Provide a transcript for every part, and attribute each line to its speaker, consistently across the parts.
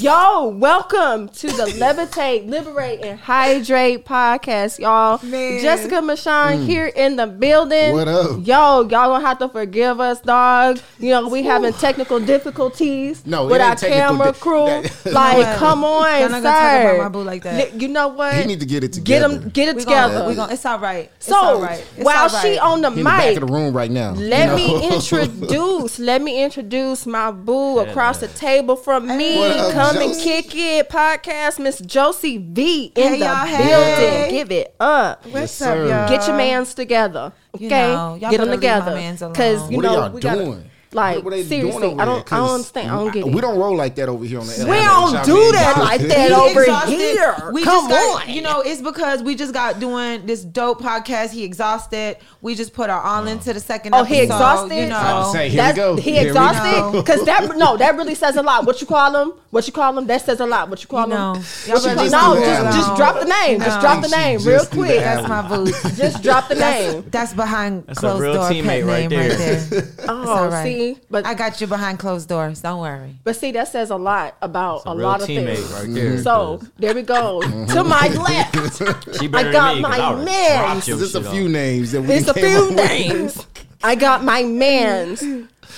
Speaker 1: Yo, welcome to the Levitate, Liberate, and Hydrate podcast, y'all.
Speaker 2: Man.
Speaker 1: Jessica Michon here in the building.
Speaker 3: Mm. What up?
Speaker 1: Yo, y'all gonna have to forgive us, dog. You know, we having technical difficulties
Speaker 3: No, it
Speaker 1: with
Speaker 3: ain't
Speaker 1: our
Speaker 3: technical
Speaker 1: camera
Speaker 3: di-
Speaker 1: crew.
Speaker 3: that-
Speaker 1: like,
Speaker 2: What?
Speaker 1: come on,
Speaker 2: Y'all
Speaker 1: sir.
Speaker 2: not gonna talk about my boo like that.
Speaker 1: Li- You know what?
Speaker 3: He need to get it
Speaker 1: Get
Speaker 3: together.
Speaker 1: him, get it
Speaker 2: We
Speaker 1: together.
Speaker 2: Gonna, we gonna, it's all right. It's
Speaker 1: so
Speaker 2: all right. It's
Speaker 1: while
Speaker 2: all right.
Speaker 1: she on the
Speaker 3: He in the back
Speaker 1: mic,
Speaker 3: of the room right now.
Speaker 1: Let
Speaker 3: you know?
Speaker 1: me introduce. let me introduce my boo across the table from me.
Speaker 3: What up,
Speaker 1: Come and
Speaker 3: Josie?
Speaker 1: kick it podcast, Miss Josie V in
Speaker 2: Hey,
Speaker 1: the
Speaker 2: y'all,
Speaker 1: building.
Speaker 2: hey.
Speaker 1: Give it up.
Speaker 2: What's
Speaker 3: Yes,
Speaker 2: up,
Speaker 3: sir.
Speaker 2: y'all?
Speaker 1: Get your mans together, okay?
Speaker 2: You know, y'all
Speaker 1: get
Speaker 2: better
Speaker 1: them
Speaker 2: leave
Speaker 1: together,
Speaker 2: my mans alone.
Speaker 1: you
Speaker 3: What
Speaker 1: know
Speaker 3: are y'all
Speaker 1: we
Speaker 3: doing?
Speaker 1: gotta like
Speaker 3: What are they doing
Speaker 1: seriously.
Speaker 3: over
Speaker 1: I
Speaker 3: there?
Speaker 1: don't, I don't
Speaker 3: 'Cause
Speaker 1: understand. I don't get it.
Speaker 3: We don't roll like that over here on the.
Speaker 1: We don't do that like that
Speaker 2: We
Speaker 1: over
Speaker 2: exhausted.
Speaker 1: here.
Speaker 2: We
Speaker 1: Come
Speaker 2: just got,
Speaker 1: on.
Speaker 2: You know, it's because we just got doing this dope podcast. He exhausted. We just put our all into the second.
Speaker 1: Oh,
Speaker 2: episode,
Speaker 1: he exhausted?
Speaker 2: You
Speaker 3: I was
Speaker 2: know,
Speaker 3: saying, here we
Speaker 1: That's,
Speaker 3: go.
Speaker 1: He
Speaker 3: Here we go.
Speaker 1: exhausted because that no, that really says a lot. What you call him? What you call him? That says a lot. What you call
Speaker 2: You know.
Speaker 1: him?
Speaker 2: Y'all
Speaker 1: What you
Speaker 2: better
Speaker 1: call-
Speaker 3: just
Speaker 1: no,
Speaker 3: do
Speaker 1: just
Speaker 3: that.
Speaker 1: just drop the name. Just
Speaker 2: No.
Speaker 1: drop the
Speaker 3: She
Speaker 1: name
Speaker 3: just
Speaker 1: real
Speaker 3: do
Speaker 1: quick.
Speaker 2: that's
Speaker 3: that.
Speaker 2: my boo.
Speaker 1: Just drop the name.
Speaker 2: That's behind
Speaker 4: That's a
Speaker 2: closed
Speaker 4: real
Speaker 2: door pet
Speaker 4: teammate
Speaker 2: name
Speaker 4: right
Speaker 2: right
Speaker 4: there.
Speaker 2: there.
Speaker 1: Oh,
Speaker 2: all right.
Speaker 1: see, but
Speaker 2: I got you behind closed doors. Don't worry.
Speaker 1: but see, that says a lot about a,
Speaker 4: real
Speaker 1: lot of
Speaker 4: teammate
Speaker 1: things.
Speaker 3: Mm-hmm.
Speaker 4: right there.
Speaker 1: So there we go. to my left,
Speaker 4: She better
Speaker 1: I got
Speaker 4: than me, 'cause
Speaker 1: my
Speaker 4: I would've
Speaker 1: mans.
Speaker 4: dropped your
Speaker 3: There's a
Speaker 4: shit
Speaker 3: few
Speaker 4: off.
Speaker 3: names that we
Speaker 1: it's a
Speaker 3: came up
Speaker 1: few
Speaker 3: with.
Speaker 1: names. I got my man's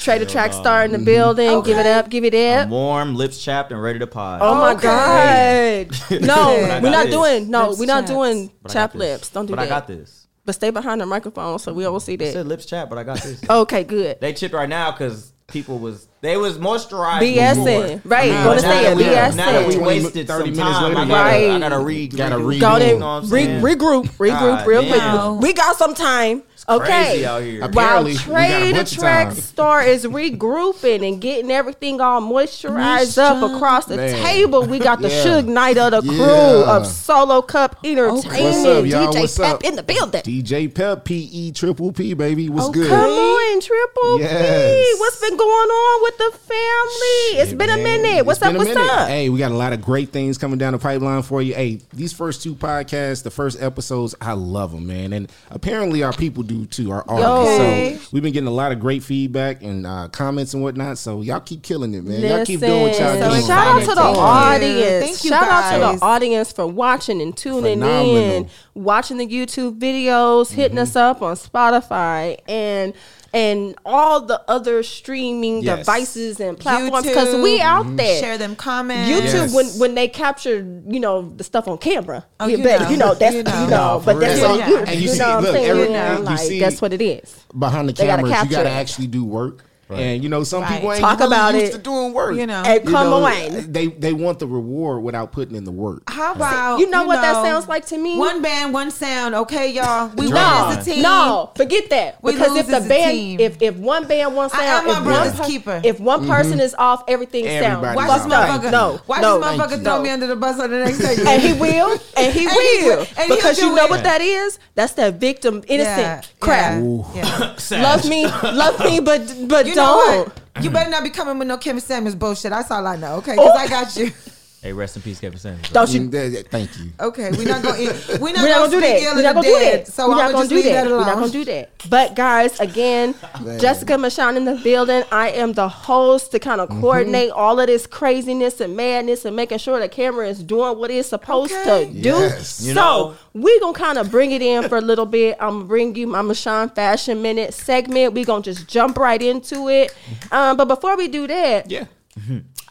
Speaker 1: Trader Track Star in the building. Give it up. Give it up.
Speaker 4: I'm warm, lips chapped, and ready to pod.
Speaker 1: Oh my
Speaker 2: Okay.
Speaker 1: God! No,
Speaker 4: I
Speaker 1: we're
Speaker 4: got
Speaker 1: not
Speaker 4: this.
Speaker 1: doing. No,
Speaker 2: Lips
Speaker 1: we're not
Speaker 2: chaps.
Speaker 1: doing
Speaker 4: But I got
Speaker 1: chap
Speaker 4: this.
Speaker 1: lips. Don't do
Speaker 4: but
Speaker 1: that.
Speaker 4: I got this.
Speaker 1: But stay behind the microphone so we don't see
Speaker 4: I said
Speaker 1: that.
Speaker 4: lips chapped, but I got this.
Speaker 1: Okay, good.
Speaker 4: they chipped right now because people was they was moisturized.
Speaker 1: BSing,
Speaker 4: before.
Speaker 1: right?
Speaker 3: Nah,
Speaker 1: Gonna
Speaker 3: nah,
Speaker 1: say it.
Speaker 3: nah,
Speaker 1: BSing.
Speaker 4: Now that we
Speaker 3: 20,
Speaker 4: wasted
Speaker 3: 30
Speaker 4: some
Speaker 3: minutes
Speaker 4: time, I
Speaker 3: later,
Speaker 4: gotta, I
Speaker 1: Right.
Speaker 4: gotta read.
Speaker 3: Gotta read.
Speaker 1: Go
Speaker 3: You
Speaker 1: then
Speaker 4: know what I'm
Speaker 1: re-
Speaker 4: saying?
Speaker 1: regroup, regroup
Speaker 4: God
Speaker 1: real
Speaker 4: damn.
Speaker 1: quick. We got some time. Okay.
Speaker 4: Crazy out here.
Speaker 1: While
Speaker 3: Apparently, we got a
Speaker 1: Trader
Speaker 3: bunch of
Speaker 1: Track
Speaker 3: time.
Speaker 1: Star is regrouping and getting everything all moisturized up
Speaker 2: Moisture.
Speaker 1: across the
Speaker 3: Man.
Speaker 1: table, we got the
Speaker 3: Yeah.
Speaker 1: Suge Knight of the crew
Speaker 3: Yeah.
Speaker 1: of Solo Cup Entertainment.
Speaker 3: What's up, y'all?
Speaker 1: DJ
Speaker 3: What's
Speaker 1: Pep
Speaker 3: up?
Speaker 1: in the building.
Speaker 3: DJ Pep, P E Triple P, baby. What's
Speaker 2: Okay.
Speaker 3: good?
Speaker 1: Oh, Come on, Triple P.
Speaker 3: Yes.
Speaker 1: What's been going on with the family? it's
Speaker 3: Shit,
Speaker 1: been a
Speaker 3: man.
Speaker 1: minute.
Speaker 3: It's
Speaker 1: What's
Speaker 3: been
Speaker 1: up?
Speaker 3: a
Speaker 1: What's
Speaker 3: minute.
Speaker 1: up?
Speaker 3: Hey, we got a lot of great things coming down the pipeline for you. Hey, these first two podcasts, the first episodes, I love them, man. And apparently our people do too, our audience.
Speaker 2: Okay.
Speaker 3: So we've been getting a lot of great feedback and uh, comments and whatnot. So y'all keep killing it, man. y'all keep doing what y'all
Speaker 1: Listen,
Speaker 3: doing.
Speaker 1: Shout out to the
Speaker 2: Thank you.
Speaker 1: audience.
Speaker 2: Thank you,
Speaker 1: Shout out to
Speaker 2: guys.
Speaker 1: the audience for watching and tuning in,
Speaker 3: Phenomenal.
Speaker 1: watching the YouTube videos, hitting us up on Spotify and and all the other streaming
Speaker 3: Yes.
Speaker 1: devices and platforms because we
Speaker 2: YouTube. Mm-hmm.
Speaker 1: out there.
Speaker 2: Share them comments.
Speaker 1: YouTube
Speaker 3: Yes.
Speaker 1: when when they capture you know the stuff on camera,
Speaker 2: Oh,
Speaker 1: you,
Speaker 2: you
Speaker 1: bet
Speaker 2: know.
Speaker 1: you know that's you
Speaker 2: You
Speaker 1: know,
Speaker 2: know.
Speaker 3: No, for
Speaker 1: but that's
Speaker 3: real.
Speaker 1: what
Speaker 2: Yeah.
Speaker 1: you,
Speaker 2: And
Speaker 3: you
Speaker 1: you
Speaker 3: see-
Speaker 1: know what I'm
Speaker 3: look,
Speaker 1: saying
Speaker 3: everything
Speaker 1: Now,
Speaker 3: you
Speaker 1: like
Speaker 3: see-
Speaker 1: that's what it is.
Speaker 3: Behind the
Speaker 1: They gotta
Speaker 3: cameras, you
Speaker 1: capture
Speaker 3: gotta
Speaker 1: it.
Speaker 3: actually do work. And you know, some
Speaker 2: Right.
Speaker 3: people ain't
Speaker 1: Talk
Speaker 3: really
Speaker 1: about
Speaker 3: used
Speaker 1: it.
Speaker 3: to doing work.
Speaker 2: You know.
Speaker 1: And
Speaker 3: You
Speaker 1: come
Speaker 3: know,
Speaker 1: on,
Speaker 3: They they want the reward without putting in the work.
Speaker 2: How about
Speaker 1: you know what that sounds like to me?
Speaker 2: One band, one sound. Okay, y'all. We win
Speaker 1: No,
Speaker 2: as a team.
Speaker 1: no, forget that.
Speaker 2: We
Speaker 1: because
Speaker 2: lose
Speaker 1: if the
Speaker 2: as a
Speaker 1: band,
Speaker 2: team.
Speaker 1: if if one band one
Speaker 2: I
Speaker 1: sound,
Speaker 2: am my
Speaker 1: if,
Speaker 2: brother's
Speaker 1: one per-
Speaker 2: keeper.
Speaker 1: if one person is off, everything sound.
Speaker 3: Everybody
Speaker 2: Watch
Speaker 3: Fuck
Speaker 2: this
Speaker 3: no.
Speaker 2: motherfucker.
Speaker 1: No,
Speaker 2: Watch
Speaker 1: no,
Speaker 2: this motherfucker
Speaker 1: no.
Speaker 2: throw me under the bus on the next segment.
Speaker 1: And he will, and he
Speaker 2: And he
Speaker 1: will,
Speaker 2: will, and he'll
Speaker 1: because you
Speaker 2: do
Speaker 1: know
Speaker 2: it.
Speaker 1: what that is. That's that victim innocent crap.
Speaker 2: Yeah. yeah.
Speaker 1: Love me, love me, but but
Speaker 2: You know
Speaker 1: don't.
Speaker 2: what? You better not be coming with no Kevin Samuels bullshit. That's all I know. Okay, because I got you.
Speaker 4: Hey, rest in peace, Kevin Samuels.
Speaker 1: Don't you?
Speaker 3: Mm, that- that- Thank you.
Speaker 2: Okay, we're not going. to We're not
Speaker 1: We're not gonna
Speaker 2: going to
Speaker 1: do that.
Speaker 2: ill
Speaker 1: We're
Speaker 2: of
Speaker 1: not
Speaker 2: the
Speaker 1: gonna do
Speaker 2: dead.
Speaker 1: that.
Speaker 2: So
Speaker 1: We're
Speaker 2: I'm
Speaker 1: not
Speaker 2: going
Speaker 1: gonna
Speaker 2: to
Speaker 1: do
Speaker 2: leave
Speaker 1: that.
Speaker 2: that
Speaker 1: We're not
Speaker 2: alone.
Speaker 1: gonna do that. But guys, again,
Speaker 3: Man.
Speaker 1: Jessica Michon in the building. I am the host to kind of coordinate all of this craziness and madness and making sure the camera is doing what it's supposed
Speaker 2: Okay.
Speaker 1: to do.
Speaker 3: Yes.
Speaker 1: So
Speaker 4: You know-
Speaker 1: we're gonna kind of bring it in for a little bit. I'm gonna bring you my Michon Fashion Minute segment. We're gonna just jump right into it. Um, but before we do that,
Speaker 3: Yeah.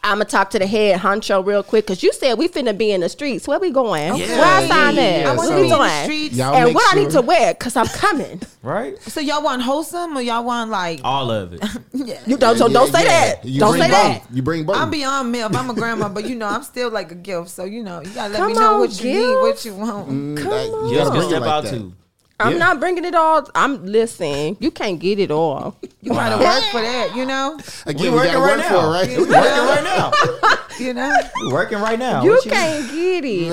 Speaker 1: I'm gonna talk to the head honcho real quick because you said we finna be in the streets. Where we going?
Speaker 3: Okay.
Speaker 1: Where I sign
Speaker 3: Yeah,
Speaker 1: at?
Speaker 3: yeah,
Speaker 1: What
Speaker 3: so-
Speaker 1: we
Speaker 3: Be in
Speaker 2: the
Speaker 1: doing?
Speaker 2: streets.
Speaker 3: Y'all
Speaker 1: and
Speaker 3: make
Speaker 1: what I
Speaker 3: sure-
Speaker 1: need to wear because I'm coming.
Speaker 4: right?
Speaker 2: So y'all want wholesome or y'all want like?
Speaker 4: All of it.
Speaker 1: You don't so
Speaker 3: Yeah,
Speaker 1: don't
Speaker 3: yeah,
Speaker 1: say
Speaker 3: yeah.
Speaker 1: that.
Speaker 3: You
Speaker 1: don't say
Speaker 3: bring
Speaker 1: that.
Speaker 3: both. You bring both.
Speaker 2: I'm beyond milk. I'm a grandma, but you know I'm still like a gift. So you know you gotta let
Speaker 1: Come
Speaker 2: me know
Speaker 1: on,
Speaker 2: what you need, what
Speaker 1: Gilf.
Speaker 2: you want.
Speaker 3: Mm,
Speaker 1: Come
Speaker 3: that-
Speaker 1: on.
Speaker 3: You gotta
Speaker 4: Just
Speaker 3: bring
Speaker 4: gonna
Speaker 3: it
Speaker 4: step
Speaker 3: like
Speaker 4: out
Speaker 3: that.
Speaker 4: too.
Speaker 1: I'm
Speaker 3: Yeah.
Speaker 1: not bringing it all. I'm listen. You can't get it all.
Speaker 2: You gotta work for that. You know.
Speaker 3: Again,
Speaker 4: We
Speaker 3: we,
Speaker 4: working
Speaker 3: gotta
Speaker 4: right
Speaker 3: work
Speaker 4: now.
Speaker 3: for it, right?
Speaker 4: Working right now.
Speaker 2: You know.
Speaker 4: We working right now.
Speaker 1: You
Speaker 4: What
Speaker 1: can't get it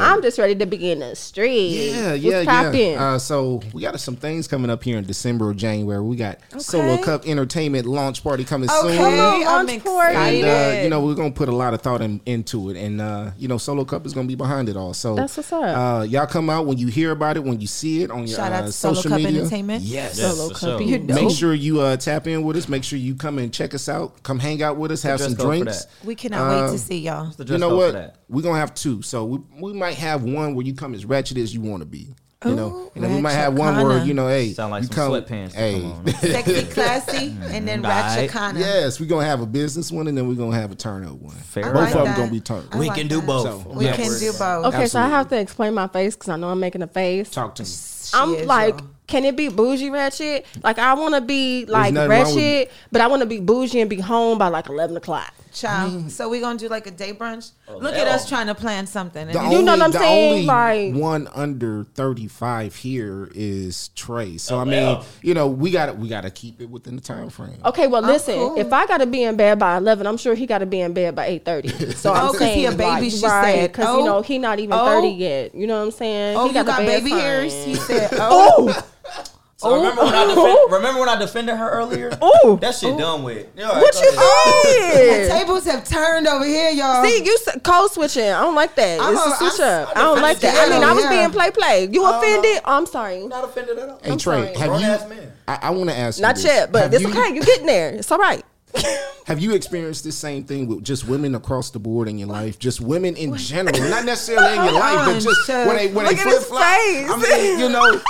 Speaker 1: all. I'm just ready to be in the street.
Speaker 3: Yeah,
Speaker 1: What's
Speaker 3: yeah,
Speaker 1: poppin'?
Speaker 3: yeah. Uh, so we got some things coming up here in December or January. We got Solo
Speaker 2: Okay.
Speaker 3: Cup Entertainment launch party coming
Speaker 2: Okay.
Speaker 3: soon.
Speaker 1: Come on,
Speaker 2: I'm
Speaker 1: lunch party.
Speaker 2: excited.
Speaker 3: And, uh, you know, we're gonna put a lot of thought in, into it, and uh, you know, Solo Cup is gonna be behind it all. So
Speaker 1: That's what's up.
Speaker 3: Uh, y'all come out when you hear about it, when you see it on your
Speaker 2: Shout
Speaker 3: uh,
Speaker 2: out to Solo
Speaker 3: social
Speaker 2: Cup
Speaker 3: media.
Speaker 2: Entertainment.
Speaker 3: Yes.
Speaker 4: Yes.
Speaker 1: Solo
Speaker 4: for
Speaker 1: cup.
Speaker 4: sure.
Speaker 1: You
Speaker 2: You
Speaker 1: know.
Speaker 3: Make sure you uh, tap in with us. Make sure you come and check us out. Come hang out with us. Have
Speaker 4: dress
Speaker 3: some
Speaker 4: code for
Speaker 3: drinks.
Speaker 4: that.
Speaker 2: We cannot wait
Speaker 3: um,
Speaker 2: to see y'all.
Speaker 4: What's the
Speaker 3: you
Speaker 4: dress
Speaker 3: know
Speaker 4: code for
Speaker 3: what?
Speaker 4: that?
Speaker 3: We're gonna have two. So we, we might have one where you come as ratchet as you want to be. You know,
Speaker 2: Ooh,
Speaker 3: and then we might have one where
Speaker 2: ratchet-kana.
Speaker 3: you know, hey,
Speaker 4: Sound like
Speaker 3: you
Speaker 4: some
Speaker 3: come,
Speaker 4: sweatpants to
Speaker 3: Hey,
Speaker 4: come on.
Speaker 2: Sexy, classy, and then
Speaker 4: Right.
Speaker 2: ratchakana.
Speaker 3: yes, we're gonna have a business one, and then we're gonna have a turnover one.
Speaker 4: Fair.
Speaker 3: Both
Speaker 2: I like
Speaker 3: of them
Speaker 2: that.
Speaker 3: gonna be turned.
Speaker 2: I
Speaker 4: we
Speaker 2: like
Speaker 4: can do
Speaker 2: that.
Speaker 4: both.
Speaker 3: So,
Speaker 2: We can
Speaker 3: Yes.
Speaker 2: do both.
Speaker 1: Okay, so I
Speaker 3: Absolutely.
Speaker 1: have to explain my face because I know I'm making a face.
Speaker 3: Talk to me.
Speaker 2: She
Speaker 1: I'm
Speaker 2: is,
Speaker 1: like,
Speaker 2: y'all.
Speaker 1: can it be bougie ratchet? Like I want to be like
Speaker 3: nothing wrong with-
Speaker 1: ratchet, but I want to be bougie and be home by like eleven o'clock.
Speaker 2: child.
Speaker 3: Mm.
Speaker 2: so we gonna do like a day brunch. Look at
Speaker 4: Oh, hell.
Speaker 2: us trying to plan something.
Speaker 3: The
Speaker 2: And
Speaker 1: You know what I'm
Speaker 3: the
Speaker 1: saying?
Speaker 3: only
Speaker 1: Like-
Speaker 3: one under 35 here is Trey. So I mean,
Speaker 4: Oh, yeah.
Speaker 3: you know, we got to we got to keep it within the time frame.
Speaker 1: Okay, well listen,
Speaker 2: cool.
Speaker 1: if I gotta be in bed by eleven, I'm sure he gotta be in bed by eight thirty. So I'm
Speaker 2: Oh, 'cause
Speaker 1: saying,
Speaker 2: he a
Speaker 1: like,
Speaker 2: baby, she
Speaker 1: right?
Speaker 2: said.
Speaker 1: Because
Speaker 2: Oh.
Speaker 1: you know he not even
Speaker 2: Oh.
Speaker 1: thirty yet. You know what I'm saying?
Speaker 2: oh,
Speaker 1: he
Speaker 2: you
Speaker 1: the
Speaker 2: got
Speaker 1: bad
Speaker 2: baby
Speaker 1: sign.
Speaker 2: hairs? He said, oh.
Speaker 4: So remember when I defend, remember when I defended her earlier?
Speaker 1: Ooh.
Speaker 4: that shit done with. oh, Yeah,
Speaker 1: What you
Speaker 2: Oh, The
Speaker 1: did?
Speaker 2: tables have turned over here, y'all.
Speaker 1: See, you s- code switching. I don't like that.
Speaker 2: I'm
Speaker 1: it's
Speaker 2: a-
Speaker 1: a switch
Speaker 2: I'm- Uh-huh.
Speaker 1: up. I don't
Speaker 4: I'm
Speaker 1: like that. I
Speaker 4: scared
Speaker 1: mean,
Speaker 4: of
Speaker 1: I was
Speaker 2: it.
Speaker 1: being play play. You
Speaker 4: Uh,
Speaker 1: offended? I'm sorry.
Speaker 4: not offended at all.
Speaker 3: Hey Trey,
Speaker 1: sorry.
Speaker 3: have
Speaker 4: Grown-ass
Speaker 3: you?
Speaker 4: man.
Speaker 3: I, I want to ask. you
Speaker 1: Not
Speaker 3: this.
Speaker 1: yet, but
Speaker 3: Have
Speaker 1: it's
Speaker 3: you-
Speaker 1: okay. You're getting there. It's all right.
Speaker 3: Have you experienced this same thing with just women across the board in your life? Just women in general, not necessarily in your
Speaker 2: Hold
Speaker 3: life, but
Speaker 2: on,
Speaker 3: just
Speaker 2: Chuck.
Speaker 3: when they when
Speaker 1: Look
Speaker 3: they
Speaker 1: at his
Speaker 3: flip flop. I
Speaker 1: face.
Speaker 3: mean, you know,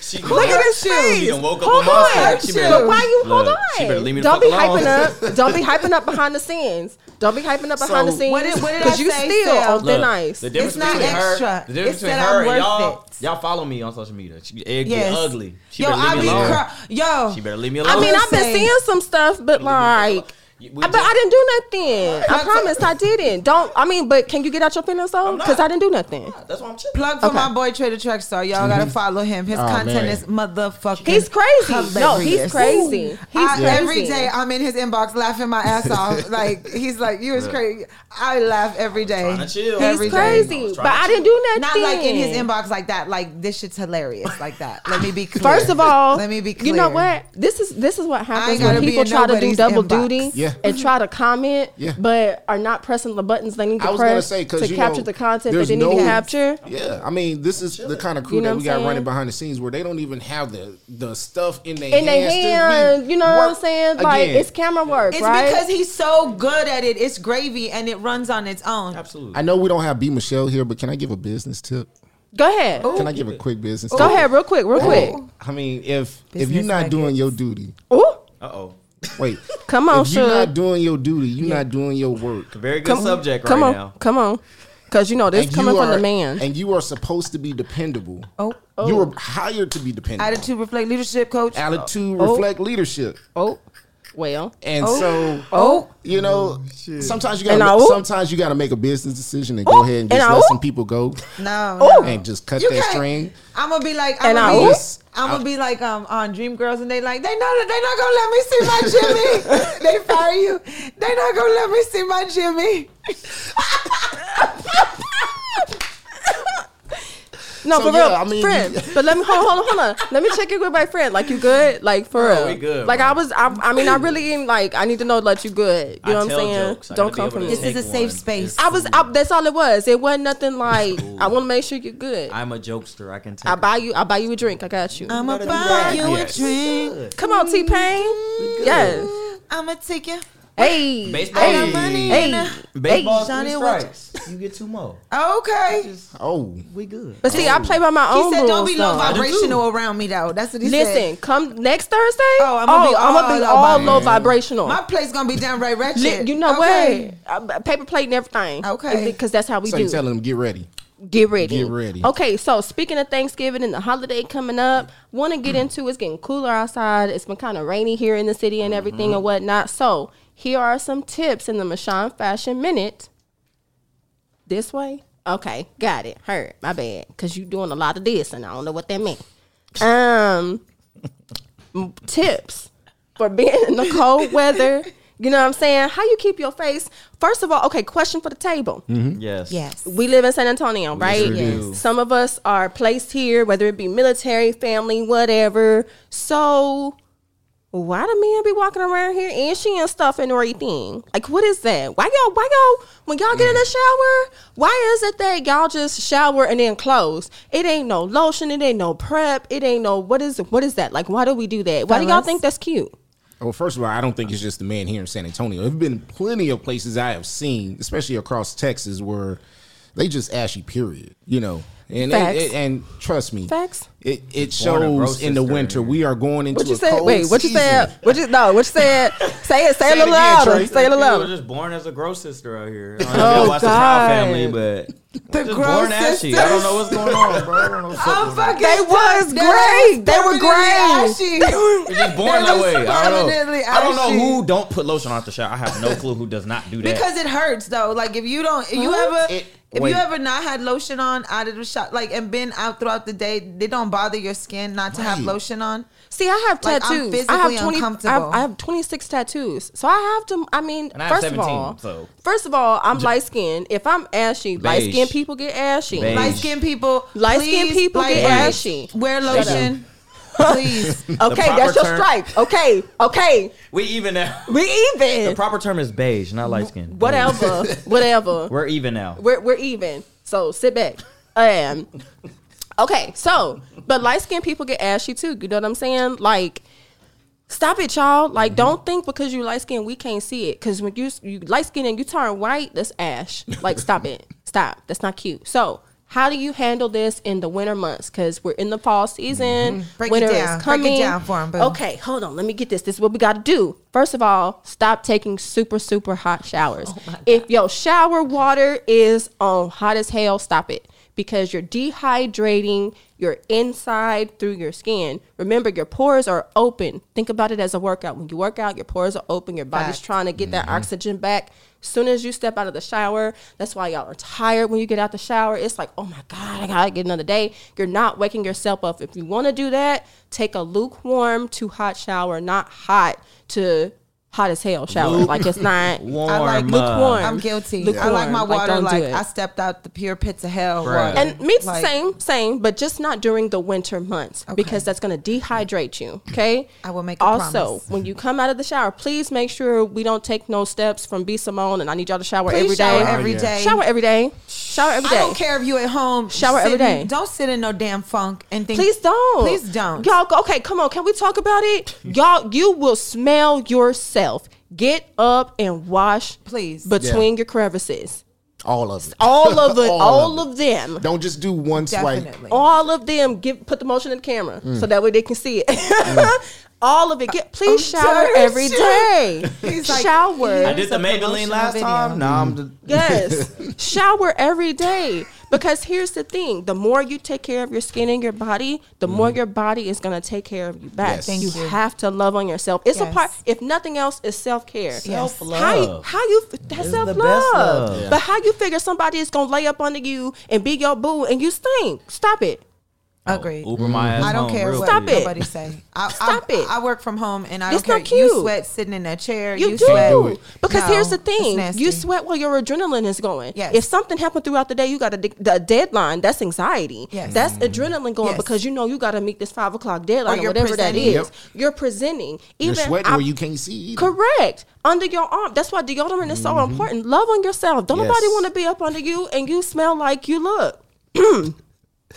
Speaker 4: She
Speaker 1: Look at his
Speaker 4: She
Speaker 1: face.
Speaker 4: done woke up
Speaker 1: Hold
Speaker 4: on my
Speaker 1: on.
Speaker 4: side. She
Speaker 1: But
Speaker 4: better-
Speaker 1: why you hold on?
Speaker 4: Look, she better leave me the
Speaker 1: Don't
Speaker 4: fuck
Speaker 1: be
Speaker 4: alone.
Speaker 1: hyping up. Don't be hyping up behind the scenes. Don't be hyping up behind the
Speaker 3: So,
Speaker 2: what
Speaker 1: scenes
Speaker 2: did- what did
Speaker 1: because
Speaker 2: I
Speaker 1: you
Speaker 2: say,
Speaker 1: still
Speaker 2: Sal?
Speaker 1: on thin
Speaker 4: Look,
Speaker 1: ice.
Speaker 4: The difference
Speaker 2: It's not
Speaker 4: between her,
Speaker 2: extra.
Speaker 4: the difference
Speaker 2: It's
Speaker 4: between
Speaker 2: that
Speaker 4: her
Speaker 2: I'm
Speaker 4: and
Speaker 2: worth
Speaker 4: y'all,
Speaker 2: it.
Speaker 4: y'all follow me on social media. She, it
Speaker 2: Yes.
Speaker 4: get ugly. She
Speaker 2: Yo,
Speaker 4: better
Speaker 2: I
Speaker 4: leave
Speaker 2: be
Speaker 4: me alone.
Speaker 2: cry- yo.
Speaker 4: she better leave me alone.
Speaker 1: I mean,
Speaker 2: I'm
Speaker 1: I've been
Speaker 2: saying-
Speaker 1: seeing some stuff, but like.
Speaker 4: We
Speaker 1: But
Speaker 4: just-
Speaker 1: I didn't do nothing. I
Speaker 2: Like,
Speaker 1: promised I didn't. Don't. I mean, but can you get out your penis though?
Speaker 4: not.
Speaker 1: Because I didn't do nothing.
Speaker 4: That's why I'm chipping.
Speaker 2: Plug for
Speaker 1: Okay.
Speaker 2: my boy Trader Truck Star. Y'all
Speaker 4: Mm-hmm.
Speaker 2: gotta follow him. His
Speaker 3: Oh,
Speaker 2: content
Speaker 3: man.
Speaker 2: is motherfucking.
Speaker 1: He's crazy. No, he's
Speaker 2: hilarious.
Speaker 1: crazy.
Speaker 2: Ooh.
Speaker 1: He's
Speaker 2: I-
Speaker 1: crazy.
Speaker 2: Every day I'm in his inbox laughing my ass off. Like he's like, you is crazy. I laugh every day.
Speaker 4: trying to chill.
Speaker 1: He's
Speaker 2: Every day.
Speaker 1: crazy,
Speaker 4: I was
Speaker 1: but
Speaker 4: trying to
Speaker 1: I didn't do
Speaker 2: Not
Speaker 1: nothing.
Speaker 2: like in his inbox like that. Like this shit's hilarious. Like that. Let me be clear.
Speaker 1: First of all,
Speaker 2: let me be
Speaker 1: You
Speaker 2: clear.
Speaker 1: know what? This is this is what happens
Speaker 2: gotta
Speaker 1: when
Speaker 2: be
Speaker 1: people
Speaker 2: in
Speaker 1: try to do
Speaker 2: nobody's
Speaker 1: double
Speaker 2: inbox.
Speaker 1: duty
Speaker 3: Yeah.
Speaker 1: and try to comment,
Speaker 3: Yeah.
Speaker 1: but are not pressing the buttons they need to
Speaker 3: I was gonna
Speaker 1: press
Speaker 3: say because
Speaker 1: to
Speaker 3: you
Speaker 1: capture
Speaker 3: know,
Speaker 1: the content they
Speaker 3: there's
Speaker 1: didn't
Speaker 3: no-
Speaker 1: even capture.
Speaker 3: Yeah, I mean, this is the kind of crew
Speaker 1: You know
Speaker 3: that
Speaker 1: what
Speaker 3: we
Speaker 1: I'm
Speaker 3: got
Speaker 1: saying?
Speaker 3: running behind the scenes where they don't even have the the stuff in their
Speaker 1: In their
Speaker 3: hands. to
Speaker 1: hand,
Speaker 3: be-
Speaker 1: you know what I'm
Speaker 3: work.
Speaker 1: saying? Like
Speaker 3: Again,
Speaker 1: it's camera work,
Speaker 2: It's
Speaker 1: right?
Speaker 2: because he's so good at it. It's gravy and it runs on its own.
Speaker 4: Absolutely.
Speaker 3: I know we don't have B Michelle here, but can I give a business tip?
Speaker 1: Go ahead,
Speaker 3: Can I give a quick business?
Speaker 1: go
Speaker 3: tip?
Speaker 1: ahead, real quick, real quick.
Speaker 3: I mean, if if
Speaker 2: Business
Speaker 3: you're not
Speaker 2: like
Speaker 3: doing your duty,
Speaker 1: Ooh,
Speaker 4: Uh oh.
Speaker 3: wait,
Speaker 1: come on,
Speaker 3: if you're
Speaker 1: Suge.
Speaker 3: not doing your duty, you're not doing your work.
Speaker 4: Very good
Speaker 1: Come
Speaker 4: subject
Speaker 1: come
Speaker 4: right
Speaker 1: on,
Speaker 4: now.
Speaker 1: come on, because you know this
Speaker 3: And
Speaker 1: coming
Speaker 3: you
Speaker 1: from the
Speaker 3: are-
Speaker 1: man.
Speaker 3: and you are supposed to be dependable.
Speaker 2: Oh,
Speaker 3: You were hired to be dependable.
Speaker 2: attitude reflect leadership, coach.
Speaker 3: Attitude
Speaker 1: Oh.
Speaker 3: reflect leadership,
Speaker 1: Oh, well,
Speaker 3: and so
Speaker 2: Oh,
Speaker 3: you know, sometimes you
Speaker 1: And I
Speaker 3: gotta
Speaker 1: will-
Speaker 3: sometimes you gotta make a business decision and go
Speaker 1: Oh,
Speaker 3: ahead and
Speaker 1: and
Speaker 3: just
Speaker 1: I
Speaker 3: let
Speaker 1: will-
Speaker 3: some people go
Speaker 2: no,
Speaker 1: Oh.
Speaker 2: no.
Speaker 3: and just cut
Speaker 2: You
Speaker 3: that
Speaker 2: can't-
Speaker 3: string.
Speaker 2: I'm gonna be like,
Speaker 1: And
Speaker 2: I'm
Speaker 1: I-
Speaker 2: gonna, be,
Speaker 3: Yes.
Speaker 2: I'm gonna be like um on Dream Girls, and they like they know that they not gonna let me see my Jimmy. they fire you. They not gonna let me see my Jimmy.
Speaker 1: No,
Speaker 3: So,
Speaker 1: for real,
Speaker 3: yeah, I mean,
Speaker 1: friend.
Speaker 3: you-
Speaker 1: but let me hold, hold on, hold on. Let me check in with my friend. Like you good? Like for real?
Speaker 4: we good,
Speaker 1: Like
Speaker 4: bro.
Speaker 1: I was. I, I mean, I really am. Like I need to know that you good. You know what
Speaker 4: I
Speaker 1: I'm
Speaker 4: tell
Speaker 1: saying?
Speaker 4: jokes. I
Speaker 1: Don't
Speaker 4: gotta be
Speaker 1: come
Speaker 4: able
Speaker 1: from
Speaker 4: to
Speaker 1: this.
Speaker 2: This is a
Speaker 4: take
Speaker 2: safe
Speaker 4: one.
Speaker 2: space.
Speaker 4: It's
Speaker 1: I was. I, that's all it was. It wasn't nothing like. I want to make sure you're good. I,
Speaker 4: I'm a jokester. I can take.
Speaker 1: buy you. I buy you a drink. I got you.
Speaker 2: I'ma
Speaker 4: better do
Speaker 2: buy
Speaker 4: that.
Speaker 2: you
Speaker 4: Yes.
Speaker 2: a drink.
Speaker 1: Come on, T Pain. Yes.
Speaker 2: I'ma take you.
Speaker 1: Hey.
Speaker 4: Baseball.
Speaker 1: Hey.
Speaker 2: Got money
Speaker 1: Hey.
Speaker 2: in a-
Speaker 4: Baseball
Speaker 2: Johnny
Speaker 4: three
Speaker 2: Wins.
Speaker 4: strikes. You get two more.
Speaker 2: Okay.
Speaker 3: Oh,
Speaker 4: We good.
Speaker 1: But see, I play by my
Speaker 2: He
Speaker 1: own
Speaker 2: said,
Speaker 1: rules.
Speaker 2: "Don't be low
Speaker 1: though.
Speaker 2: vibrational around me, though." That's what he
Speaker 1: Listen,
Speaker 2: said.
Speaker 1: come next Thursday.
Speaker 2: Oh, I'ma be
Speaker 1: I'ma be
Speaker 2: all low
Speaker 1: all
Speaker 2: vibra-
Speaker 1: low vibrational.
Speaker 2: my place gonna be downright ratchet.
Speaker 1: Li- you know
Speaker 2: Okay.
Speaker 1: what? Uh, paper plate and everything.
Speaker 2: Okay.
Speaker 1: Because that's how we
Speaker 3: so
Speaker 1: do.
Speaker 3: you telling them get ready?
Speaker 1: get ready.
Speaker 3: Get ready.
Speaker 1: Okay, so speaking of Thanksgiving and the holiday coming up, want to get
Speaker 3: Mm.
Speaker 1: into it's getting cooler outside. It's been kind of rainy here in the city and everything
Speaker 3: Mm-hmm.
Speaker 1: and whatnot. So here are some tips in the Mashawn Fashion Minute. This way? Okay, got it. Heard. My bad. Because you doing a lot of this and I don't know what that means. Um, m- tips for being in the cold weather. You know what I'm saying? How you keep your face? First of all, okay, question for the table
Speaker 4: Yes.
Speaker 2: Yes.
Speaker 1: we live in San Antonio, right?
Speaker 4: sure do. Yes.
Speaker 1: Some of us are placed here, whether it be military, family, whatever. So why do men be walking around here inching and stuff and everything? Like, what is that? Why y'all? Why y'all? When y'all get in the
Speaker 4: Mm.
Speaker 1: shower, why is it that y'all just shower and then close? It ain't no lotion. It ain't no prep. It ain't no what is what is that? Like, why do we do that? Why do y'all
Speaker 2: Fellas.
Speaker 1: think that's cute?
Speaker 3: Well, first of all, I don't think it's just the man here in San Antonio. There've been plenty of places I have seen, especially across Texas, where they just ash you. Period. You know, and it-
Speaker 1: Facts.
Speaker 3: it- and trust me,
Speaker 1: Facts.
Speaker 3: It it
Speaker 4: Born and
Speaker 3: shows
Speaker 4: gross
Speaker 3: in the
Speaker 4: sister.
Speaker 3: winter. We are going into
Speaker 1: What you
Speaker 3: a
Speaker 1: said?
Speaker 3: cold
Speaker 1: Wait, what you
Speaker 3: season.
Speaker 1: said? What you no? What you said? Say it. Say, it a
Speaker 3: it
Speaker 1: little
Speaker 3: again,
Speaker 1: louder.
Speaker 3: Trey.
Speaker 1: Say it a little
Speaker 4: People
Speaker 1: louder.
Speaker 4: are just born as a gross sister out here. I don't know if you watch the
Speaker 1: God.
Speaker 4: Proud Family, but
Speaker 2: Oh, The
Speaker 4: just
Speaker 2: gross
Speaker 4: born ashy. I don't know what's going on, bro. I don't know what's up
Speaker 2: I'm
Speaker 4: with it.
Speaker 2: fucking
Speaker 1: They was great. They were great.
Speaker 2: They were
Speaker 4: You're just born
Speaker 2: They
Speaker 4: that
Speaker 2: look
Speaker 4: way. I don't know.
Speaker 2: permanently
Speaker 4: I don't know
Speaker 2: ashy.
Speaker 4: who don't put lotion on the shower. I have no clue who does not do that.
Speaker 2: Because it hurts though. Like if you don't, if you ever,
Speaker 3: It-
Speaker 2: if
Speaker 3: wait.
Speaker 2: you ever not had lotion on out of the shop, like and been out throughout the day, they don't bother your skin not to have
Speaker 3: Right.
Speaker 2: lotion on.
Speaker 1: See, I have
Speaker 2: Like, I'm
Speaker 1: tattoos. I
Speaker 2: physically
Speaker 1: have twenty. I have,
Speaker 2: uncomfortable.
Speaker 1: I have twenty six tattoos. So I have to. I mean,
Speaker 4: And I have
Speaker 1: first of
Speaker 4: 17,
Speaker 1: all,
Speaker 4: so.
Speaker 1: first of all, I'm light skinned. If I'm ashy, light skinned people get ashy.
Speaker 4: Beige.
Speaker 2: Light skinned people,
Speaker 1: Light-skinned
Speaker 2: please,
Speaker 1: people
Speaker 2: like,
Speaker 1: get ashy.
Speaker 2: Wear lotion, please.
Speaker 1: Okay,
Speaker 4: proper
Speaker 1: that's your
Speaker 4: term-
Speaker 1: stripe. Okay, okay,
Speaker 4: we even now.
Speaker 1: we even.
Speaker 4: The proper term is beige, not light skin.
Speaker 1: whatever, whatever.
Speaker 4: We're even now.
Speaker 1: We're we're even. So sit back. Um. Okay. So, but light skinned people get ashy too. You know what I'm saying? Like, stop it, y'all.
Speaker 2: Mm-hmm.
Speaker 1: Like, don't think because you light skinned we can't see it. Because when you you light skinned and you turn white, that's ash. Like, stop it. Stop. That's not cute. So. How do you handle this in the winter months? Because we're in the fall season.
Speaker 2: Mm-hmm. Break it
Speaker 1: winter
Speaker 2: down.
Speaker 1: is
Speaker 2: Break it
Speaker 1: coming.
Speaker 2: down for 'em, boo.
Speaker 1: Okay, hold on. Let me get this. This is what we got to do. First of all, stop taking super, super hot showers. if your shower water is on hot as hell, stop it because you're dehydrating your inside through your skin. Remember, your pores are open. Think about it as a workout. When you work out, your pores are open. Your body's
Speaker 2: Facts.
Speaker 1: trying to get that oxygen back. Soon as you step out of the shower, that's why y'all are tired when you get out the shower. It's like, oh my God, I gotta get another day. You're not waking yourself up. If you wanna do that, take a lukewarm to hot shower, not hot to hot as hell shower. Like it's not
Speaker 4: Warm.
Speaker 2: I like
Speaker 4: uh,
Speaker 1: lukewarm.
Speaker 2: I'm guilty. I
Speaker 1: Lukewarm.
Speaker 2: like my water.
Speaker 1: don't do
Speaker 2: Like,
Speaker 1: it.
Speaker 2: I stepped out the pure pits of hell.
Speaker 4: Bruh.
Speaker 2: water.
Speaker 1: And me it's the
Speaker 2: Like,
Speaker 1: same, same, but just not during the winter months because that's going to dehydrate you. Okay.
Speaker 2: I will make a
Speaker 1: also
Speaker 2: promise.
Speaker 1: when you come out of the shower, please make sure we don't take no steps from B Simone, and I need y'all to shower
Speaker 2: Please
Speaker 1: every day.
Speaker 2: shower
Speaker 4: Oh,
Speaker 2: every
Speaker 3: yeah.
Speaker 2: day.
Speaker 1: Shower every day. Shower every
Speaker 2: I
Speaker 1: day.
Speaker 2: don't care if you at home.
Speaker 1: Shower every
Speaker 2: sitting-
Speaker 1: day.
Speaker 2: Don't sit in no damn funk and think.
Speaker 1: Please don't.
Speaker 2: Please don't.
Speaker 1: Y'all, go- okay, come on. Can we talk about it? Y'all, you will smell yourself. Get up and wash
Speaker 2: Please.
Speaker 1: between your crevices.
Speaker 3: All of it.
Speaker 1: All of it. all,
Speaker 3: it.
Speaker 1: of them.
Speaker 3: Don't just do one swipe.
Speaker 2: Definitely.
Speaker 1: all of them give put the motion in the camera so that way they can see it Mm. all of it get please
Speaker 2: I'm
Speaker 1: shower
Speaker 2: tired,
Speaker 1: every
Speaker 2: shit.
Speaker 1: day
Speaker 2: He's like,
Speaker 1: shower
Speaker 4: I did the
Speaker 2: Here's a
Speaker 4: Maybelline
Speaker 2: promotional
Speaker 4: last
Speaker 2: video.
Speaker 4: time. Nah, I'm just.
Speaker 1: yes shower every day because here's the thing the more you take care of your skin and your body the
Speaker 4: Mm-hmm.
Speaker 1: more your body is going to take care of you back
Speaker 3: Yes. Thank
Speaker 1: you,
Speaker 2: you.
Speaker 1: have to love on yourself it's a
Speaker 2: Yes.
Speaker 1: part if nothing else is self-care How you,
Speaker 4: Self-love.
Speaker 1: how you that's
Speaker 4: It's the
Speaker 1: self
Speaker 4: best
Speaker 1: love,
Speaker 4: love. Yeah.
Speaker 1: but how you figure somebody is gonna lay up under you and be your boo and you stink? Stop it.
Speaker 2: Agreed. Mm-hmm.
Speaker 4: Uber my ass
Speaker 2: I don't
Speaker 4: home
Speaker 2: care
Speaker 4: real
Speaker 2: what
Speaker 1: Stop
Speaker 4: quick.
Speaker 1: it.
Speaker 2: nobody say. I,
Speaker 1: Stop
Speaker 2: I,
Speaker 1: it.
Speaker 2: I work from home and I
Speaker 1: It's
Speaker 2: don't
Speaker 1: not
Speaker 2: care. You
Speaker 1: cute.
Speaker 2: sweat sitting in that chair.
Speaker 1: You, do.
Speaker 2: sweat.
Speaker 3: do it.
Speaker 1: Because
Speaker 2: No,
Speaker 1: here's the
Speaker 2: it's
Speaker 1: thing
Speaker 2: nasty.
Speaker 1: you sweat while your adrenaline is going.
Speaker 2: Yes.
Speaker 1: If something happened throughout the day, you got a, de- the deadline. That's anxiety.
Speaker 2: Yes.
Speaker 1: That's
Speaker 3: Mm-hmm.
Speaker 1: adrenaline going
Speaker 2: Yes.
Speaker 1: because you know you got to meet this five o'clock deadline or,
Speaker 2: you're
Speaker 1: whatever
Speaker 2: presenting.
Speaker 1: that
Speaker 3: Yep.
Speaker 1: is. You're presenting.
Speaker 3: You're
Speaker 1: Even
Speaker 3: sweating
Speaker 1: I-
Speaker 3: where you can't see. Either.
Speaker 1: Correct. Under your arm. That's why deodorant is so important. Love on yourself. Don't nobody
Speaker 3: Mm-hmm. Yes.
Speaker 1: want to be up under you and you smell like you look.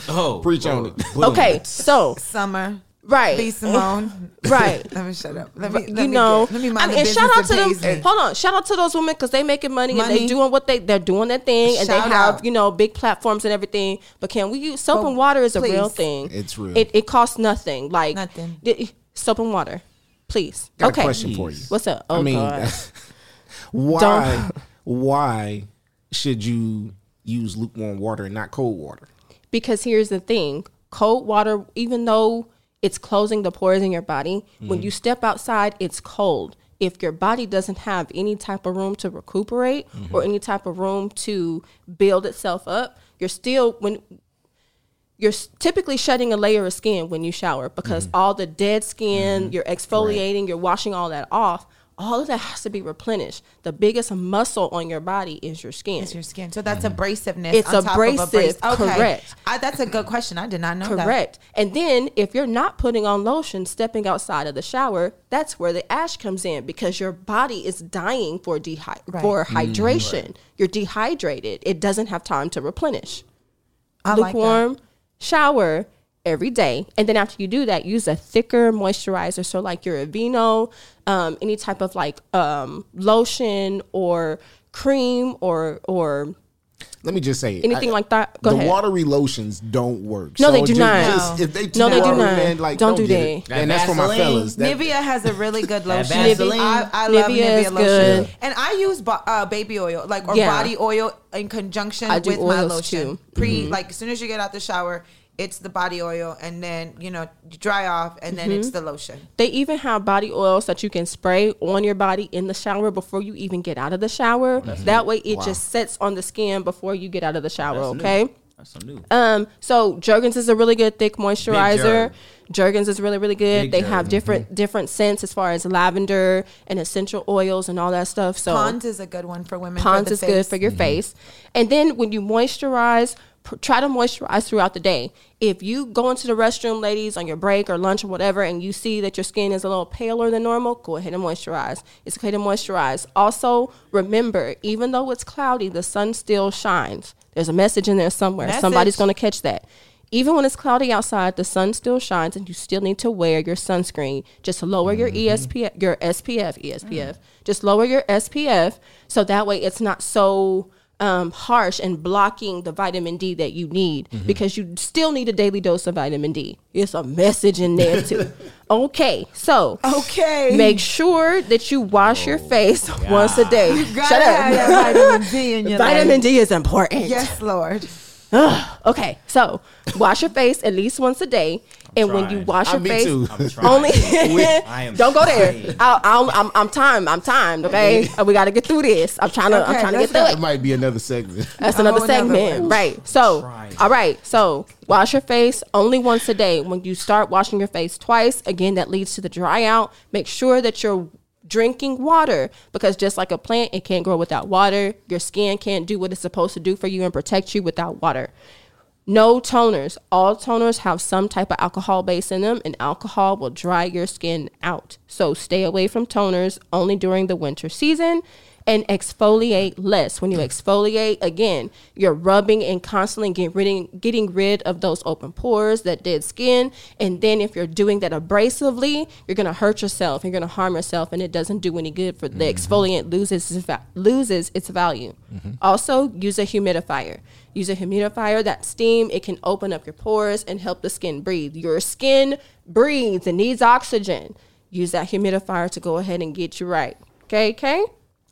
Speaker 4: Oh,
Speaker 3: Preach on it.
Speaker 1: Okay. So,
Speaker 2: Summer.
Speaker 1: right.
Speaker 2: Be Simone.
Speaker 1: Right.
Speaker 2: Let me shut up. Let me. Let
Speaker 1: you
Speaker 2: me
Speaker 1: know,
Speaker 2: Get, let me
Speaker 1: I
Speaker 2: mind
Speaker 1: mean, and
Speaker 2: the
Speaker 1: shout out
Speaker 2: business
Speaker 1: to
Speaker 2: that
Speaker 1: them.
Speaker 2: pays me.
Speaker 1: Hold on, shout out to those women because they making money, and they
Speaker 2: Money.
Speaker 1: doing what they they're doing their thing, and
Speaker 2: Shout
Speaker 1: they have
Speaker 2: out.
Speaker 1: you know big platforms and everything. But can we use soap
Speaker 2: But
Speaker 1: and water is a real
Speaker 2: please.
Speaker 1: thing.
Speaker 3: It's real.
Speaker 1: It, it costs nothing. Like
Speaker 2: Nothing.
Speaker 1: d- soap and water, please.
Speaker 3: Got
Speaker 1: okay.
Speaker 3: a question for you.
Speaker 1: What's up? Oh,
Speaker 3: I mean,
Speaker 1: God.
Speaker 3: why why should you use lukewarm water and not cold water?
Speaker 1: Because here's the thing: cold water, even though it's closing the pores in your body, when you step outside, it's cold. If your body doesn't have any type of room to recuperate or any type of room to build itself up, you're still when you're s- typically shedding a layer of skin when you shower because all the dead skin, you're exfoliating, you're washing all that off. All of that has to be replenished. The biggest muscle on your body is your skin.
Speaker 2: It's your skin. So that's abrasiveness.
Speaker 1: Mm-hmm. It's
Speaker 2: on top Of
Speaker 1: abrasive,
Speaker 2: abrasive. Okay.
Speaker 1: correct.
Speaker 2: I, that's a good question. I did not know that.
Speaker 1: Correct. And then if you're not putting on lotion, stepping outside of the shower, that's where the ash comes in because your body is dying for dehy-
Speaker 2: Right.
Speaker 1: for hydration. You're dehydrated. It doesn't have time to replenish.
Speaker 2: I like that.
Speaker 1: Lukewarm shower every day. And then after you do that, use a thicker moisturizer. So like your Aveeno, um, any type of like um, lotion or cream or or
Speaker 3: Let me just say it.
Speaker 1: anything like that. Go
Speaker 3: the
Speaker 1: ahead.
Speaker 3: watery lotions don't work.
Speaker 1: No, they do
Speaker 3: ju-
Speaker 1: not.
Speaker 3: just-
Speaker 2: No.
Speaker 3: if they too
Speaker 1: No, they do
Speaker 3: watery,
Speaker 1: not.
Speaker 3: Man, like,
Speaker 1: Don't
Speaker 3: don't,
Speaker 1: do
Speaker 3: get it.
Speaker 4: that.
Speaker 3: And that's for my
Speaker 4: Vaseline.
Speaker 3: fellas. That-
Speaker 2: Nivea has a really good lotion.
Speaker 4: Vaseline.
Speaker 2: I, I love
Speaker 1: Nivea
Speaker 2: Nivea,
Speaker 1: is
Speaker 2: lotion,
Speaker 1: good.
Speaker 2: and I use bo- uh, baby oil, like or
Speaker 1: Yeah.
Speaker 2: body oil, in conjunction
Speaker 1: I do
Speaker 2: with my
Speaker 1: oils,
Speaker 2: lotion.
Speaker 1: too.
Speaker 2: Pre, like as soon as you get out the shower, it's the body oil, and then you know you dry off, and then it's
Speaker 1: Mm-hmm.
Speaker 2: the lotion.
Speaker 1: They even have body oils that you can spray on your body in the shower before you even get out of the shower. that way, it just sets on the skin before you get out of the shower. okay.
Speaker 4: That's some new.
Speaker 1: Um, so Jergens is a really good thick moisturizer.
Speaker 4: Jergens.
Speaker 1: Jergens is really really good.
Speaker 4: Big Mm-hmm.
Speaker 1: they have
Speaker 4: Jergens.
Speaker 1: different different scents as far as lavender and essential oils and all that stuff. So
Speaker 2: Pond's is a good one for women.
Speaker 1: Pond's
Speaker 2: for
Speaker 1: is good for
Speaker 2: for
Speaker 1: your face. And then when you moisturize, pr- try to moisturize throughout the day. If you go into the restroom, ladies, on your break or lunch or whatever, and you see that your skin is a little paler than normal, go ahead and moisturize. It's okay to moisturize. Also, remember, even though it's cloudy, the sun still shines. There's a message in there somewhere. Somebody's
Speaker 2: Message.
Speaker 1: going to catch that. Even when it's cloudy outside, the sun still shines, and you still need to wear your sunscreen. Just lower your
Speaker 2: Mm-hmm.
Speaker 1: ESPF, your SPF, ESPF.
Speaker 2: Mm.
Speaker 1: Just lower your SPF so that way it's not so um, harsh and blocking the vitamin D that you need
Speaker 2: Mm-hmm.
Speaker 1: because you still need a daily dose of vitamin D. It's a message in there too. okay, so
Speaker 2: Okay. Oh,
Speaker 1: make sure that you wash your face once a day. Shut
Speaker 2: Gotta have
Speaker 1: up.
Speaker 2: that vitamin D in your
Speaker 1: Vitamin
Speaker 2: life.
Speaker 1: D is important.
Speaker 2: Yes, Lord.
Speaker 1: Okay, so wash your face at least once a day, and when you
Speaker 4: trying.
Speaker 1: wash
Speaker 3: I
Speaker 1: your
Speaker 3: me
Speaker 1: face,
Speaker 3: too.
Speaker 4: I'm trying.
Speaker 1: only
Speaker 4: I am
Speaker 1: don't go there.
Speaker 4: trying.
Speaker 1: I'll, I'll, I'm I'm timed. I'm timed. Okay, Uh, we got to get through this. I'm trying to. I'm
Speaker 2: Okay,
Speaker 1: trying to get
Speaker 2: let's
Speaker 1: through
Speaker 2: go.
Speaker 1: it.
Speaker 3: that might be another segment.
Speaker 1: That's another
Speaker 2: Oh, another
Speaker 1: segment,
Speaker 2: one.
Speaker 1: right? So,
Speaker 4: Trying.
Speaker 1: all right. So, wash your face only once a day. When you start washing your face twice, again, that leads to the dry out. Make sure that you're drinking water because just like a plant, it can't grow without water. Your skin can't do what it's supposed to do for you and protect you without water. No toners. All toners have some type of alcohol base in them, and alcohol will dry your skin out. So stay away from toners only during the winter season and exfoliate less. When you exfoliate, again, you're rubbing and constantly getting rid, getting rid of those open pores, that dead skin. And then if you're doing that abrasively, you're going to hurt yourself, you're going to harm yourself, and it doesn't do any good for the exfoliant loses, its va- loses its value. Also, use a humidifier. Use a humidifier that steam, it can open up your pores and help the skin breathe. Your skin breathes and needs oxygen. Use that humidifier to go ahead and get you right. Okay, okay?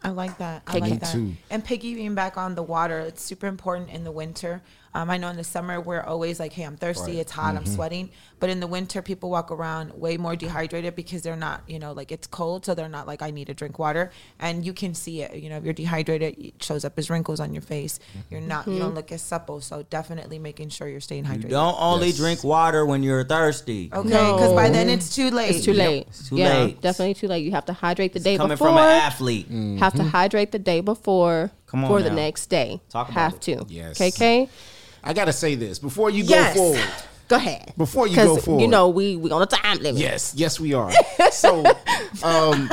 Speaker 2: I like that. I
Speaker 1: Piggy. Me
Speaker 2: like that.
Speaker 3: too.
Speaker 2: And piggying back on the water, it's super important in the winter. Um, I know in the summer we're always like, "Hey, I'm thirsty. It's hot.
Speaker 3: Mm-hmm.
Speaker 2: I'm sweating." But in the winter, people walk around way more dehydrated because they're not, you know, like it's cold, so they're not like, "I need to drink water." And you can see it. You know, if you're dehydrated, it shows up as wrinkles on your face.
Speaker 3: Mm-hmm.
Speaker 2: You're not. You
Speaker 1: Mm-hmm.
Speaker 2: don't look as supple. So definitely making sure you're staying
Speaker 4: You
Speaker 2: hydrated.
Speaker 4: don't only
Speaker 3: Yes.
Speaker 4: drink water when you're thirsty.
Speaker 2: Okay, because by
Speaker 1: No.
Speaker 2: then it's too late.
Speaker 1: It's too late.
Speaker 4: It's too
Speaker 1: yeah,
Speaker 4: late.
Speaker 1: definitely too late. You have to hydrate the day
Speaker 4: Coming
Speaker 1: before.
Speaker 4: from an athlete.
Speaker 1: Have to hydrate the day before
Speaker 4: Come on
Speaker 1: for the
Speaker 4: now.
Speaker 1: next day.
Speaker 4: Talk about
Speaker 1: have
Speaker 4: it.
Speaker 1: to.
Speaker 3: Yes.
Speaker 1: KK.
Speaker 3: I gotta say this before you
Speaker 1: Yes.
Speaker 3: go forward.
Speaker 1: Go ahead.
Speaker 3: Before you go
Speaker 1: Because
Speaker 3: forward,
Speaker 1: you know we we on a time limit.
Speaker 3: Yes, yes, we are. So, um,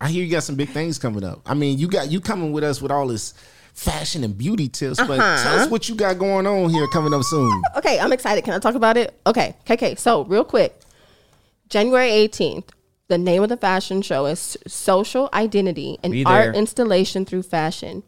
Speaker 3: I hear you got some big things coming up. I mean, you got you coming with us with all this fashion and beauty tips, but
Speaker 1: Uh-huh.
Speaker 3: tell us what you got going on here coming up soon.
Speaker 1: Okay, I'm excited. Can I talk about it? Okay, KK. So real quick, January 18th. The name of the fashion show is Social Identity and
Speaker 4: Be
Speaker 1: Art
Speaker 4: there.
Speaker 1: Installation Through Fashion.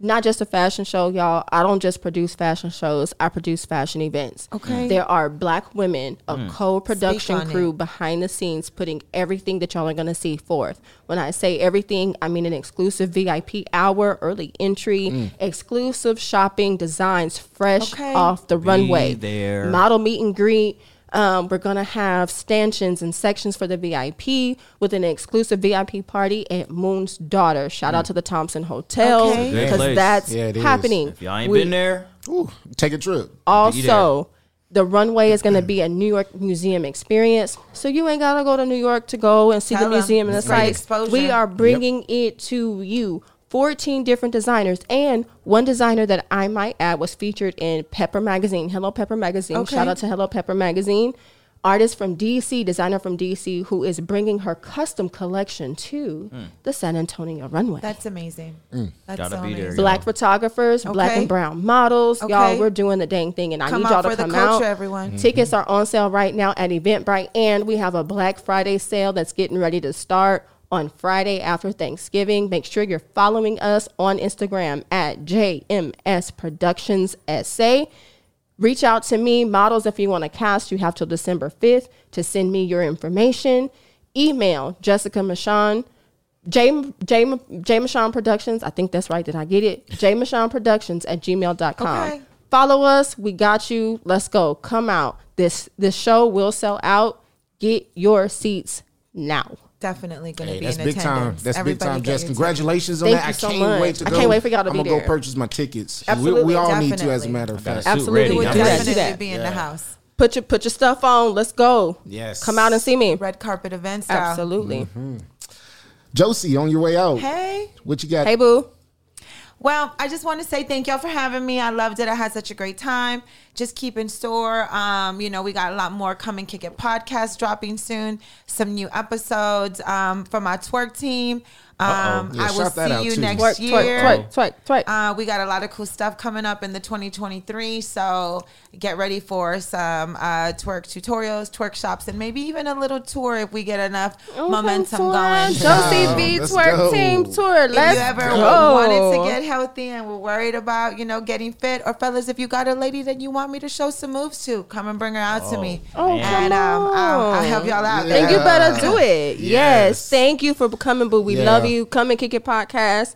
Speaker 1: not just a fashion show, y'all. I don't just produce fashion shows. I produce fashion events.
Speaker 2: Okay.
Speaker 1: There are black women, a co-production
Speaker 2: on
Speaker 1: crew behind the scenes putting everything that y'all are going to see forth. When I say everything, I mean an exclusive VIP hour, early entry, exclusive shopping, designs fresh
Speaker 2: Okay.
Speaker 1: off the runway.
Speaker 4: there.
Speaker 1: Model meet and greet. Um, we're gonna have stanchions and sections for the VIP with an exclusive VIP party at Moon's Daughter. Shout
Speaker 4: Mm.
Speaker 1: out to the Thompson Hotel
Speaker 2: Okay.
Speaker 4: Good
Speaker 1: because
Speaker 4: place.
Speaker 1: that's
Speaker 3: Yeah, it is.
Speaker 1: happening.
Speaker 4: If y'all ain't
Speaker 1: We
Speaker 4: been there,
Speaker 3: Ooh, take a trip.
Speaker 1: Also, the runway is going to be a New York museum experience, so you ain't gotta go to New York to go and see
Speaker 2: Tell
Speaker 1: the
Speaker 2: 'em.
Speaker 1: museum. And it's
Speaker 2: Great
Speaker 1: like
Speaker 2: exposure.
Speaker 1: we are bringing it to you. 14 different designers and one designer that I might add was featured in Pepper Magazine. Hello Pepper Magazine.
Speaker 2: Okay.
Speaker 1: Shout out to Hello Pepper Magazine. artist from DC, designer from DC, who is bringing her custom collection to the San Antonio runway.
Speaker 2: That's amazing.
Speaker 3: Mm.
Speaker 2: That's
Speaker 4: Gotta
Speaker 2: so
Speaker 4: be there,
Speaker 2: amazing.
Speaker 1: black photographers, black
Speaker 2: Okay.
Speaker 1: and brown models. Y'all,
Speaker 2: Okay.
Speaker 1: we're doing the dang thing, and I
Speaker 2: Come
Speaker 1: need
Speaker 2: out
Speaker 1: y'all to
Speaker 2: for the
Speaker 1: come out.
Speaker 2: culture, everyone. Mhm.
Speaker 1: Tickets are on sale right now at Eventbrite, and we have a Black Friday sale that's getting ready to start on Friday after Thanksgiving. Make sure you're following us on Instagram at JMS Productions SA. Reach out to me, models, if you want to cast. You have till December 5th to send me your information. Email Jessica Michon, J, J, J Michon Productions. I think that's right. Did I get it? J Michon Productions at gmail.com.
Speaker 2: Okay.
Speaker 1: Follow us. We got you. Let's go. Come out. This this show will sell out. Get your seats now.
Speaker 2: Definitely going to
Speaker 3: Hey,
Speaker 2: be
Speaker 3: that's
Speaker 2: in
Speaker 3: big time.
Speaker 2: attendance.
Speaker 3: That's big
Speaker 2: Everybody
Speaker 3: time,
Speaker 2: get your
Speaker 3: Jess.
Speaker 2: tickets.
Speaker 3: Congratulations on
Speaker 1: Thank
Speaker 3: that.
Speaker 1: you so
Speaker 3: I can't
Speaker 1: much.
Speaker 3: wait to
Speaker 1: I
Speaker 3: go.
Speaker 1: can't wait for y'all to
Speaker 3: I'm
Speaker 1: be
Speaker 3: gonna
Speaker 1: there.
Speaker 3: go purchase my tickets. we, we
Speaker 1: Absolutely,
Speaker 3: all need to, as a
Speaker 2: definitely.
Speaker 3: matter of
Speaker 4: Got a
Speaker 3: fact.
Speaker 4: suit
Speaker 1: Absolutely,
Speaker 4: ready.
Speaker 1: we'll
Speaker 4: I
Speaker 1: do
Speaker 4: got
Speaker 1: that.
Speaker 4: you.
Speaker 1: Do
Speaker 2: Definitely
Speaker 1: that.
Speaker 2: be in the house.
Speaker 1: Put your put your stuff on. Let's go.
Speaker 3: Yes.
Speaker 1: Come out and see me.
Speaker 2: Red carpet event style.
Speaker 1: Absolutely.
Speaker 3: Josie, on your way out,
Speaker 2: Hey.
Speaker 3: what you got?
Speaker 1: Hey boo.
Speaker 2: Well, I just want to say thank y'all for having me. I loved it. I had such a great time. Just keep in store. Um, you know, we got a lot more Come and Kick It podcast dropping soon. Some new episodes um, from our twerk team. Um,
Speaker 3: Yeah,
Speaker 2: I will
Speaker 3: shout that out
Speaker 2: see you
Speaker 3: too.
Speaker 2: next
Speaker 1: Twerk,
Speaker 2: year.
Speaker 1: twerk, twerk, twerk, twerk.
Speaker 2: Uh, we got a lot of cool stuff coming up in the 2023. So get ready for some uh, twerk tutorials, twerk shops, and maybe even a little tour if we get enough
Speaker 1: Oh,
Speaker 2: momentum
Speaker 1: tour.
Speaker 2: going.
Speaker 1: Josie
Speaker 3: Wow,
Speaker 1: B
Speaker 3: let's
Speaker 1: twerk
Speaker 3: go.
Speaker 1: team tour.
Speaker 2: If
Speaker 1: Let's
Speaker 2: you ever
Speaker 1: go.
Speaker 2: wanted to get healthy and were worried about, you know, getting fit, or fellas, if you got a lady that you want me to show some moves to, come and bring her out to me.
Speaker 1: Oh, come
Speaker 2: and um, I'll, I'll
Speaker 1: on.
Speaker 2: help y'all out.
Speaker 3: Yeah.
Speaker 1: And you
Speaker 2: there.
Speaker 1: better do it. Yes.
Speaker 3: Yes.
Speaker 1: Thank you for coming, boo. We
Speaker 3: Yeah.
Speaker 1: love you. Come and kick it podcast.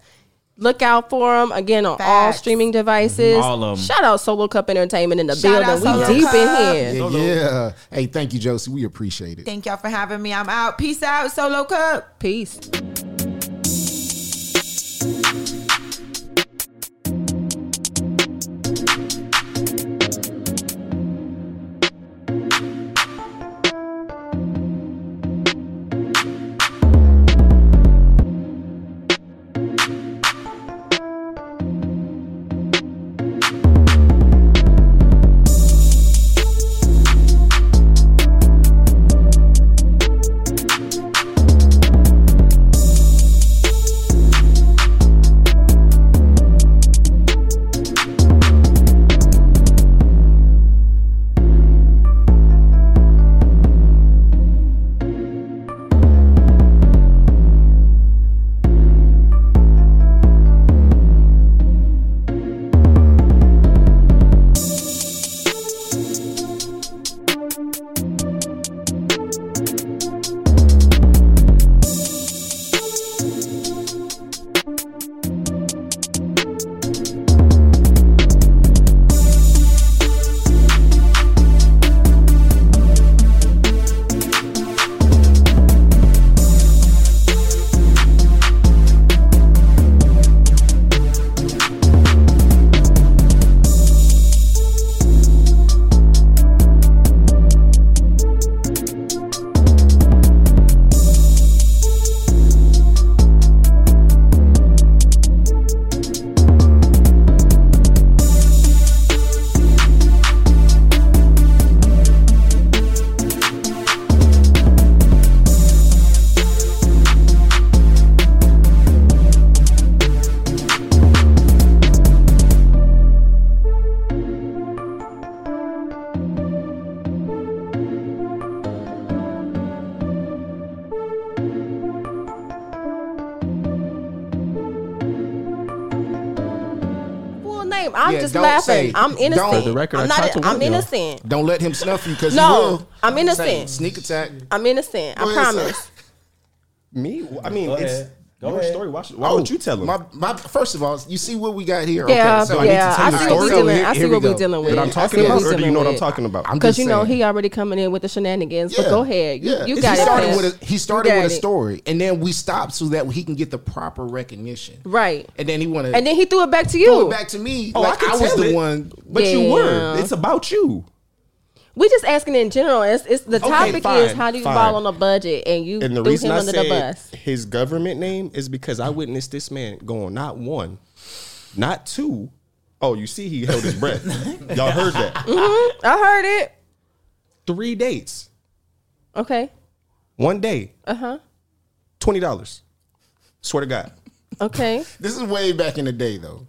Speaker 1: Look out for them again on all
Speaker 2: Facts.
Speaker 1: streaming devices.
Speaker 4: All of 'em.
Speaker 1: Shout out Solo Cup Entertainment in the
Speaker 2: Shout out
Speaker 1: building. We
Speaker 2: Solo
Speaker 1: deep
Speaker 2: Cup.
Speaker 1: in here.
Speaker 3: Yeah, yeah. Hey, thank you, Josie. We appreciate it.
Speaker 2: Thank y'all for having me. I'm out. Peace out. Solo Cup.
Speaker 1: Peace. Full name. I'm
Speaker 3: Yeah,
Speaker 1: just
Speaker 3: don't
Speaker 1: laughing.
Speaker 3: say-
Speaker 1: I'm innocent.
Speaker 3: don't- For the
Speaker 5: record, I
Speaker 1: I'm
Speaker 5: tried
Speaker 1: not.
Speaker 5: to
Speaker 1: I'm
Speaker 5: warn y'all.
Speaker 1: innocent.
Speaker 3: Don't let him snuff you because
Speaker 1: No,
Speaker 3: he will.
Speaker 1: I'm innocent.
Speaker 3: Say, sneak attack.
Speaker 1: I'm innocent. I
Speaker 3: Go ahead, sir.
Speaker 1: promise.
Speaker 5: Me? I mean,
Speaker 4: Go
Speaker 5: it's
Speaker 4: ahead. Go
Speaker 5: your
Speaker 4: ahead.
Speaker 5: story. Why, should, why would Oh, you tell him?
Speaker 3: My, my, first of all, you see what we got here.
Speaker 1: Yeah,
Speaker 3: okay, so
Speaker 1: yeah.
Speaker 3: I
Speaker 1: I,
Speaker 3: need
Speaker 1: see what we
Speaker 3: to tell you a
Speaker 5: So
Speaker 3: story.
Speaker 1: dealing.
Speaker 5: here-
Speaker 1: I see
Speaker 5: here we
Speaker 1: what we
Speaker 5: go.
Speaker 1: dealing with.
Speaker 5: That I'm
Speaker 1: I see
Speaker 5: talking
Speaker 1: what
Speaker 5: about,
Speaker 1: we
Speaker 5: or do you
Speaker 1: dealing
Speaker 5: know what I'm
Speaker 1: with.
Speaker 5: talking about?
Speaker 3: I'm
Speaker 1: Because
Speaker 3: just
Speaker 1: you know
Speaker 3: saying.
Speaker 1: he already coming in with the shenanigans. But
Speaker 3: Yeah.
Speaker 1: go ahead. You,
Speaker 3: Yeah.
Speaker 1: you
Speaker 3: He
Speaker 1: got it.
Speaker 3: started
Speaker 1: sis.
Speaker 3: with a, he
Speaker 1: You
Speaker 3: started
Speaker 1: got
Speaker 3: with a
Speaker 1: it.
Speaker 3: story, and then we stopped so that he can get the proper recognition.
Speaker 1: Right.
Speaker 3: And then he wanted
Speaker 1: And then he threw it back to
Speaker 3: threw
Speaker 1: you.
Speaker 3: it back to me.
Speaker 5: Oh, I
Speaker 3: like
Speaker 5: can
Speaker 3: I, was
Speaker 5: tell
Speaker 3: the
Speaker 5: it.
Speaker 3: one.
Speaker 5: But you were.
Speaker 1: Yeah.
Speaker 5: It's about you.
Speaker 1: We just asking in general. It's, it's the topic is
Speaker 5: fine,
Speaker 1: how do you
Speaker 5: fine.
Speaker 1: fall on a budget and you
Speaker 5: And the
Speaker 1: threw
Speaker 5: reason
Speaker 1: him
Speaker 5: I
Speaker 1: under the
Speaker 5: said
Speaker 1: bus.
Speaker 5: his government name is because I witnessed this man going not one, not two. Oh, you see, he held his breath. Y'all heard that.
Speaker 1: I heard it.
Speaker 5: Three dates.
Speaker 1: Okay.
Speaker 5: One day. Uh huh.
Speaker 1: Uh-huh.
Speaker 5: Twenty dollars. Swear to God.
Speaker 1: Okay.
Speaker 3: This is way back in the day, though.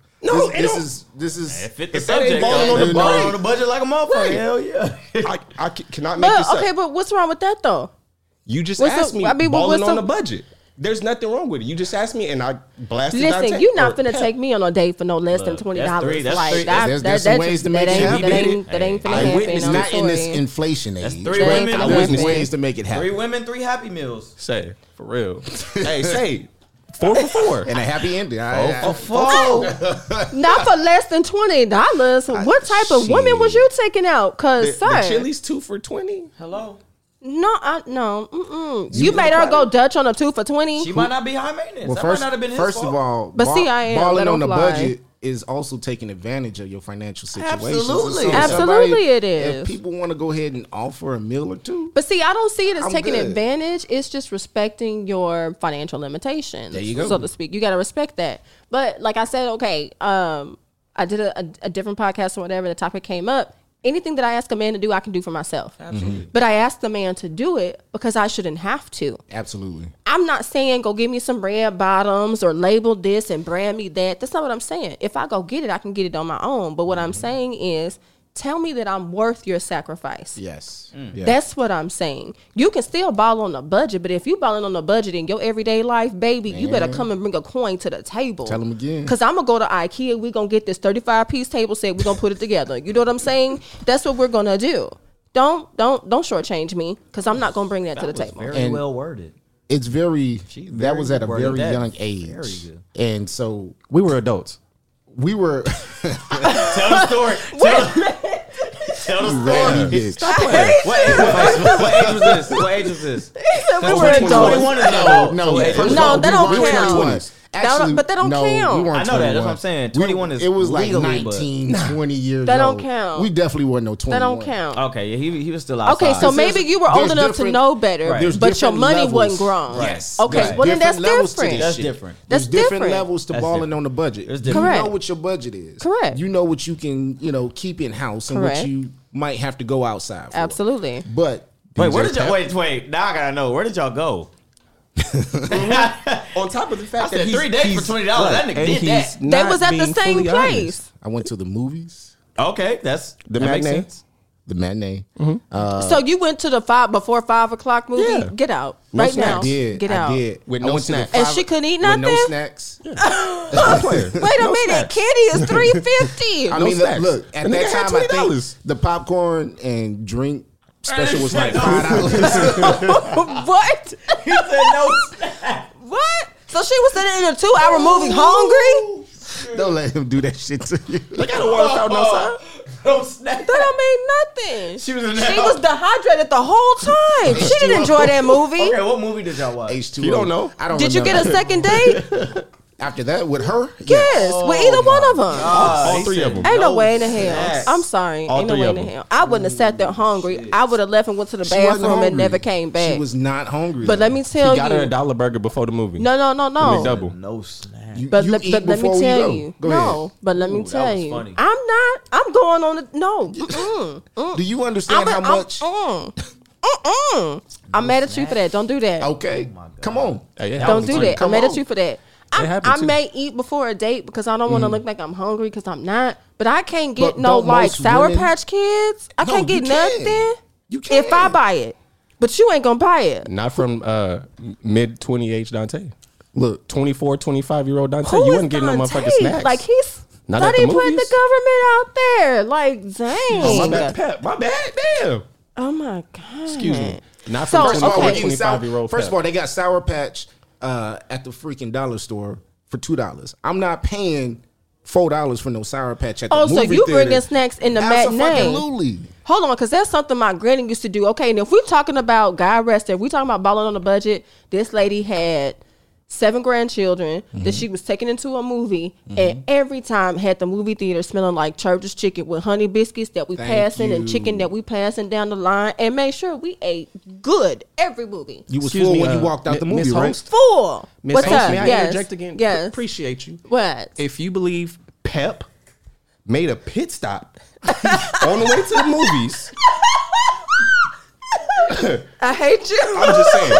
Speaker 3: this,
Speaker 5: No, it
Speaker 3: this
Speaker 5: don't-
Speaker 3: is this is
Speaker 4: It fit the
Speaker 5: If that ain't
Speaker 4: subject.
Speaker 5: balling
Speaker 4: though.
Speaker 5: on the
Speaker 4: They balling
Speaker 5: budget.
Speaker 4: on the budget like a motherfucker.
Speaker 5: Right.
Speaker 4: Hell yeah.
Speaker 5: I, I ca- cannot make
Speaker 1: But
Speaker 5: this
Speaker 1: okay,
Speaker 5: up.
Speaker 1: but what's wrong with that though?
Speaker 5: You just
Speaker 1: What's
Speaker 5: asked
Speaker 1: up-
Speaker 5: me
Speaker 1: I mean, what-
Speaker 5: balling
Speaker 1: what's
Speaker 5: on
Speaker 1: up-
Speaker 5: the budget. There's nothing wrong with it. You just asked me, and I blasted.
Speaker 1: Listen,
Speaker 5: Dante.
Speaker 1: you're not
Speaker 5: Or-
Speaker 1: finna take me on a date for no less than
Speaker 4: Look,
Speaker 1: twenty
Speaker 4: that's
Speaker 1: dollars.
Speaker 4: three- that's
Speaker 1: Like
Speaker 4: three-
Speaker 1: that,
Speaker 3: there's-
Speaker 1: that,
Speaker 3: there's
Speaker 1: that
Speaker 3: some ways
Speaker 1: just-
Speaker 3: to make
Speaker 1: that ain't,
Speaker 3: it
Speaker 1: that
Speaker 3: happen.
Speaker 1: ain't that ain't finna
Speaker 4: I
Speaker 3: I
Speaker 1: happen.
Speaker 3: witnessed
Speaker 1: I'm
Speaker 3: not in this
Speaker 1: sorry.
Speaker 3: inflation age.
Speaker 4: That's three
Speaker 1: That ain't
Speaker 4: women.
Speaker 3: I
Speaker 1: gonna
Speaker 3: witnessed
Speaker 1: happen.
Speaker 3: ways to make it
Speaker 4: Three
Speaker 3: happen.
Speaker 4: women, three Happy Meals.
Speaker 5: Say for real. hey, say four for four.
Speaker 3: And a happy ending. I,
Speaker 5: Oh,
Speaker 3: I,
Speaker 5: fuck.
Speaker 1: Not for less than twenty dollars. What type of woman was you taking out?
Speaker 5: The,
Speaker 1: Cause
Speaker 5: the
Speaker 1: sir,
Speaker 5: Chili's two for twenty.
Speaker 4: Hello.
Speaker 1: no, I, no, mm-mm. you made her go Dutch on a two for
Speaker 4: She
Speaker 1: twenty.
Speaker 4: might not be high maintenance.
Speaker 3: well,
Speaker 4: that
Speaker 3: first,
Speaker 4: might not have been his
Speaker 3: first
Speaker 4: fault.
Speaker 3: of all,
Speaker 1: But
Speaker 3: ball-
Speaker 1: see, I am. Let
Speaker 3: balling on
Speaker 1: them
Speaker 3: the
Speaker 1: fly.
Speaker 3: budget is also taking advantage of your financial situation.
Speaker 4: Absolutely.
Speaker 3: if
Speaker 1: Absolutely it is.
Speaker 3: If people want to go ahead and offer a meal or two,
Speaker 1: But see, I don't see it as
Speaker 3: I'm
Speaker 1: taking
Speaker 3: good.
Speaker 1: advantage. It's just respecting your financial limitations.
Speaker 3: There you go.
Speaker 1: So to speak. You got to respect that. But like I said, okay, um, I did a, a, a different podcast or whatever. The topic came up. Anything that I ask a man to do, I can do for myself. Absolutely. But I asked the man to do it because I shouldn't have to.
Speaker 3: absolutely.
Speaker 1: I'm not saying go give me some red bottoms or label this and brand me that. That's not what I'm saying. If I go get it, I can get it on my own. But what I'm
Speaker 3: Mm-hmm.
Speaker 1: saying is tell me that I'm worth your sacrifice.
Speaker 3: Yes.
Speaker 4: Mm.
Speaker 3: Yeah.
Speaker 1: That's what I'm saying. You can still ball on a budget, but if you balling on a budget in your everyday life, baby, you better come and bring a coin to the table.
Speaker 3: Tell 'em again.
Speaker 1: Cause I'm gonna go to IKEA. We're gonna get this 35 piece table set. We're gonna put it together. You know what I'm saying? That's what we're gonna do. Don't don't don't shortchange me because I'm not gonna bring that, to the
Speaker 4: That was
Speaker 1: table.
Speaker 4: very
Speaker 3: And-
Speaker 4: well worded.
Speaker 3: it's very,
Speaker 4: She's
Speaker 3: that
Speaker 4: very
Speaker 3: was at a
Speaker 4: good
Speaker 3: very
Speaker 4: worded.
Speaker 3: young
Speaker 4: That's
Speaker 3: age.
Speaker 4: very good.
Speaker 3: And so
Speaker 5: We were adults.
Speaker 3: we were
Speaker 4: Tell the story. tell, tell the
Speaker 3: Randy
Speaker 4: story.
Speaker 3: did.
Speaker 4: What age, what, what age was this? What age was this?
Speaker 1: we were adults.
Speaker 4: 21 is no.
Speaker 3: No,
Speaker 4: Wait,
Speaker 3: first of
Speaker 1: No,
Speaker 3: all,
Speaker 1: that
Speaker 3: we
Speaker 1: don't
Speaker 3: weren't
Speaker 1: count.
Speaker 3: 21s.
Speaker 1: That don't- but that don't
Speaker 3: no,
Speaker 1: count.
Speaker 3: We weren't
Speaker 4: I know that. That's what
Speaker 3: 21.
Speaker 4: I'm saying.
Speaker 3: We-
Speaker 4: 21 is
Speaker 3: It was
Speaker 4: legally,
Speaker 3: like
Speaker 4: but-
Speaker 3: 19, 20 years
Speaker 1: That don't
Speaker 3: old.
Speaker 1: count.
Speaker 3: We definitely weren't no 21.
Speaker 1: That don't count.
Speaker 4: Okay, yeah, he, he was still outside.
Speaker 1: Okay, so
Speaker 3: There's-
Speaker 1: maybe you were
Speaker 3: there's
Speaker 1: old enough to
Speaker 3: different-
Speaker 1: know better,
Speaker 4: Right. There's
Speaker 1: but your
Speaker 3: different
Speaker 1: money wasn't
Speaker 3: levels.
Speaker 1: grown.
Speaker 4: Yes.
Speaker 1: Okay,
Speaker 4: Right.
Speaker 1: well then that's
Speaker 3: Different levels to this
Speaker 1: different.
Speaker 4: That's
Speaker 3: shit.
Speaker 4: different.
Speaker 1: That's
Speaker 3: There's different,
Speaker 1: different.
Speaker 3: levels to
Speaker 4: That's
Speaker 3: balling
Speaker 4: different.
Speaker 3: on the budget.
Speaker 4: That's
Speaker 3: You
Speaker 4: different.
Speaker 1: Correct.
Speaker 3: know what your budget is.
Speaker 1: Correct.
Speaker 3: You know what you can, you know, keep in house and
Speaker 1: Correct.
Speaker 3: what you might have to go outside for.
Speaker 1: Absolutely.
Speaker 3: But
Speaker 4: Wait, where did
Speaker 3: you
Speaker 4: y'all? Wait, wait. Now I gotta know. Where did y'all go?
Speaker 5: On top of the fact
Speaker 4: I said
Speaker 5: that he's-
Speaker 4: three days for
Speaker 5: he's-
Speaker 4: $20. That
Speaker 5: right,
Speaker 4: nigga
Speaker 5: and
Speaker 4: did
Speaker 5: he's
Speaker 4: that.
Speaker 1: They
Speaker 5: not
Speaker 1: was at the
Speaker 5: being
Speaker 1: same
Speaker 5: fully
Speaker 1: place.
Speaker 5: honest.
Speaker 3: I went to the movies,
Speaker 4: Okay, that's
Speaker 5: The
Speaker 4: that makes
Speaker 5: matinee?
Speaker 4: sense.
Speaker 3: the matinee.
Speaker 5: Mm-hmm.
Speaker 1: So you went to the five before five o'clock movie.
Speaker 5: Yeah.
Speaker 1: Get out
Speaker 5: No
Speaker 1: right
Speaker 5: snack.
Speaker 1: now.
Speaker 3: I did.
Speaker 1: Get
Speaker 3: I
Speaker 1: out.
Speaker 3: did.
Speaker 5: With
Speaker 3: I
Speaker 5: no
Speaker 3: went to the
Speaker 5: snacks.
Speaker 1: And
Speaker 3: five-
Speaker 1: she couldn't eat
Speaker 3: With no
Speaker 1: nothing?
Speaker 3: snacks.
Speaker 5: player.
Speaker 1: Wait a minute, Kitty is three fifty.
Speaker 3: I
Speaker 5: No
Speaker 3: mean,
Speaker 5: snacks.
Speaker 3: look at
Speaker 5: The
Speaker 3: that
Speaker 5: nigga had
Speaker 3: time. I think
Speaker 5: $20.
Speaker 3: the popcorn and drink special was like
Speaker 4: No.
Speaker 3: five dollars.
Speaker 1: what?
Speaker 4: He said no.
Speaker 1: What? So she was sitting in a two-hour movie, hungry.
Speaker 3: Don't let him do that shit to you.
Speaker 5: Look at the water fountain outside.
Speaker 4: Oh, No snack.
Speaker 1: That don't mean nothing.
Speaker 4: She was in
Speaker 1: she
Speaker 4: that-
Speaker 1: was dehydrated the whole time. She didn't enjoy that movie.
Speaker 4: Okay, what movie did y'all watch?
Speaker 3: H two.
Speaker 5: You don't know.
Speaker 3: I don't.
Speaker 1: Did you get a
Speaker 3: remember.
Speaker 1: second date?
Speaker 3: after that with her?
Speaker 1: Yes, with either one of them.
Speaker 5: All
Speaker 4: Uh, he
Speaker 5: three
Speaker 4: said
Speaker 5: of 'em.
Speaker 1: Ain't no,
Speaker 4: no
Speaker 1: way in the hell.
Speaker 4: snacks.
Speaker 1: I'm sorry.
Speaker 5: All
Speaker 1: Ain't no
Speaker 5: three
Speaker 1: way in
Speaker 5: of
Speaker 1: the
Speaker 5: them.
Speaker 1: hell. I wouldn't have sat there hungry. I would have left and went to the
Speaker 3: She wasn't
Speaker 1: bathroom and
Speaker 3: hungry.
Speaker 1: never came back.
Speaker 3: She was not hungry.
Speaker 1: but let me tell
Speaker 5: He
Speaker 1: you.
Speaker 5: got her a dollar burger before the movie.
Speaker 1: no, no, no, no.
Speaker 5: McDouble.
Speaker 4: No snack.
Speaker 1: But,
Speaker 3: You
Speaker 1: let,
Speaker 3: eat
Speaker 1: but let
Speaker 3: before
Speaker 1: me
Speaker 3: we
Speaker 1: tell
Speaker 3: go.
Speaker 1: you.
Speaker 3: Go
Speaker 1: no,
Speaker 3: ahead.
Speaker 1: but let
Speaker 4: Ooh,
Speaker 1: me
Speaker 4: that
Speaker 1: tell
Speaker 4: was
Speaker 1: you.
Speaker 4: funny.
Speaker 1: I'm not. I'm going on the no. Mm-mm.
Speaker 3: Do you
Speaker 1: I'm,
Speaker 3: understand
Speaker 1: a-
Speaker 3: how
Speaker 1: I'm,
Speaker 3: much?
Speaker 1: mm. Mm-mm. I'm mad at you for that. Don't do that.
Speaker 3: Okay, come on.
Speaker 5: Hey, it
Speaker 1: Don't
Speaker 5: happens
Speaker 1: do
Speaker 5: to you.
Speaker 1: that. I'm
Speaker 3: Come
Speaker 1: mad at
Speaker 3: on.
Speaker 1: you for that. I,
Speaker 5: happens
Speaker 1: I
Speaker 5: too.
Speaker 1: may eat before a date because I don't want to
Speaker 4: Mm.
Speaker 1: look like I'm hungry because I'm not. But I can't get
Speaker 3: But
Speaker 1: no
Speaker 3: don't
Speaker 1: like
Speaker 3: most
Speaker 1: Sour
Speaker 3: women-
Speaker 1: Patch Kids. I
Speaker 3: No,
Speaker 1: can't
Speaker 3: you
Speaker 1: get
Speaker 3: can.
Speaker 1: nothing.
Speaker 3: You
Speaker 1: if I
Speaker 3: can.
Speaker 1: buy it, but you ain't gonna buy it.
Speaker 5: Not from uh, mid 20 age Dante.
Speaker 3: Look,
Speaker 5: 24, 25 year old Dante.
Speaker 1: Who
Speaker 5: you
Speaker 1: is
Speaker 5: wasn't getting no
Speaker 1: Dante?
Speaker 5: motherfucking snacks.
Speaker 1: Like he's
Speaker 5: Not
Speaker 1: not
Speaker 5: at the
Speaker 1: even putting the
Speaker 5: movies.
Speaker 1: government out there. Like dang.
Speaker 5: Oh, my bad, Pep. My bad. Damn.
Speaker 1: Oh my god.
Speaker 5: Excuse me. Not
Speaker 1: So,
Speaker 5: from
Speaker 1: First of all,
Speaker 3: first
Speaker 1: okay.
Speaker 3: of all, we're
Speaker 5: okay.
Speaker 3: getting
Speaker 5: 25 year
Speaker 3: sour.
Speaker 5: old
Speaker 3: First of all, they got sour patch uh, at the freaking dollar store for two dollars. I'm not paying four dollars for no sour patch at the
Speaker 1: Oh, so
Speaker 3: movie
Speaker 1: you
Speaker 3: theater.
Speaker 1: bringing snacks in the matinee?
Speaker 3: Absolutely.
Speaker 1: Hold on, because that's something my granny used to do. Okay, and if we're talking about God rest her, if we're talking about balling on the budget, this lady had seven grandchildren
Speaker 5: Mm-hmm.
Speaker 1: that she was taking into a movie, and every time had the movie theater smelling like Church's chicken with honey biscuits that we
Speaker 3: Thank
Speaker 1: passing and
Speaker 3: you.
Speaker 1: chicken that we passing down the line, and made sure we ate good every movie.
Speaker 3: You was full
Speaker 5: uh,
Speaker 3: when you walked out the movie, right?
Speaker 1: Full.
Speaker 5: Miss
Speaker 1: What's
Speaker 5: Holmes,
Speaker 1: up?
Speaker 5: may I
Speaker 1: yes.
Speaker 5: interject again?
Speaker 1: Yes.
Speaker 5: Appreciate you.
Speaker 1: what?
Speaker 5: If you believe Pep made a pit stop on the way to the movies,
Speaker 1: I hate you.
Speaker 5: I'm just saying.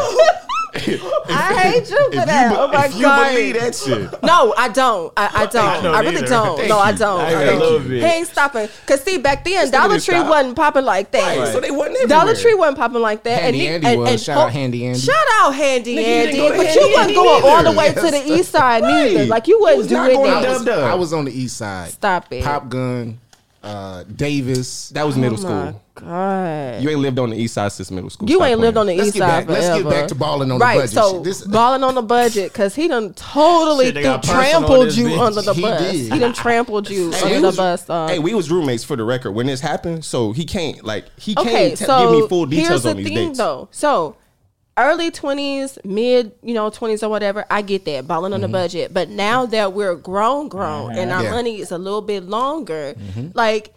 Speaker 1: I hate you for
Speaker 5: If
Speaker 1: that.
Speaker 5: you, be-
Speaker 1: oh my
Speaker 5: if you
Speaker 1: god.
Speaker 5: believe that shit,
Speaker 1: No, I don't. I, I don't.
Speaker 6: don't
Speaker 1: I really
Speaker 6: either.
Speaker 1: don't.
Speaker 5: Thank
Speaker 1: no, I
Speaker 5: you.
Speaker 1: don't.
Speaker 5: I
Speaker 1: Thank
Speaker 5: love
Speaker 1: you.
Speaker 5: it.
Speaker 1: He ain't stopping. Cause see, back then
Speaker 5: nigga didn't
Speaker 1: Dollar Tree
Speaker 5: stop.
Speaker 1: wasn't popping like that.
Speaker 5: Right, so they wasn't
Speaker 1: Dollar
Speaker 5: everywhere.
Speaker 1: Tree wasn't popping like that.
Speaker 3: Handy
Speaker 1: and,
Speaker 3: Andy
Speaker 1: and,
Speaker 3: was.
Speaker 1: and-
Speaker 3: Shout out Handy Andy.
Speaker 1: Shout out Handy
Speaker 5: didn't
Speaker 1: Andy.
Speaker 5: go to
Speaker 1: But
Speaker 5: Handy
Speaker 1: you wasn't
Speaker 5: Andy
Speaker 1: going all the
Speaker 5: either.
Speaker 1: way to the east side neither.
Speaker 5: Right.
Speaker 1: Like you
Speaker 5: You was
Speaker 1: wasn't
Speaker 5: not
Speaker 1: doing
Speaker 5: going
Speaker 3: I
Speaker 5: to
Speaker 1: that.
Speaker 5: Dub
Speaker 3: was,
Speaker 5: Dub.
Speaker 3: I was on the east side.
Speaker 1: Stop it.
Speaker 3: Pop Gun, uh, Davis.
Speaker 5: that was middle
Speaker 1: Oh my
Speaker 5: school.
Speaker 1: God.
Speaker 5: You ain't lived on the east side since middle school.
Speaker 1: You
Speaker 5: Stop
Speaker 1: ain't lived on
Speaker 5: playing.
Speaker 1: the
Speaker 3: Let's
Speaker 1: east
Speaker 3: get
Speaker 1: side
Speaker 3: back. Let's get
Speaker 1: forever.
Speaker 3: back to balling on the
Speaker 1: right,
Speaker 3: budget.
Speaker 1: So
Speaker 3: shit. This-
Speaker 1: balling on the budget because he done totally
Speaker 6: Shit, they
Speaker 1: threw-
Speaker 6: got personal on
Speaker 1: trampled
Speaker 6: this
Speaker 1: you
Speaker 6: bitch.
Speaker 1: under the
Speaker 3: He
Speaker 1: bus.
Speaker 3: did.
Speaker 1: He done trampled you
Speaker 5: Hey, we
Speaker 1: under the
Speaker 5: was-
Speaker 1: bus. um, dog.
Speaker 5: Hey, we was roommates for the record when this happened, so he can't like he
Speaker 1: okay,
Speaker 5: can't te-
Speaker 1: so
Speaker 5: give me full
Speaker 1: here's
Speaker 5: details
Speaker 1: the
Speaker 5: on these
Speaker 1: thing,
Speaker 5: dates.
Speaker 1: though. So early twenties, mid, you know, twenties or whatever. I get that balling
Speaker 5: Mm-hmm.
Speaker 1: on the budget, but now that we're grown, grown, and our
Speaker 3: Yeah.
Speaker 1: money is a little bit longer,
Speaker 5: Mm-hmm.
Speaker 1: like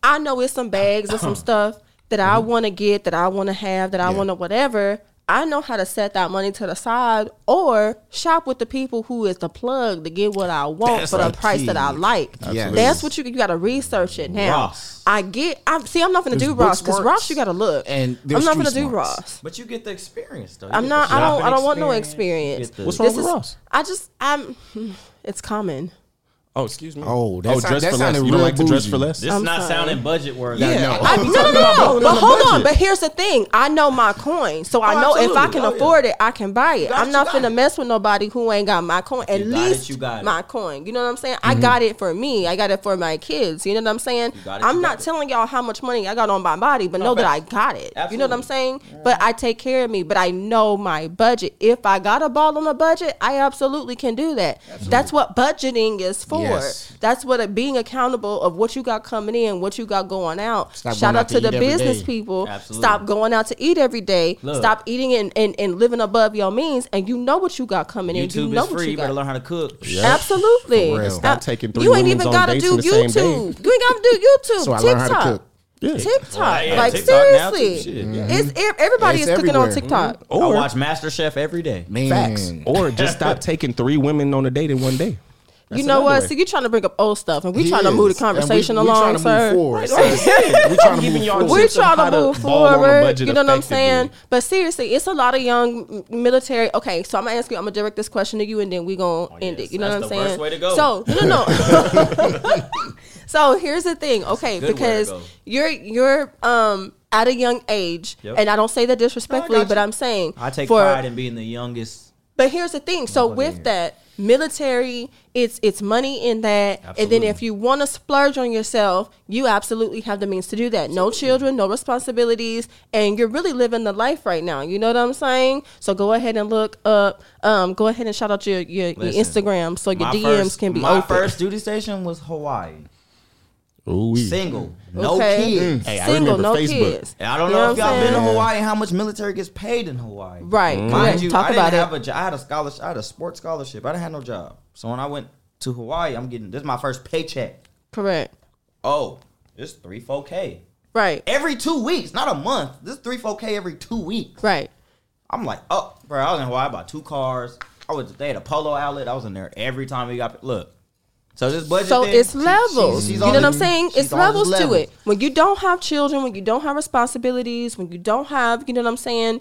Speaker 1: I know it's some bags and some stuff that I
Speaker 5: Mm-hmm.
Speaker 1: want to get, that I want to have, that I want to whatever. I know how to set that money to the side or shop with the people who is the plug to get what I want
Speaker 3: That's
Speaker 1: for the
Speaker 3: the
Speaker 1: price that I
Speaker 3: key.
Speaker 1: like.
Speaker 3: Yes.
Speaker 1: That's what you you got to research it now.
Speaker 4: Ross.
Speaker 1: I get. I'm see. I'm not gonna do
Speaker 3: There's book
Speaker 1: Ross because
Speaker 3: smarts.
Speaker 1: Ross you got to look.
Speaker 3: And
Speaker 1: I'm
Speaker 3: there's
Speaker 1: not
Speaker 3: street
Speaker 1: gonna do
Speaker 3: smarts.
Speaker 1: Ross.
Speaker 4: But you get the experience though. You
Speaker 1: I'm
Speaker 4: get
Speaker 1: not.
Speaker 4: the
Speaker 1: I don't. I don't
Speaker 4: shopping
Speaker 1: want no
Speaker 4: You
Speaker 1: experience.
Speaker 4: get the-
Speaker 5: What's wrong
Speaker 1: This
Speaker 5: with
Speaker 1: is-
Speaker 5: Ross?
Speaker 1: I just. I'm. It's common.
Speaker 5: Oh, excuse me.
Speaker 3: Oh, that sound-
Speaker 5: dress
Speaker 3: that
Speaker 5: for less.
Speaker 3: sounded
Speaker 5: You don't
Speaker 3: real
Speaker 5: like to dress
Speaker 3: bougie.
Speaker 5: for less?
Speaker 4: This
Speaker 1: I'm
Speaker 4: is not
Speaker 1: sorry.
Speaker 4: sounding budget worthy.
Speaker 5: Yeah, no.
Speaker 1: I, no, no, no, no.
Speaker 5: balling on
Speaker 1: But
Speaker 5: the
Speaker 1: hold on.
Speaker 5: budget.
Speaker 1: But here's the thing. I know my coin, so I
Speaker 4: Oh,
Speaker 1: know if I
Speaker 4: absolutely.
Speaker 1: can
Speaker 4: Oh, yeah.
Speaker 1: afford it, I can buy it.
Speaker 4: got
Speaker 1: I'm
Speaker 4: it,
Speaker 1: not
Speaker 4: you got
Speaker 1: finna
Speaker 4: it.
Speaker 1: mess with nobody who ain't got my coin. At
Speaker 4: You got it,
Speaker 1: least
Speaker 4: you got it.
Speaker 1: my coin. You know what I'm saying? I got it for me. I got it for my kids. You know what I'm saying?
Speaker 4: got it,
Speaker 1: I'm
Speaker 4: you
Speaker 1: not
Speaker 4: got it.
Speaker 1: telling y'all how much money I got on my body, but know that I
Speaker 4: facts.
Speaker 1: got it. You know what I'm
Speaker 4: Absolutely.
Speaker 1: saying? But I take care of me. But I know my budget. If I got a ball on a budget, I absolutely can do that. That's what budgeting is for.
Speaker 3: Yes.
Speaker 1: That's what it, being accountable of what you got coming in, what you got going out.
Speaker 3: Stop
Speaker 1: Shout
Speaker 3: going
Speaker 1: out
Speaker 3: out
Speaker 1: to
Speaker 3: to
Speaker 1: the
Speaker 3: eat every
Speaker 1: business
Speaker 3: day.
Speaker 1: people.
Speaker 4: Absolutely.
Speaker 1: Stop going out to eat every day.
Speaker 4: Look.
Speaker 1: Stop eating and, and, and living above your means. And you know what you got coming in. You
Speaker 4: YouTube
Speaker 1: know
Speaker 4: is
Speaker 1: what
Speaker 4: free.
Speaker 1: you
Speaker 4: You better
Speaker 1: got.
Speaker 4: learn how to cook.
Speaker 1: Absolutely.
Speaker 3: For real.
Speaker 1: Stop
Speaker 5: Stop taking three
Speaker 1: you ain't
Speaker 5: women's
Speaker 1: even
Speaker 5: on
Speaker 1: gotta
Speaker 5: dates
Speaker 1: do
Speaker 5: in the same day.
Speaker 1: YouTube. You ain't gotta do YouTube.
Speaker 3: So I
Speaker 1: TikTok.
Speaker 3: learned how to cook. Mm-hmm.
Speaker 5: Yeah.
Speaker 1: TikTop.
Speaker 4: Well, yeah,
Speaker 1: like
Speaker 4: TikTok now too.
Speaker 1: seriously.
Speaker 4: Shit.
Speaker 1: It's ev- everybody
Speaker 3: It's
Speaker 1: is cooking on
Speaker 3: everywhere.
Speaker 1: TikTok.
Speaker 4: I watch MasterChef every day.
Speaker 3: Man.
Speaker 5: Facts. Or just stop taking three women on a date in one day.
Speaker 3: Mm-hmm.
Speaker 1: you know
Speaker 5: another
Speaker 1: what?
Speaker 5: way.
Speaker 1: So you're trying to bring up old stuff and we're
Speaker 3: He
Speaker 1: trying to
Speaker 3: is.
Speaker 1: move the
Speaker 3: And we-
Speaker 1: conversation
Speaker 3: we
Speaker 1: along,
Speaker 3: trying to move
Speaker 1: sir.
Speaker 3: forward, sir. we trying to
Speaker 5: Giving
Speaker 3: move
Speaker 5: y'all
Speaker 3: forward.
Speaker 1: We're
Speaker 5: tips on
Speaker 1: trying to
Speaker 5: how to
Speaker 1: move
Speaker 5: ball on a
Speaker 1: forward.
Speaker 5: budget
Speaker 1: You know what I'm saying?
Speaker 5: effectively.
Speaker 1: But seriously, it's a lot of young m- military. Okay, so I'm gonna ask you. I'm gonna direct this question to you, and then we gonna end
Speaker 4: Oh, yes,
Speaker 1: it. You know what I'm
Speaker 4: that's the
Speaker 1: saying?
Speaker 4: worst way to go.
Speaker 1: So no, no, no. so here's the thing. Okay,
Speaker 4: good way to
Speaker 1: because
Speaker 4: go.
Speaker 1: you're you're um at a young age,
Speaker 4: Yep.
Speaker 1: and I don't say that disrespectfully, but
Speaker 4: you.
Speaker 1: I'm saying
Speaker 4: I take
Speaker 1: for-
Speaker 4: pride in being the youngest.
Speaker 1: but here's the thing. So with that military, it's it's money in that, and
Speaker 4: Absolutely.
Speaker 1: then if you want to splurge on yourself, you absolutely have the means to do that. No children, no responsibilities, and you're really living the life right now. You know what I'm saying? So go ahead and look up. Um, go ahead and shout out your your, your
Speaker 4: Listen,
Speaker 1: Instagram so your
Speaker 4: My
Speaker 1: DMs
Speaker 4: first-
Speaker 1: can be
Speaker 4: my
Speaker 1: open.
Speaker 4: first duty station was Hawaii.
Speaker 5: Ooh,
Speaker 4: Single, no
Speaker 1: Okay. Mm.
Speaker 4: kids.
Speaker 5: Mm. Hey, I
Speaker 1: Single,
Speaker 5: remember
Speaker 1: no
Speaker 5: Facebook.
Speaker 1: kids.
Speaker 4: And I don't
Speaker 1: You
Speaker 4: know,
Speaker 1: what
Speaker 4: if y'all
Speaker 1: I'm saying?
Speaker 4: been to Hawaii and how much military gets paid in Hawaii.
Speaker 1: Right.
Speaker 4: Mind
Speaker 1: Correct.
Speaker 4: you,
Speaker 1: Talk
Speaker 4: I
Speaker 1: about
Speaker 4: didn't
Speaker 1: it.
Speaker 4: have a job. I had a scholarship. I had a sports scholarship. I didn't have no job. So when I went to Hawaii, I'm getting this is my first paycheck.
Speaker 1: correct.
Speaker 4: Oh, it's three four k
Speaker 1: Right.
Speaker 4: every two weeks, not a month. This three four k every two weeks.
Speaker 1: Right.
Speaker 4: I'm like, oh, bro, I was in Hawaii. I bought two cars. I was they had a polo outlet. I was in there every time we got look. So this budget.
Speaker 1: So
Speaker 4: thing,
Speaker 1: it's
Speaker 4: she-
Speaker 1: levels.
Speaker 4: she's- she's
Speaker 1: you know
Speaker 4: on
Speaker 1: what I'm
Speaker 4: the-
Speaker 1: saying?
Speaker 4: she's
Speaker 1: It's
Speaker 4: on this
Speaker 1: levels to
Speaker 4: level.
Speaker 1: it. When you don't have children, when you don't have responsibilities, when you don't have, you know what I'm saying,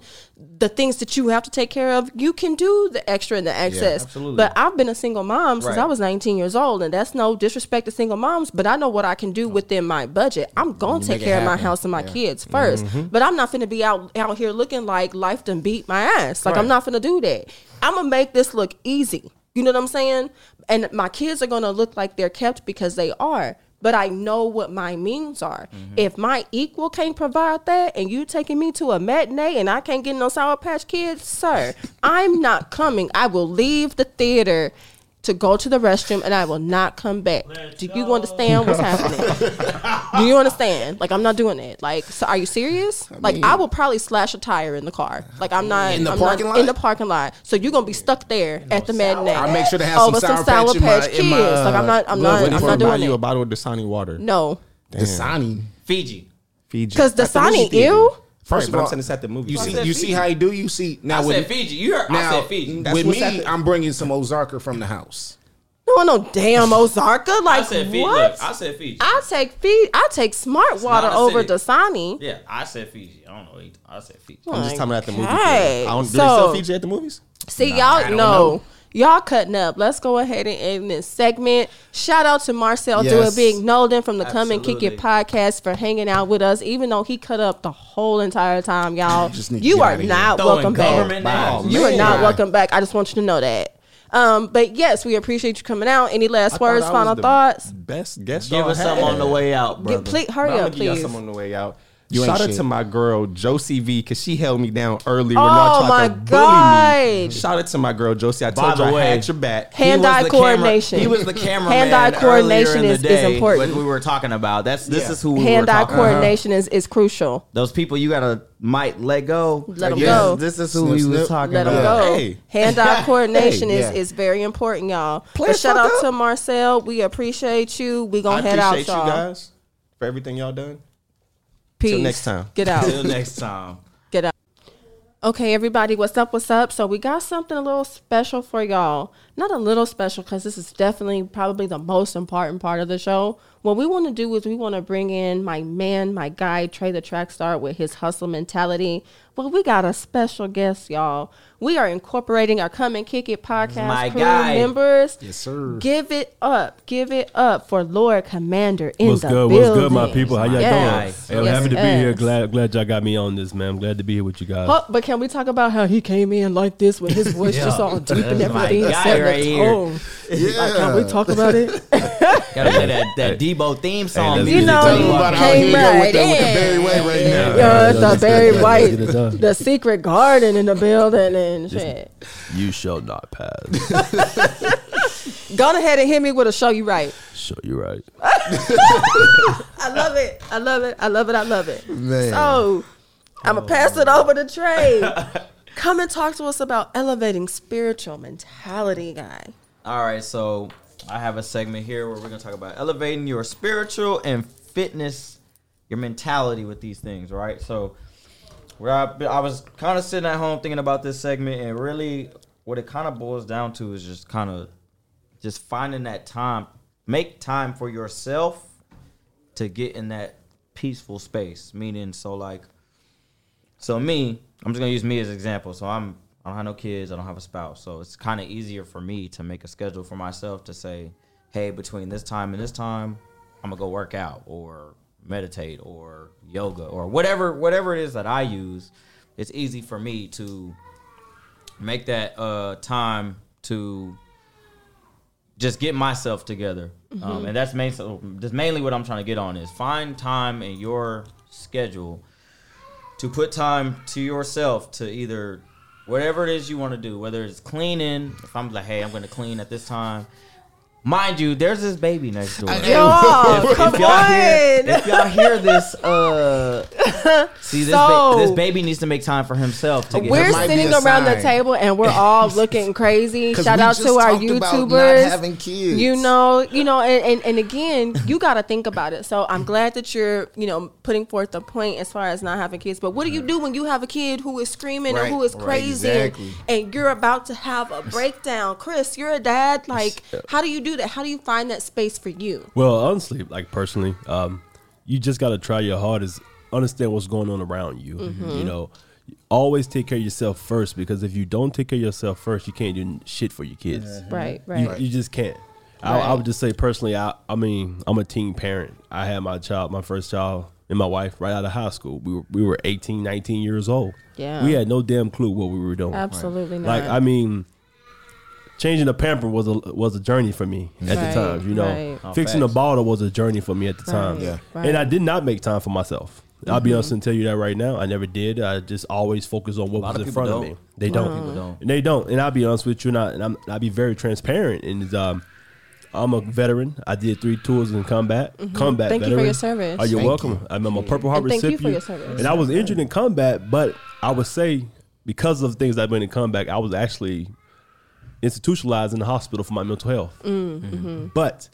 Speaker 1: the things that you have to take care of, you can do the extra and the excess.
Speaker 4: absolutely.
Speaker 1: But I've been a single mom since
Speaker 4: Right.
Speaker 1: I was 19 years old, and that's no disrespect to single moms, but I know what I can do within my budget. I'm gonna take
Speaker 3: make it
Speaker 1: care of my
Speaker 3: happen. Mm-hmm.
Speaker 1: house and my kids 1st but I'm not finna be out out here looking like life done beat my ass. Like I'm not
Speaker 4: Right.
Speaker 1: finna do that. I'm gonna make this look easy. You know what I'm saying? And my kids are gonna look like they're kept because they are. But I know what my means are.
Speaker 3: Mm-hmm.
Speaker 1: If my equal can't provide that, and you taking me to a matinee, and I can't get no Sour Patch Kids, sir, I'm not coming. I will leave the theater to go to the restroom, and I will not come back. Do you understand what's happening? Do you understand? Like I'm not doing it. Like, so are you serious? like I will probably slash a tire in the car. Like I'm not
Speaker 3: In the
Speaker 1: I'm
Speaker 3: parking
Speaker 1: not,
Speaker 3: lot?
Speaker 1: in the parking lot. So you're gonna be stuck there at the matinee.
Speaker 3: I make sure to have some
Speaker 1: over
Speaker 3: Sour Patch in my- in my, uh,
Speaker 1: like I'm not. I'm
Speaker 3: glove
Speaker 1: not.
Speaker 5: What if
Speaker 1: I'm
Speaker 5: I
Speaker 1: not
Speaker 5: buy
Speaker 1: doing
Speaker 5: you a
Speaker 1: it.
Speaker 5: bottle of Dasani water?
Speaker 1: No,
Speaker 3: Dasani.
Speaker 4: Fiji.
Speaker 5: Fiji.
Speaker 1: because the
Speaker 5: At movie
Speaker 1: Sonic
Speaker 5: theater.
Speaker 1: ill.
Speaker 3: First
Speaker 5: Right, but I'm
Speaker 3: of
Speaker 5: saying
Speaker 3: all,
Speaker 5: it's at the movie.
Speaker 3: you
Speaker 5: theater.
Speaker 3: see, you see how he do. You see now
Speaker 4: I
Speaker 3: with
Speaker 4: said Fiji. You heard. I
Speaker 3: now
Speaker 4: said Fiji.
Speaker 5: That's
Speaker 3: with
Speaker 5: what's
Speaker 3: me,
Speaker 5: happening.
Speaker 3: I'm bringing some Ozarka from the house.
Speaker 1: No, no, damn Ozarka. Like
Speaker 4: I said Fiji.
Speaker 1: what?
Speaker 4: Look, I said Fiji.
Speaker 1: I take Fiji. I take Smart Water
Speaker 4: not a
Speaker 1: over
Speaker 4: city.
Speaker 1: Dasani.
Speaker 4: yeah, I said Fiji. I don't know. either. I said Fiji.
Speaker 5: I'm just
Speaker 1: Like,
Speaker 5: talking about the movie.
Speaker 1: okay.
Speaker 5: theater. I don't, do they sell
Speaker 1: So-
Speaker 5: Fiji at the movies?
Speaker 1: See
Speaker 4: I
Speaker 1: y'all
Speaker 4: don't
Speaker 1: no.
Speaker 4: know.
Speaker 1: Y'all cutting up. Let's go ahead and end this segment. Shout out to Marcel
Speaker 3: Yes.
Speaker 1: yes. Big Nolden from the Come and Kick It
Speaker 4: Absolutely.
Speaker 1: podcast for hanging out with us, even though he cut up the whole entire time, y'all.
Speaker 3: Just need to
Speaker 1: you
Speaker 3: get
Speaker 1: are
Speaker 3: outta here.
Speaker 1: not
Speaker 4: Throwing
Speaker 1: welcome back.
Speaker 4: government
Speaker 5: Bye.
Speaker 4: names.
Speaker 5: Bye.
Speaker 1: You are not
Speaker 5: Man.
Speaker 1: welcome back. I just want you to know that. Um, but yes, we appreciate you coming out. Any last
Speaker 5: I thought
Speaker 1: words,
Speaker 5: I was
Speaker 1: final
Speaker 5: the
Speaker 1: thoughts?
Speaker 5: Best guest.
Speaker 4: Give
Speaker 5: y'all
Speaker 4: us some
Speaker 5: had.
Speaker 4: on the way out,
Speaker 1: Get-
Speaker 4: brother.
Speaker 1: please,
Speaker 5: But
Speaker 1: hurry
Speaker 5: I'm
Speaker 1: up,
Speaker 5: gonna give y'all
Speaker 1: please.
Speaker 5: some on the way out.
Speaker 3: You ain't
Speaker 5: Shout out
Speaker 3: shit.
Speaker 5: to my girl Josie V because she held me down early when
Speaker 1: Oh,
Speaker 5: y'all tried
Speaker 1: my
Speaker 5: to bully me.
Speaker 1: God.
Speaker 5: Shout out to my girl Josie. I
Speaker 4: By
Speaker 5: told you
Speaker 4: the
Speaker 5: I
Speaker 4: way,
Speaker 5: had your back.
Speaker 1: Hey. Hand-eye
Speaker 4: was the camera-
Speaker 1: coordination.
Speaker 4: he was the cameraman.
Speaker 1: Hand-eye
Speaker 4: earlier
Speaker 1: coordination
Speaker 4: in the
Speaker 1: is- is
Speaker 4: day,
Speaker 1: important.
Speaker 4: What we were talking about. That's this
Speaker 5: Yeah.
Speaker 4: is who we were
Speaker 1: Hand-eye
Speaker 4: talking about.
Speaker 1: coordination is, is crucial.
Speaker 4: Those people you gotta might let go.
Speaker 1: Let 'em
Speaker 4: this,
Speaker 1: go.
Speaker 4: This is who
Speaker 3: Snip,
Speaker 4: we
Speaker 3: snip.
Speaker 4: was talking
Speaker 1: Let them
Speaker 4: about.
Speaker 1: go.
Speaker 5: Hey.
Speaker 1: Hand-eye coordination
Speaker 3: Hey,
Speaker 1: is,
Speaker 3: yeah.
Speaker 1: is very important, y'all.
Speaker 5: Play
Speaker 1: but
Speaker 5: the
Speaker 1: shout
Speaker 5: fuck
Speaker 1: out
Speaker 5: up.
Speaker 1: to Marcel. We appreciate you. We
Speaker 5: I
Speaker 1: gonna head out,
Speaker 5: appreciate
Speaker 1: y'all.
Speaker 5: you guys for everything y'all done.
Speaker 1: Peace.
Speaker 5: next time.
Speaker 1: Get out.
Speaker 4: Till next time.
Speaker 1: Get out. Okay, everybody, what's up? What's up? So we got something a little special for y'all. Not a little special because this is definitely probably the most important part of the show. What we want to do is we want to bring in my man, my guy, Trey the Track Star with his hustle mentality. Well, we got a special guest, y'all. We are incorporating our Come and Kick It podcast
Speaker 4: My
Speaker 1: crew
Speaker 4: guy.
Speaker 1: members.
Speaker 3: Yes, sir.
Speaker 1: Give it up. Give it up for Lord Commander in
Speaker 6: What's
Speaker 1: the
Speaker 6: good?
Speaker 1: building.
Speaker 6: What's good, my people? How y'all
Speaker 1: Yes.
Speaker 6: doing? Hey, I'm
Speaker 1: Yes,
Speaker 6: happy to be
Speaker 1: yes.
Speaker 6: here. Glad, glad y'all got me on this, man. I'm glad to be here with you guys.
Speaker 1: Oh, but can we talk about how he came in like this with his voice just all deep and
Speaker 4: That's my
Speaker 1: everything? He
Speaker 4: guy
Speaker 1: set
Speaker 4: right
Speaker 1: the
Speaker 4: here.
Speaker 1: tone. Like, can we talk about it?
Speaker 4: Gotta play that, that Debo theme song.
Speaker 6: let me
Speaker 1: You
Speaker 6: get
Speaker 1: know,
Speaker 3: Tell
Speaker 6: Tell
Speaker 1: he
Speaker 3: you
Speaker 6: you
Speaker 3: about
Speaker 6: what,
Speaker 3: how
Speaker 1: came
Speaker 3: here you go
Speaker 1: right
Speaker 3: with, that, with the Barry
Speaker 1: in.
Speaker 3: White right now.
Speaker 1: Yeah, it's
Speaker 6: Yeah,
Speaker 1: the
Speaker 6: just
Speaker 1: Barry
Speaker 6: get it
Speaker 1: White,
Speaker 6: done, get it done.
Speaker 1: the secret garden in the building and shit.
Speaker 6: You shall not pass.
Speaker 1: Go ahead and hit me with a show you right.
Speaker 6: so you're right.
Speaker 1: I love it. I love it. I love it. I love it.
Speaker 3: Man.
Speaker 1: So I'm gonna pass it over to Trey. Come and talk to us about elevating spiritual mentality, guy.
Speaker 4: All right, so I have a segment here where we're gonna talk about elevating your spiritual and fitness, your mentality with these things, right? So, where I, I was kind of sitting at home thinking about this segment, and really, what it kind of boils down to is just kind of just finding that time, make time for yourself to get in that peaceful space. Meaning, so like, so me, I'm just gonna use me as an example. So I'm I don't have no kids, I don't have a spouse. So it's kinda easier for me to make a schedule for myself to say, hey, between this time and this time, I'm gonna go work out or meditate or yoga or whatever whatever it is that I use, it's easy for me to make that uh time to just get myself together.
Speaker 1: Mm-hmm.
Speaker 4: Um, and that's main, so that's mainly what I'm trying to get on is find time in your schedule to put time to yourself to either whatever it is you want to do, whether it's cleaning, if I'm like, hey, I'm going to clean at this time. Mind you, there's this baby next door.
Speaker 1: Y'all,
Speaker 4: If-
Speaker 1: come
Speaker 4: if y'all hear-
Speaker 1: on.
Speaker 4: if y'all hear this, uh, see this, ba-
Speaker 1: So-
Speaker 4: this baby needs to make time for himself to get.
Speaker 1: We're
Speaker 3: It might be
Speaker 1: sitting
Speaker 3: a
Speaker 1: around the
Speaker 3: sign.
Speaker 1: table and we're all looking crazy.
Speaker 3: 'Cause
Speaker 1: Shout
Speaker 3: we
Speaker 1: out
Speaker 3: just
Speaker 1: to our
Speaker 3: talked about not
Speaker 1: YouTubers.
Speaker 3: having kids.
Speaker 1: You know, you know, and, and, and again, you gotta think about it. So I'm glad that you're, you know, putting forth the point as far as not having kids. But what do you do when you have a kid who is screaming or
Speaker 3: Right,
Speaker 1: who is
Speaker 3: right,
Speaker 1: crazy
Speaker 3: exactly.
Speaker 1: and, and you're about to have a breakdown? Chris, you're a dad. Like, how do you do that? How do you find that space for you?
Speaker 6: Well, honestly, like personally, um, you just got to try your hardest, understand what's going on around you. You
Speaker 1: Mm-hmm.
Speaker 6: know, always take care of yourself first because if you don't take care of yourself first, you can't do shit for your kids.
Speaker 1: Right,
Speaker 6: Mm-hmm. You,
Speaker 1: right.
Speaker 6: you just can't. I, I would just say personally, I, I mean, I'm a teen parent. I had my child, my first child, and my wife right out of high school. We were, we were 18, 19 years old.
Speaker 1: Yeah.
Speaker 6: We had no damn clue what we were doing.
Speaker 1: Absolutely
Speaker 6: Like,
Speaker 1: not.
Speaker 6: I mean, changing the pamper was a was a journey for me at
Speaker 1: Right,
Speaker 6: the time. You know,
Speaker 1: right.
Speaker 6: fixing
Speaker 4: facts.
Speaker 6: the bottle was a journey for me at the time.
Speaker 1: Yeah.
Speaker 6: And I did not make time for myself. I'll
Speaker 1: Mm-hmm.
Speaker 6: be honest and tell you that right now. I never did. I just always focused on what
Speaker 4: lot
Speaker 6: was
Speaker 4: of
Speaker 6: in
Speaker 4: people
Speaker 6: front of
Speaker 4: don't.
Speaker 6: me. They
Speaker 4: A lot
Speaker 6: don't.
Speaker 4: of people don't.
Speaker 6: And they don't. And I'll be honest with you, and, I, and I'm, I'll be very transparent. And it's, um, I'm a veteran. I did three tours in combat. Combat.
Speaker 1: Mm-hmm. Thank you for
Speaker 6: veteran.
Speaker 1: your service.
Speaker 6: Oh, you're
Speaker 3: Thank
Speaker 6: welcome. I'm, I'm a Purple Heart
Speaker 1: And thank you for
Speaker 6: recipient.
Speaker 1: your service.
Speaker 6: And I was injured in combat, but I would say because of things I've been in combat, I was actually institutionalized in the hospital for my mental health.
Speaker 1: Mm, mm-hmm.
Speaker 6: But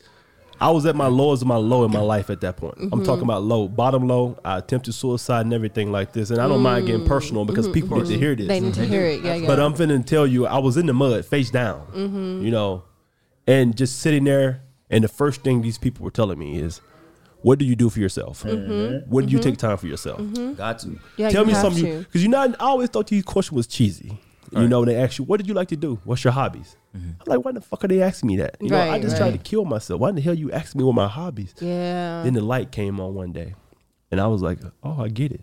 Speaker 6: I was at my lowest of my low in my life at that point.
Speaker 1: Mm-hmm.
Speaker 6: I'm talking about low, bottom low. I attempted suicide and everything like this. And I don't mind getting personal because
Speaker 1: Mm-hmm.
Speaker 6: people need to hear this. um,
Speaker 1: They need to hear it. Yeah, Mm-hmm. yeah.
Speaker 6: But I'm finna tell you, I was in the mud, face down. You know, and just sitting there. And the first thing these people were telling me is, "What do you do for yourself? When do you take time for yourself?
Speaker 4: Got to.
Speaker 1: Mm-hmm. Yeah,
Speaker 6: Tell
Speaker 1: you
Speaker 6: me
Speaker 1: have
Speaker 6: something,
Speaker 1: to.
Speaker 6: because you, are not. I always thought these question was cheesy. You know, when they ask you, "What did you like to do? What's your hobbies?" I'm like, "Why the fuck are they asking me that? You know, I
Speaker 1: Right,
Speaker 6: just
Speaker 1: right.
Speaker 6: tried to kill myself. Why in the hell you asking me what my hobbies?"
Speaker 1: Yeah.
Speaker 6: Then the light came on one day, and I was like, "Oh, I get it.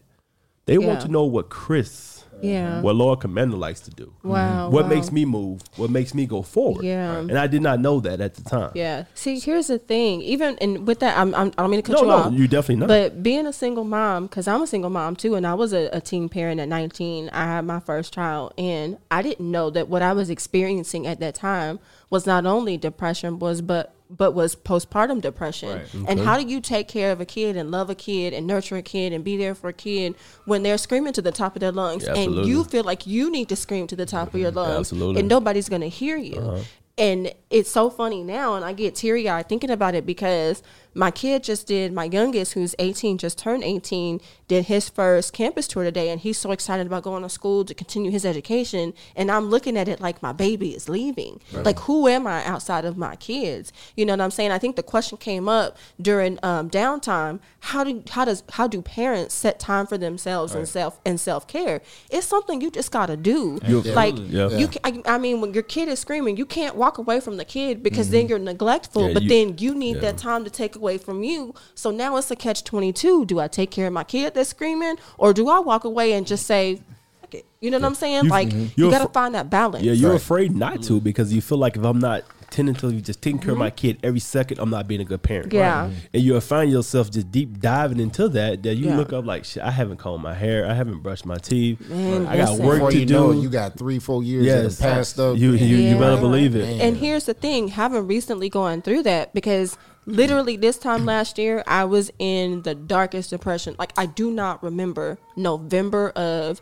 Speaker 6: They want
Speaker 1: Yeah.
Speaker 6: to know what Chris,
Speaker 1: yeah.
Speaker 6: what Lord Commander likes to do.
Speaker 1: Wow,
Speaker 6: What
Speaker 1: wow.
Speaker 6: makes me move? What makes me go forward?
Speaker 1: Yeah.
Speaker 6: And I did not know that at the time.
Speaker 1: Yeah. See, here's the thing. Even and with that, I'm, I'm I don't mean to cut
Speaker 6: No,
Speaker 1: you
Speaker 6: no,
Speaker 1: off.
Speaker 6: you definitely not.
Speaker 1: But being a single mom, because I'm a single mom too, and I was a, a teen parent at 19. I had my first child, and I didn't know that what I was experiencing at that time was not only depression, was but but was postpartum depression. And how do you take care of a kid and love a kid and nurture a kid and be there for a kid when they're screaming to the top of their lungs
Speaker 6: Yeah,
Speaker 1: and
Speaker 6: absolutely.
Speaker 1: you feel like you need to scream to the top of your lungs
Speaker 6: Absolutely.
Speaker 1: and nobody's going to hear you. And it's so funny now, and I get teary eyed thinking about it because my kid just did, my youngest, who's 18, just turned 18, did his first campus tour today, and he's so excited about going to school to continue his education. And I'm looking at it like my baby is leaving. Like, who am I outside of my kids? You know what I'm saying? I think the question came up during um, downtime how do, how, does, how do parents set time for themselves and self and self care? It's something you just gotta do. Like,
Speaker 6: Yeah.
Speaker 1: you ca- I, I mean, when your kid is screaming, you can't walk away from the kid because then you're neglectful.
Speaker 6: Mm-hmm. Yeah,
Speaker 1: but
Speaker 6: you-
Speaker 1: then you need
Speaker 6: yeah.
Speaker 1: that time to take away from you. So now it's a catch twenty two. Do I take care of my kid that's screaming, or do I walk away and just say, "Fuck it"? You know what I'm saying?
Speaker 6: You-
Speaker 1: like
Speaker 6: mhm.
Speaker 1: you
Speaker 6: You're
Speaker 1: got to
Speaker 6: fr-
Speaker 1: find that balance.
Speaker 6: Yeah, you're afraid not to because you feel like if I'm not tentatively just taking care of my kid every second, I'm not being a good parent.
Speaker 1: Mm-hmm. Yeah.
Speaker 6: Right. And you'll find yourself just deep diving into that. That you
Speaker 1: Yeah.
Speaker 6: look up like, shit, I haven't combed my hair. I haven't brushed my teeth.
Speaker 1: Man,
Speaker 6: I got
Speaker 1: listen.
Speaker 6: work
Speaker 3: Before
Speaker 6: to
Speaker 3: you
Speaker 6: do.
Speaker 3: know it, you got three, four years that have
Speaker 6: Yes.
Speaker 3: passed up.
Speaker 6: You- you-
Speaker 1: you better Yeah.
Speaker 6: believe it.
Speaker 3: Man.
Speaker 1: And here's the thing, having recently gone through that, because literally this time last year, I was in the darkest depression. Like, I do not remember November of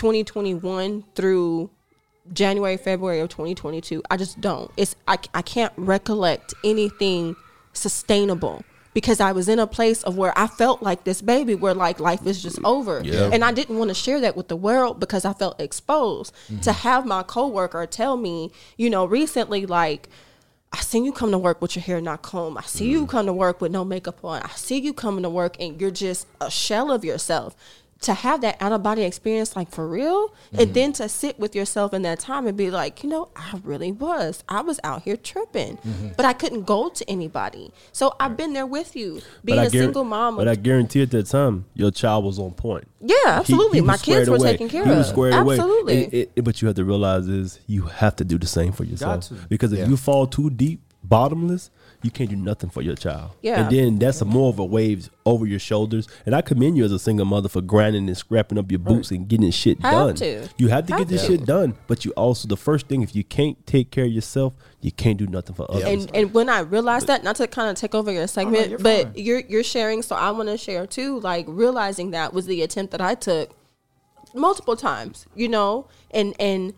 Speaker 1: 2021 through January, February of 2022. I just don't. It's I, I can't recollect anything sustainable because I was in a place of where I felt like this baby where like life is just over. And I didn't want to share that with the world because I felt exposed to have my coworker tell me, you know, recently like I seen you come to work with your hair not combed. I see
Speaker 6: Mm.
Speaker 1: you come to work with no makeup on. I see you coming to work and you're just a shell of yourself. To have that out of body experience, like for real,
Speaker 6: Mm-hmm.
Speaker 1: and then to sit with yourself in that time and be like, you know, I really was. I was out here tripping,
Speaker 6: Mm-hmm.
Speaker 1: but I couldn't go to anybody. So I've been there with you, being
Speaker 6: I
Speaker 1: a
Speaker 6: guar-
Speaker 1: single mom.
Speaker 6: But I guarantee at that time, your child was on point.
Speaker 1: Yeah,
Speaker 6: He- he
Speaker 1: absolutely.
Speaker 6: was
Speaker 1: My kids
Speaker 6: squared
Speaker 1: were
Speaker 6: away.
Speaker 1: taken care
Speaker 6: He was
Speaker 1: of.
Speaker 6: squared
Speaker 1: Absolutely.
Speaker 6: away. And it- it- but you have to realize is you have to do the same for yourself
Speaker 4: to.
Speaker 6: because if
Speaker 3: Yeah.
Speaker 6: you fall too deep, bottomless, you can't do nothing for your child.
Speaker 1: Yeah.
Speaker 6: and then that's a more of a wave over your shoulders. And I commend you as a single mother for grinding and scrapping up your boots and getting shit
Speaker 1: Have
Speaker 6: done.
Speaker 1: to.
Speaker 6: You have to
Speaker 1: Have
Speaker 6: get this
Speaker 1: to.
Speaker 6: shit done. But you also the first thing if you can't take care of yourself, you can't do nothing for others.
Speaker 1: and and when I realized that, not to kind of take over your segment,
Speaker 4: Oh, you're
Speaker 1: but
Speaker 4: fine.
Speaker 1: you're you're sharing, so I want to share too. Like realizing that was the attempt that I took multiple times, you know, and and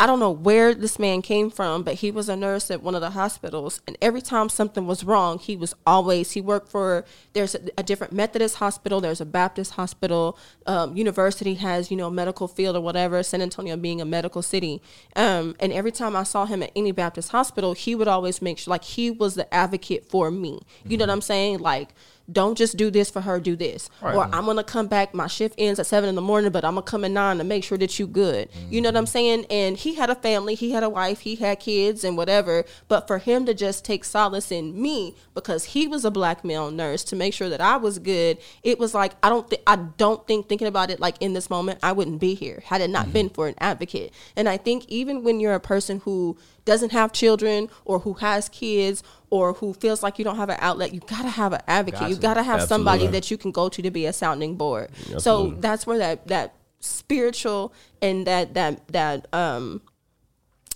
Speaker 1: I don't know where this man came from, but he was a nurse at one of the hospitals, and every time something was wrong, he was always he worked for there's a, a different Methodist hospital, there's a Baptist hospital, um, university has you know medical field or whatever. San Antonio being a medical city, um, and every time I saw him at any Baptist hospital, he would always make sure like he was the advocate for me. You know what I'm saying? Like don't just do this for her, do this. Or I'm gonna come back, my shift ends at seven in the morning, but I'm gonna come at nine to make sure that you good. You know what I'm saying? And he had a family, he had a wife, he had kids and whatever. But for him to just take solace in me because he was a black male nurse to make sure that I was good, it was like I don't think I don't think thinking about it like in this moment, I wouldn't be here had it not been for an advocate. And I think even when you're a person who doesn't have children or who has kids or who feels like you don't have an outlet, you gotta have an advocate. You gotta have somebody
Speaker 6: Absolutely.
Speaker 1: that you can go to to be a sounding board. So
Speaker 6: Absolutely.
Speaker 1: that's where that that spiritual and that that that um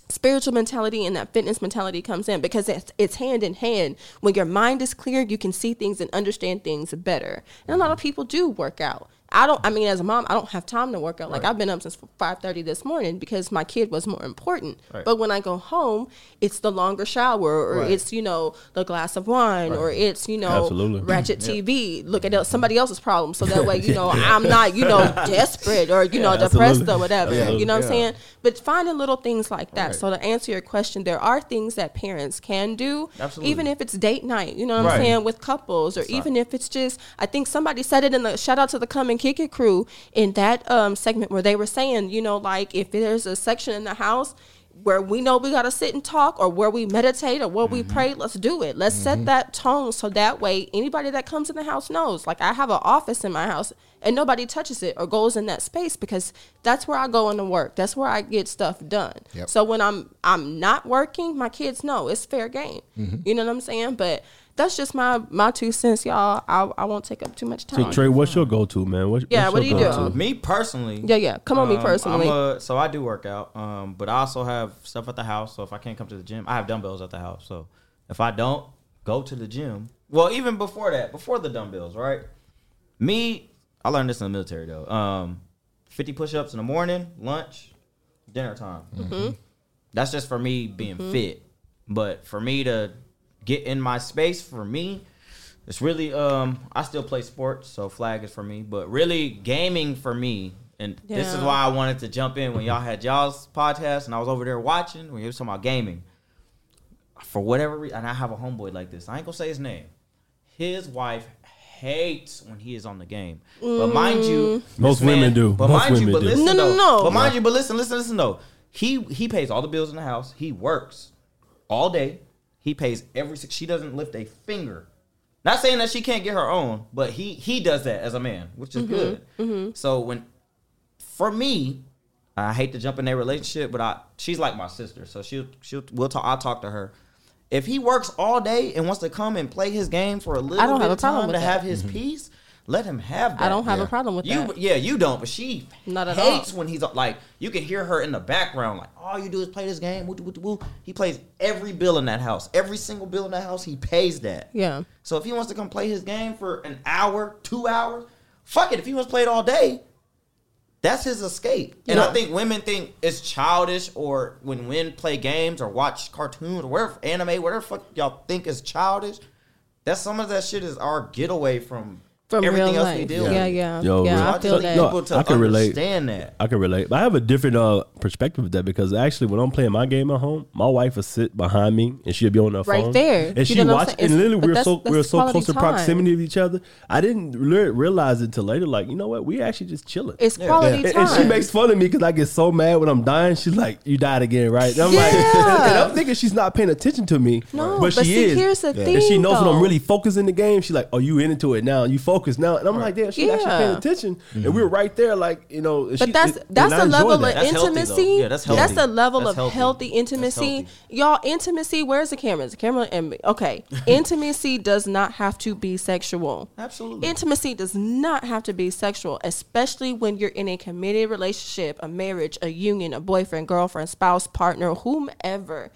Speaker 1: spiritual mentality and that fitness mentality comes in because it's, it's hand in hand when your mind is clear you can see things and understand things better and a lot of people do work out I don't. I mean, as a mom, I don't have time to work out. Like I've been up since five thirty this morning because my kid was more important.
Speaker 4: Right.
Speaker 1: But when I go home, it's the longer shower, or
Speaker 4: Right.
Speaker 1: it's you know the glass of wine, or it's you know
Speaker 6: Absolutely.
Speaker 1: ratchet TV. Look at somebody else's problem, so that way you know I'm not you know desperate or you know depressed
Speaker 6: absolutely.
Speaker 1: or whatever.
Speaker 6: Absolutely.
Speaker 1: You know what I'm
Speaker 3: Yeah.
Speaker 1: saying? But finding little things like that.
Speaker 4: Right.
Speaker 1: So to answer your question, there are things that parents can do,
Speaker 4: Absolutely.
Speaker 1: even if it's date night. You know what I'm
Speaker 4: Right.
Speaker 1: saying? with couples or even if it's just I think somebody said it in the shout out to the come and kick it crew in that um segment where they were saying, you know, like if there's a section in the house where we know we gotta sit and talk or where we meditate or where we
Speaker 6: Mm-hmm.
Speaker 1: pray, let's do it. Let's set that tone so that way anybody that comes in the house knows. Like I have an office in my house and nobody touches it or goes in that space because that's where I go into work. That's where I get stuff done.
Speaker 3: Yep.
Speaker 1: So when I'm I'm not working, my kids know it's fair game.
Speaker 6: Mm-hmm.
Speaker 1: You know what I'm saying? But that's just my my two cents, y'all. I, I won't take up too much
Speaker 6: So
Speaker 1: time.
Speaker 6: Trey, what's your go to, man? What,
Speaker 1: Yeah,
Speaker 6: what's
Speaker 1: what
Speaker 6: your
Speaker 1: do you
Speaker 6: go-to?
Speaker 1: do?
Speaker 4: Me personally,
Speaker 1: Um, yeah, yeah. Come on, me
Speaker 4: um,
Speaker 1: personally.
Speaker 4: I'm a- so I do work out, um, but I also have stuff at the house. So if I can't come to the gym, I have dumbbells at the house. So if I don't go to the gym, well, even before that, before the dumbbells, right? Me, I learned this in the military though. Um, 50 push-ups in the morning, lunch, dinner time.
Speaker 1: Mm-hmm.
Speaker 4: That's just for me being fit. But for me to get in my space, for me, it's really um I still play sports, so flag is for me. But really gaming for me, and this is
Speaker 1: Yeah.
Speaker 4: why I wanted to jump in when y'all had y'all's podcast and I was over there watching when you was talking about gaming. For whatever reason, and I have a homeboy like this. I ain't gonna say his name. His wife hates when he is on the game. But mind you,
Speaker 6: Most
Speaker 4: this man-
Speaker 6: women do.
Speaker 4: But
Speaker 6: Most
Speaker 4: mind you,
Speaker 6: women
Speaker 4: but
Speaker 6: do.
Speaker 4: listen
Speaker 1: Mm. No, no,
Speaker 4: though.
Speaker 1: no.
Speaker 4: But mind you, but listen, listen, listen though. He he pays all the bills in the house. He works all day. He pays every. She doesn't lift a finger. Not saying that she can't get her own, but he he does that as a man, which
Speaker 1: Mm-hmm,
Speaker 4: is good. So when for me, I hate to jump in their relationship, but I she's like my sister, so she'll she'll we'll talk. I'll talk to her. If he works all day and wants to come and play his game for a little
Speaker 1: don't
Speaker 4: bit
Speaker 1: have
Speaker 4: of
Speaker 1: a problem
Speaker 4: time
Speaker 1: with
Speaker 4: to
Speaker 1: that.
Speaker 4: have his peace, let him have that.
Speaker 1: I don't have a
Speaker 3: yeah.
Speaker 1: problem with
Speaker 4: You
Speaker 1: that.
Speaker 4: yeah, you don't, but she
Speaker 1: Not at all.
Speaker 4: hates when he's like you can hear her in the background like all you do is play this game. Woo, woo, woo. He plays every bill in that house, every single bill in that house. He pays that.
Speaker 1: Yeah.
Speaker 4: So if he wants to come play his game for an hour, two hours, fuck it. If he wants to play it all day, that's his escape. And
Speaker 1: Yeah.
Speaker 4: I think women think it's childish, or when men play games or watch cartoons or whatever anime, whatever fuck y'all think is childish. That's some of that shit is our getaway from
Speaker 1: From
Speaker 4: everything
Speaker 1: real
Speaker 4: else
Speaker 1: life.
Speaker 4: we deal
Speaker 1: yeah,
Speaker 4: with.
Speaker 1: yeah.
Speaker 6: Yo,
Speaker 1: yeah,
Speaker 6: real-
Speaker 1: I feel
Speaker 6: So,
Speaker 1: that.
Speaker 6: no,
Speaker 4: people to
Speaker 6: I can relate.
Speaker 4: understand that.
Speaker 6: I can relate. But I have a different uh, perspective of that because actually, when I'm playing my game at home, my wife will sit behind me and she'll be on her
Speaker 1: Right
Speaker 6: phone
Speaker 1: there. You
Speaker 6: and she
Speaker 1: know what I'm
Speaker 6: watched.
Speaker 1: saying?
Speaker 6: And literally,
Speaker 1: But
Speaker 6: we're
Speaker 1: that's-
Speaker 6: so
Speaker 1: that's
Speaker 6: we're so
Speaker 1: quality
Speaker 6: close in
Speaker 1: time.
Speaker 6: proximity of each other. I didn't re- realize it until later. Like, you know what? We actually just chilling.
Speaker 1: It's quality
Speaker 6: and,
Speaker 1: time.
Speaker 6: and she makes fun of me because I get so mad when I'm dying. She's like, "You died again, right?" And I'm like,
Speaker 1: Yeah.
Speaker 6: and I'm thinking she's not paying attention to me,
Speaker 1: No,
Speaker 6: but,
Speaker 1: but
Speaker 6: she
Speaker 1: see,
Speaker 6: is.
Speaker 1: here's the
Speaker 6: and she
Speaker 1: thing,
Speaker 6: knows when
Speaker 1: though.
Speaker 6: I'm really focused in the game. She's like, "Oh, you into it now? You focused now?" And I'm like, "Damn, she's actually
Speaker 1: Yeah.
Speaker 6: paying attention." And we were right there, like you know. and
Speaker 1: But
Speaker 6: she-
Speaker 1: that's
Speaker 6: and
Speaker 1: that's
Speaker 6: I
Speaker 1: a
Speaker 6: enjoy
Speaker 1: level
Speaker 6: that.
Speaker 1: of
Speaker 4: That's healthy, though.
Speaker 1: intimacy.
Speaker 4: Yeah, that's healthy.
Speaker 1: a level
Speaker 4: That's
Speaker 1: of
Speaker 4: healthy.
Speaker 1: healthy,
Speaker 4: That's
Speaker 1: intimacy.
Speaker 4: healthy.
Speaker 1: Y'all, intimacy. Where's the camera? Is the camera and me? Okay, intimacy does not have to be sexual.
Speaker 4: Absolutely.
Speaker 1: Intimacy does not have to be sexual, especially when you're in a committed relationship, a marriage, a union, a boyfriend, girlfriend, spouse, partner, whomever.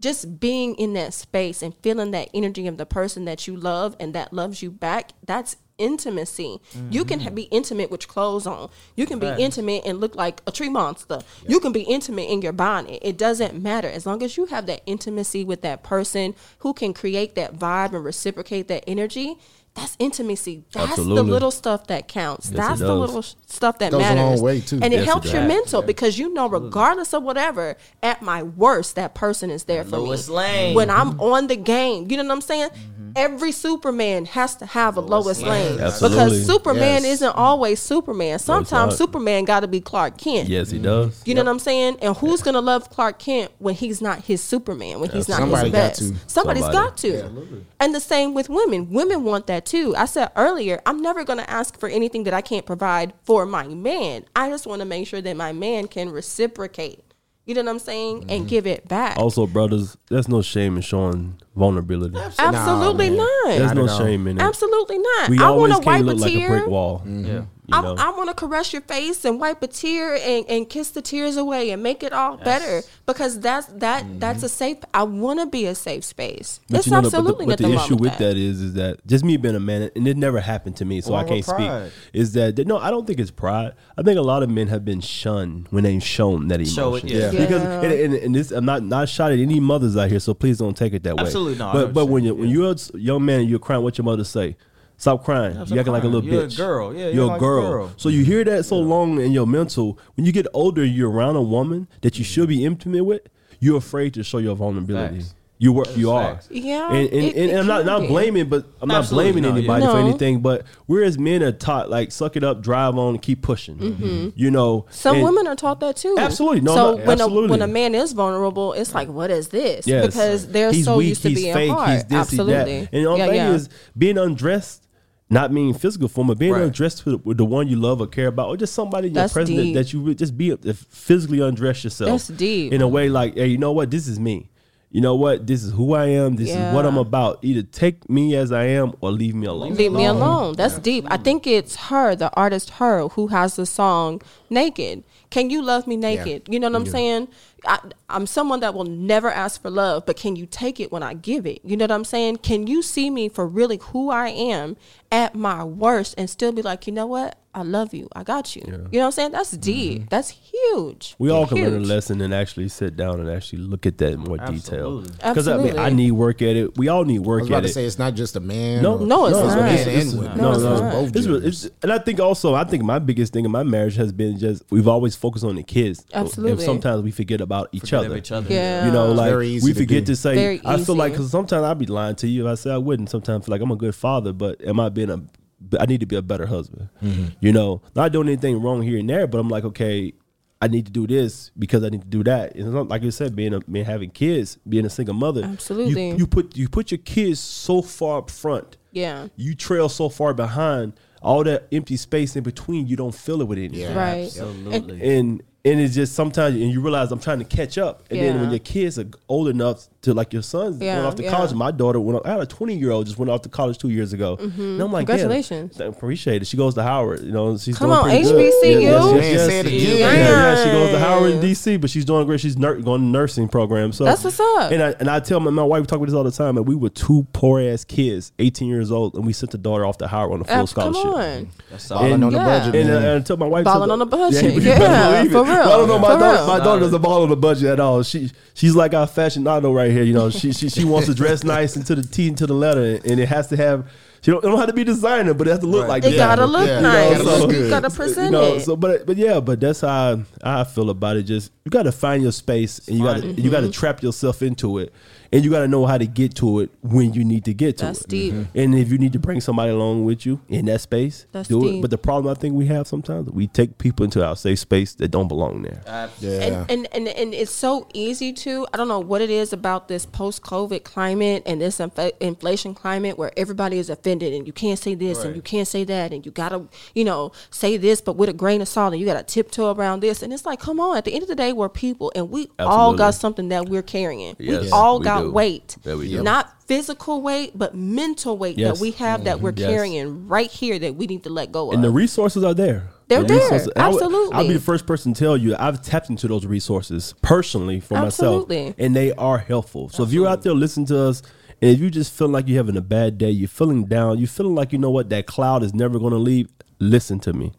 Speaker 1: Just being in that space and feeling that energy of the person that you love and that loves you back, that's intimacy. You can ha- be intimate with your clothes on. You can be intimate and look like a tree monster. You can be intimate in your bonnet. It doesn't matter as long as you have that intimacy with that person who can create that vibe and reciprocate that energy. That's intimacy. That's the
Speaker 6: Absolutely.
Speaker 1: little stuff that counts. That's the
Speaker 6: does.
Speaker 1: little sh- stuff that
Speaker 3: Goes a long
Speaker 1: matters.
Speaker 3: way, too.
Speaker 1: And it
Speaker 3: Yes, it
Speaker 1: helps your
Speaker 4: does.
Speaker 1: mental because you know, regardless of whatever, at my worst, that person is there for
Speaker 4: Lois
Speaker 1: me.
Speaker 4: Lane.
Speaker 1: When I'm
Speaker 6: Mm-hmm.
Speaker 1: on the game, you know what I'm saying? Every Superman has to have a Lois,
Speaker 4: Lois
Speaker 1: Lane
Speaker 4: Lane.
Speaker 6: Absolutely.
Speaker 1: because Superman
Speaker 3: Yes.
Speaker 1: isn't always Superman. Sometimes
Speaker 6: not.
Speaker 1: Superman got to be Clark Kent.
Speaker 6: Yes, he does.
Speaker 1: You know what I'm saying? And who's gonna love Clark Kent when he's not his Superman, when he's not
Speaker 3: Somebody
Speaker 1: his
Speaker 3: got
Speaker 1: best?
Speaker 3: to.
Speaker 1: Somebody's
Speaker 6: Somebody.
Speaker 1: got to. And the same with women. Women want that too. I said earlier, I'm never gonna ask for anything that I can't provide for my man. I just want to make sure that my man can reciprocate. You know what I'm saying? And give it back.
Speaker 6: Mm-hmm. Also, brothers, there's no shame in showing vulnerability.
Speaker 1: Absolutely
Speaker 3: Nah, man.
Speaker 1: not.
Speaker 6: There's no
Speaker 3: at all.
Speaker 6: shame in it.
Speaker 1: Absolutely not.
Speaker 6: We
Speaker 1: I
Speaker 6: always
Speaker 1: want to
Speaker 6: can't
Speaker 1: wipe a
Speaker 6: look like a
Speaker 1: tear.
Speaker 3: Mm-hmm.
Speaker 6: brick wall.
Speaker 4: Yeah.
Speaker 6: You
Speaker 1: I,
Speaker 6: know?
Speaker 1: I want to caress your face and wipe a tear and, and kiss the tears away and make it all better because that's that that's a safe. I want to be a safe space. It's
Speaker 6: the-
Speaker 1: absolutely
Speaker 6: Mm-hmm. but the,
Speaker 1: nothing wrong
Speaker 6: issue
Speaker 1: with
Speaker 6: with that is, is that just me being a man, and it never happened to me, so
Speaker 4: Why
Speaker 6: I
Speaker 4: with
Speaker 6: can't
Speaker 4: pride?
Speaker 6: speak. Is that no? I don't think it's pride. I think a lot of men have been shunned when they've shown that emotion.
Speaker 4: Show it, yeah.
Speaker 1: Yeah.
Speaker 6: Because and, and, and this, I'm not not shot at any mothers out here, so please don't take it that way.
Speaker 4: Absolutely not. I know
Speaker 6: But but
Speaker 4: what
Speaker 6: when
Speaker 4: you're
Speaker 6: you when you're a s- young man and you're crying, what your mother say? Stop crying.
Speaker 4: stop
Speaker 6: you acting like a
Speaker 4: crying.
Speaker 6: little
Speaker 4: You're a
Speaker 6: bitch.
Speaker 4: girl. Yeah,
Speaker 6: you're,
Speaker 4: you're
Speaker 6: a
Speaker 4: like a
Speaker 6: girl.
Speaker 4: girl.
Speaker 6: So you hear that so long in your mental. When you get older, you're around a woman that you should be intimate with. You're afraid to show your vulnerability.
Speaker 4: Mm-hmm. Facts.
Speaker 6: You were you are.
Speaker 4: facts.
Speaker 1: Yeah,
Speaker 6: And and,
Speaker 1: it-
Speaker 6: and,
Speaker 1: it
Speaker 6: I'm not
Speaker 1: can
Speaker 6: not
Speaker 1: be.
Speaker 6: blaming, but I'm not
Speaker 4: Absolutely
Speaker 6: blaming
Speaker 4: not, yeah.
Speaker 6: anybody for
Speaker 1: No.
Speaker 6: anything. But we're as men are taught like suck it up, drive on, keep pushing. You know,
Speaker 1: Mm-hmm. Some
Speaker 6: and-
Speaker 1: women are taught that too.
Speaker 6: Absolutely. No,
Speaker 1: so
Speaker 6: no,
Speaker 1: when
Speaker 6: absolutely.
Speaker 1: a when a man is vulnerable, it's like, what is this?
Speaker 6: Yes.
Speaker 1: Because they're
Speaker 6: He's
Speaker 1: so
Speaker 6: weak,
Speaker 1: used to
Speaker 6: he's
Speaker 1: being
Speaker 6: fake,
Speaker 1: hard.
Speaker 6: He's this, he's that.
Speaker 1: absolutely.
Speaker 6: And the only
Speaker 1: yeah,
Speaker 6: thing
Speaker 1: yeah.
Speaker 6: is being undressed, not meaning physical form, but being
Speaker 4: Right.
Speaker 6: undressed with, with the one you love or care about, or just somebody in your
Speaker 1: That's
Speaker 6: presence that,
Speaker 1: deep.
Speaker 6: that you would just be uh, physically undress yourself.
Speaker 1: That's deep.
Speaker 6: In a way like, hey, you know what? This is me. You know what? This is who I am. This is what I'm
Speaker 1: Yeah.
Speaker 6: about. Either take me as I am or leave me alone.
Speaker 1: Leave me alone. That's deep. I think it's her, the artist her, who has the song Naked. Can you love me naked? You know what I'm saying? I, I'm someone that will never ask for love, but can you take it when I give it? You know what I'm saying? Can you see me for really who I am at my worst and still be like, you know what? I love you. I got you. You know what I'm saying? That's deep. That's huge.
Speaker 6: Mm-hmm. We all can learn a
Speaker 1: Huge.
Speaker 6: lesson and actually sit down and actually look at that in more
Speaker 4: Absolutely.
Speaker 6: detail. Because I mean, I
Speaker 1: Absolutely.
Speaker 6: need work at it. We all need
Speaker 3: I
Speaker 6: work
Speaker 3: was
Speaker 6: at
Speaker 3: about to
Speaker 6: it.
Speaker 3: say it's not just a man.
Speaker 6: No,
Speaker 3: or-
Speaker 1: no, it's
Speaker 3: a
Speaker 1: not.
Speaker 3: man
Speaker 6: It's-
Speaker 3: and women.
Speaker 1: no, it's
Speaker 3: It's
Speaker 1: not.
Speaker 3: both
Speaker 6: It's-
Speaker 3: genders.
Speaker 6: it's- and I think also, I think my biggest thing in my marriage has been just we've always focused on the kids. And
Speaker 1: Absolutely.
Speaker 6: sometimes we forget about each
Speaker 4: Forget
Speaker 6: other.
Speaker 4: of each other.
Speaker 1: Yeah.
Speaker 6: You know, like
Speaker 3: very easy
Speaker 6: we
Speaker 3: to
Speaker 6: forget
Speaker 3: do.
Speaker 6: to say.
Speaker 1: Very
Speaker 6: I feel like
Speaker 1: easy.
Speaker 6: because sometimes I'd be lying to you. If I say I wouldn't. Sometimes feel like I'm a good father, but am I being a? but I need to be a better husband.
Speaker 3: Mm-hmm.
Speaker 6: You know, not doing anything wrong here and there, but I'm like, okay, I need to do this because I need to do that. It's not like you said, being a man having kids, being a single mother. you-
Speaker 1: Absolutely.
Speaker 6: you put you put your kids so far up front
Speaker 1: Yeah.
Speaker 6: you trail so far behind all that empty space in between you don't fill it with anything
Speaker 3: Yeah.
Speaker 1: Right.
Speaker 4: Absolutely.
Speaker 6: and and it's just sometimes and you realize i'm trying to catch up and then when
Speaker 1: Yeah.
Speaker 6: your kids are old enough to like your sons
Speaker 1: Yeah,
Speaker 6: went off to
Speaker 1: yeah.
Speaker 6: college my daughter went off, i had a 20 year old just went off to college two years ago and i'm like damn,
Speaker 1: Mm-hmm. Congratulations.
Speaker 6: I appreciate it she goes to howard you know and she's
Speaker 1: Come
Speaker 6: doing
Speaker 1: on,
Speaker 6: pretty good.
Speaker 1: HBCU?
Speaker 3: Man, say it again.
Speaker 6: Yeah, yeah, she
Speaker 1: Damn.
Speaker 6: goes to Howard in DC, but she's doing great. She's nur- going to nursing program. So
Speaker 1: That's what's up.
Speaker 6: And I and I tell my, my wife we talk about this all the time. And we were two poor ass kids, eighteen years old, and we sent the daughter off to Howard on a full
Speaker 1: Ab-
Speaker 6: scholarship.
Speaker 1: Come on.
Speaker 4: That's all.
Speaker 3: Balling
Speaker 6: And-
Speaker 3: on the
Speaker 1: Yeah.
Speaker 3: budget.
Speaker 6: And, uh,
Speaker 3: man.
Speaker 6: until my wife
Speaker 1: Balling
Speaker 6: said-
Speaker 1: on the budget.
Speaker 6: you better
Speaker 1: Yeah,
Speaker 6: believe it.
Speaker 1: for real.
Speaker 6: Well, I don't know. My
Speaker 1: For
Speaker 6: daughter,
Speaker 1: real.
Speaker 6: my daughter doesn't ball on the budget at all. She she's like our fashion idol right here. You know, she she, she wants to dress nice into the T and to the letter, and it has to have. She don't, it don't have to be designer, but it has to look
Speaker 4: Right.
Speaker 6: like
Speaker 1: It
Speaker 6: designer.
Speaker 1: gotta look
Speaker 3: Yeah.
Speaker 1: nice.
Speaker 3: Gotta look
Speaker 1: you
Speaker 3: good.
Speaker 1: gotta
Speaker 3: You
Speaker 1: present
Speaker 6: You know,
Speaker 1: it.
Speaker 6: so but but yeah, but that's how I, I feel about it. Just you got to find your space, and you got to you got
Speaker 1: Mm-hmm.
Speaker 6: to trap yourself into it, and you got to know how to get to it when you need to get to
Speaker 1: That's
Speaker 6: it. Mm-hmm.
Speaker 1: deep. Mhm.
Speaker 6: And if you need to bring somebody along with you in that space,
Speaker 1: That's
Speaker 6: do it.
Speaker 1: deep.
Speaker 6: But the problem I think we have sometimes we take people into our safe space that don't belong there.
Speaker 3: yeah.
Speaker 1: and, and, and, and it's so easy to i don't know what it is about this post-covid climate and this inf- inflation climate where everybody is offended and you can't say this
Speaker 4: Right.
Speaker 1: and you can't say that and you gotta you know say this but with a grain of salt and you gotta tiptoe around this and it's like come on at the end of the day we're people and we all
Speaker 6: Absolutely.
Speaker 1: got something that we're carrying
Speaker 6: Yes,
Speaker 1: we all
Speaker 6: we
Speaker 1: got
Speaker 6: do.
Speaker 1: weight
Speaker 6: Yeah, we do.
Speaker 1: not physical weight but mental weight
Speaker 6: Yes.
Speaker 1: that we have that we're
Speaker 6: Yes.
Speaker 1: carrying right here that we need to let go of
Speaker 6: And the resources are there.
Speaker 1: They're
Speaker 6: The
Speaker 1: there.
Speaker 6: resources- I would- I'll be
Speaker 1: Absolutely.
Speaker 6: the first person to tell you I've tapped into those resources personally for myself,
Speaker 1: Absolutely.
Speaker 6: and they are helpful. So if you're out there listening to us, and if you just feel like you're having a bad day, you're feeling down, you're feeling like you know what that cloud is never going to leave. Listen to me.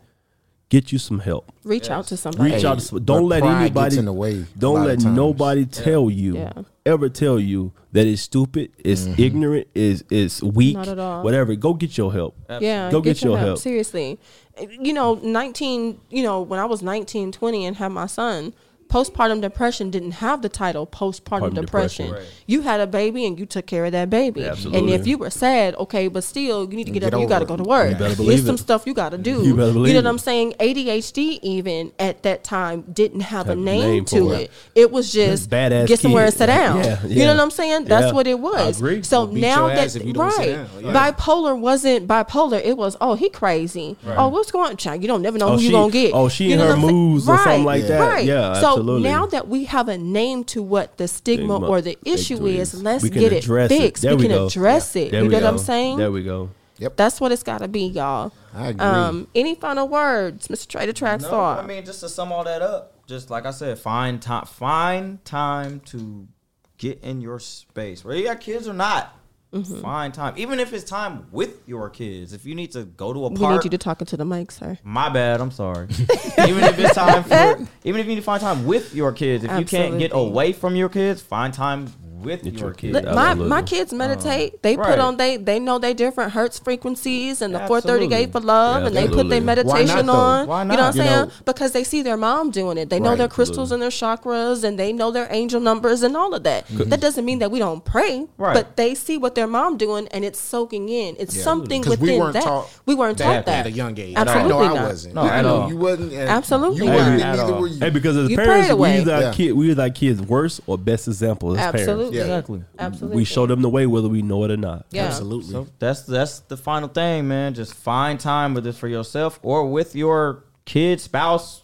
Speaker 6: Get you some help.
Speaker 1: reach out to somebody
Speaker 6: Reach
Speaker 3: Hey,
Speaker 6: out. To, don't
Speaker 3: but
Speaker 6: let
Speaker 3: pride
Speaker 6: anybody.
Speaker 3: gets in the way a
Speaker 6: don't
Speaker 3: lot
Speaker 6: let
Speaker 3: of times.
Speaker 6: nobody tell you
Speaker 1: Yeah.
Speaker 6: ever tell you that it's stupid, it's
Speaker 3: Mm-hmm.
Speaker 6: ignorant, is it's weak,
Speaker 1: Not at all.
Speaker 6: whatever. Go get your help.
Speaker 1: Yeah,
Speaker 6: Go get your help.
Speaker 1: Seriously. You know, 19, you know, when I was 19, 20 and had my son, postpartum depression didn't have the title postpartum
Speaker 6: Partum
Speaker 1: depression.
Speaker 6: depression.
Speaker 1: You had a baby and you took care of that baby.
Speaker 6: Yeah,
Speaker 1: and
Speaker 6: absolutely.
Speaker 1: if you were sad, okay, but still you need to get,
Speaker 3: Get
Speaker 1: up, you
Speaker 3: over
Speaker 1: got to
Speaker 3: it.
Speaker 1: go to work.
Speaker 6: You better
Speaker 1: There's
Speaker 6: believe
Speaker 1: some
Speaker 6: it.
Speaker 1: stuff you got to do.
Speaker 6: You better believe
Speaker 1: know
Speaker 6: it.
Speaker 1: what I'm saying? ADHD even at that time didn't have, a
Speaker 6: Have a
Speaker 1: name,
Speaker 6: name
Speaker 1: to
Speaker 6: for
Speaker 1: it.
Speaker 6: it.
Speaker 1: it. was just
Speaker 6: Badass
Speaker 1: get somewhere and
Speaker 6: kid.
Speaker 1: sit down.
Speaker 6: Yeah,
Speaker 1: You
Speaker 6: yeah.
Speaker 1: know what I'm saying? That's
Speaker 6: Yeah.
Speaker 1: what it
Speaker 6: I
Speaker 1: was.
Speaker 6: agree.
Speaker 1: So
Speaker 3: We'll beat
Speaker 1: now
Speaker 3: your
Speaker 1: that
Speaker 3: ass if you don't sit
Speaker 1: right,
Speaker 3: down. Yeah.
Speaker 1: bipolar wasn't bipolar. It was oh he crazy. Oh what's going on? You don't never know who you gonna get.
Speaker 6: Oh, she
Speaker 1: You
Speaker 6: and
Speaker 1: know
Speaker 6: her
Speaker 1: what I'm saying?
Speaker 6: moves or something like
Speaker 1: Right,
Speaker 6: that.
Speaker 1: Right.
Speaker 6: Yeah,
Speaker 1: so
Speaker 6: absolutely.
Speaker 1: now that we have a name to what the stigma,
Speaker 6: Stigma.
Speaker 1: or the issue
Speaker 6: Issue
Speaker 1: is,
Speaker 6: is.
Speaker 1: let's
Speaker 6: We can
Speaker 1: get it
Speaker 6: address it.
Speaker 1: fixed.
Speaker 6: There
Speaker 1: we
Speaker 6: we
Speaker 1: can
Speaker 6: go.
Speaker 1: address it.
Speaker 6: There
Speaker 1: you
Speaker 6: we
Speaker 1: know what
Speaker 6: go.
Speaker 1: I'm saying?
Speaker 6: There we go.
Speaker 3: Yep.
Speaker 1: That's what it's got to be, y'all.
Speaker 3: I agree.
Speaker 1: Um, any final words, Mr. Trader Track
Speaker 4: No,
Speaker 1: Saw?
Speaker 4: I mean, just to sum all that up, just like I said, find time, find time to get in your space, whether you got kids or not.
Speaker 1: Mm-hmm.
Speaker 4: Find time, even if it's time with your kids. If you need to go to a
Speaker 1: we need
Speaker 4: park,
Speaker 1: you to talk into the mic, sir.
Speaker 4: my bad. I'm sorry. even if it's time for, even if you need to find time with your kids, if you can't get
Speaker 1: Absolutely.
Speaker 4: away from your kids, find time with your,
Speaker 6: your
Speaker 4: kids.
Speaker 6: kids.
Speaker 1: Look,
Speaker 6: Yeah,
Speaker 1: my
Speaker 6: absolutely.
Speaker 1: my kids meditate. they put
Speaker 4: right.
Speaker 1: on they they know they different hertz frequencies and the four thirty
Speaker 4: Absolutely.
Speaker 1: gate for love,
Speaker 6: Yeah,
Speaker 1: and they put
Speaker 6: absolutely.
Speaker 1: their
Speaker 6: Why
Speaker 3: not,
Speaker 1: meditation
Speaker 3: though?
Speaker 1: on.
Speaker 4: Why
Speaker 1: You know what I'm
Speaker 4: not? You
Speaker 1: saying?
Speaker 3: know-
Speaker 1: because they see their mom doing it. They know
Speaker 6: Right,
Speaker 1: their crystals and their chakras, and they know their angel numbers and all of that.
Speaker 6: Mm-hmm.
Speaker 1: That doesn't mean that we don't pray,
Speaker 4: Right.
Speaker 1: but they see what their mom doing, and it's soaking in. It's something
Speaker 3: Because
Speaker 1: within
Speaker 3: we weren't
Speaker 1: that.
Speaker 3: taught
Speaker 1: we weren't taught
Speaker 4: that
Speaker 1: that
Speaker 3: at a young age.
Speaker 1: Absolutely
Speaker 3: I know
Speaker 1: not.
Speaker 3: I wasn't.
Speaker 4: No,
Speaker 3: I
Speaker 4: at
Speaker 3: know
Speaker 4: all.
Speaker 3: you wasn't. and
Speaker 1: Absolutely
Speaker 3: You wasn't.
Speaker 1: not.
Speaker 3: and
Speaker 4: At
Speaker 3: Neither
Speaker 4: all.
Speaker 3: were you.
Speaker 6: Hey, because as
Speaker 1: You pray
Speaker 6: parents,
Speaker 1: it
Speaker 6: we
Speaker 1: away.
Speaker 6: use our
Speaker 3: Yeah.
Speaker 6: kid, we use our kids' worst or best example as
Speaker 1: Absolutely.
Speaker 6: parents.
Speaker 3: Yeah.
Speaker 4: Exactly.
Speaker 1: Absolutely.
Speaker 6: We show them the way, whether we know it or not.
Speaker 1: Yeah.
Speaker 3: Absolutely.
Speaker 4: So that's that's the final thing, man. Just find time with this for yourself or with your kid, spouse,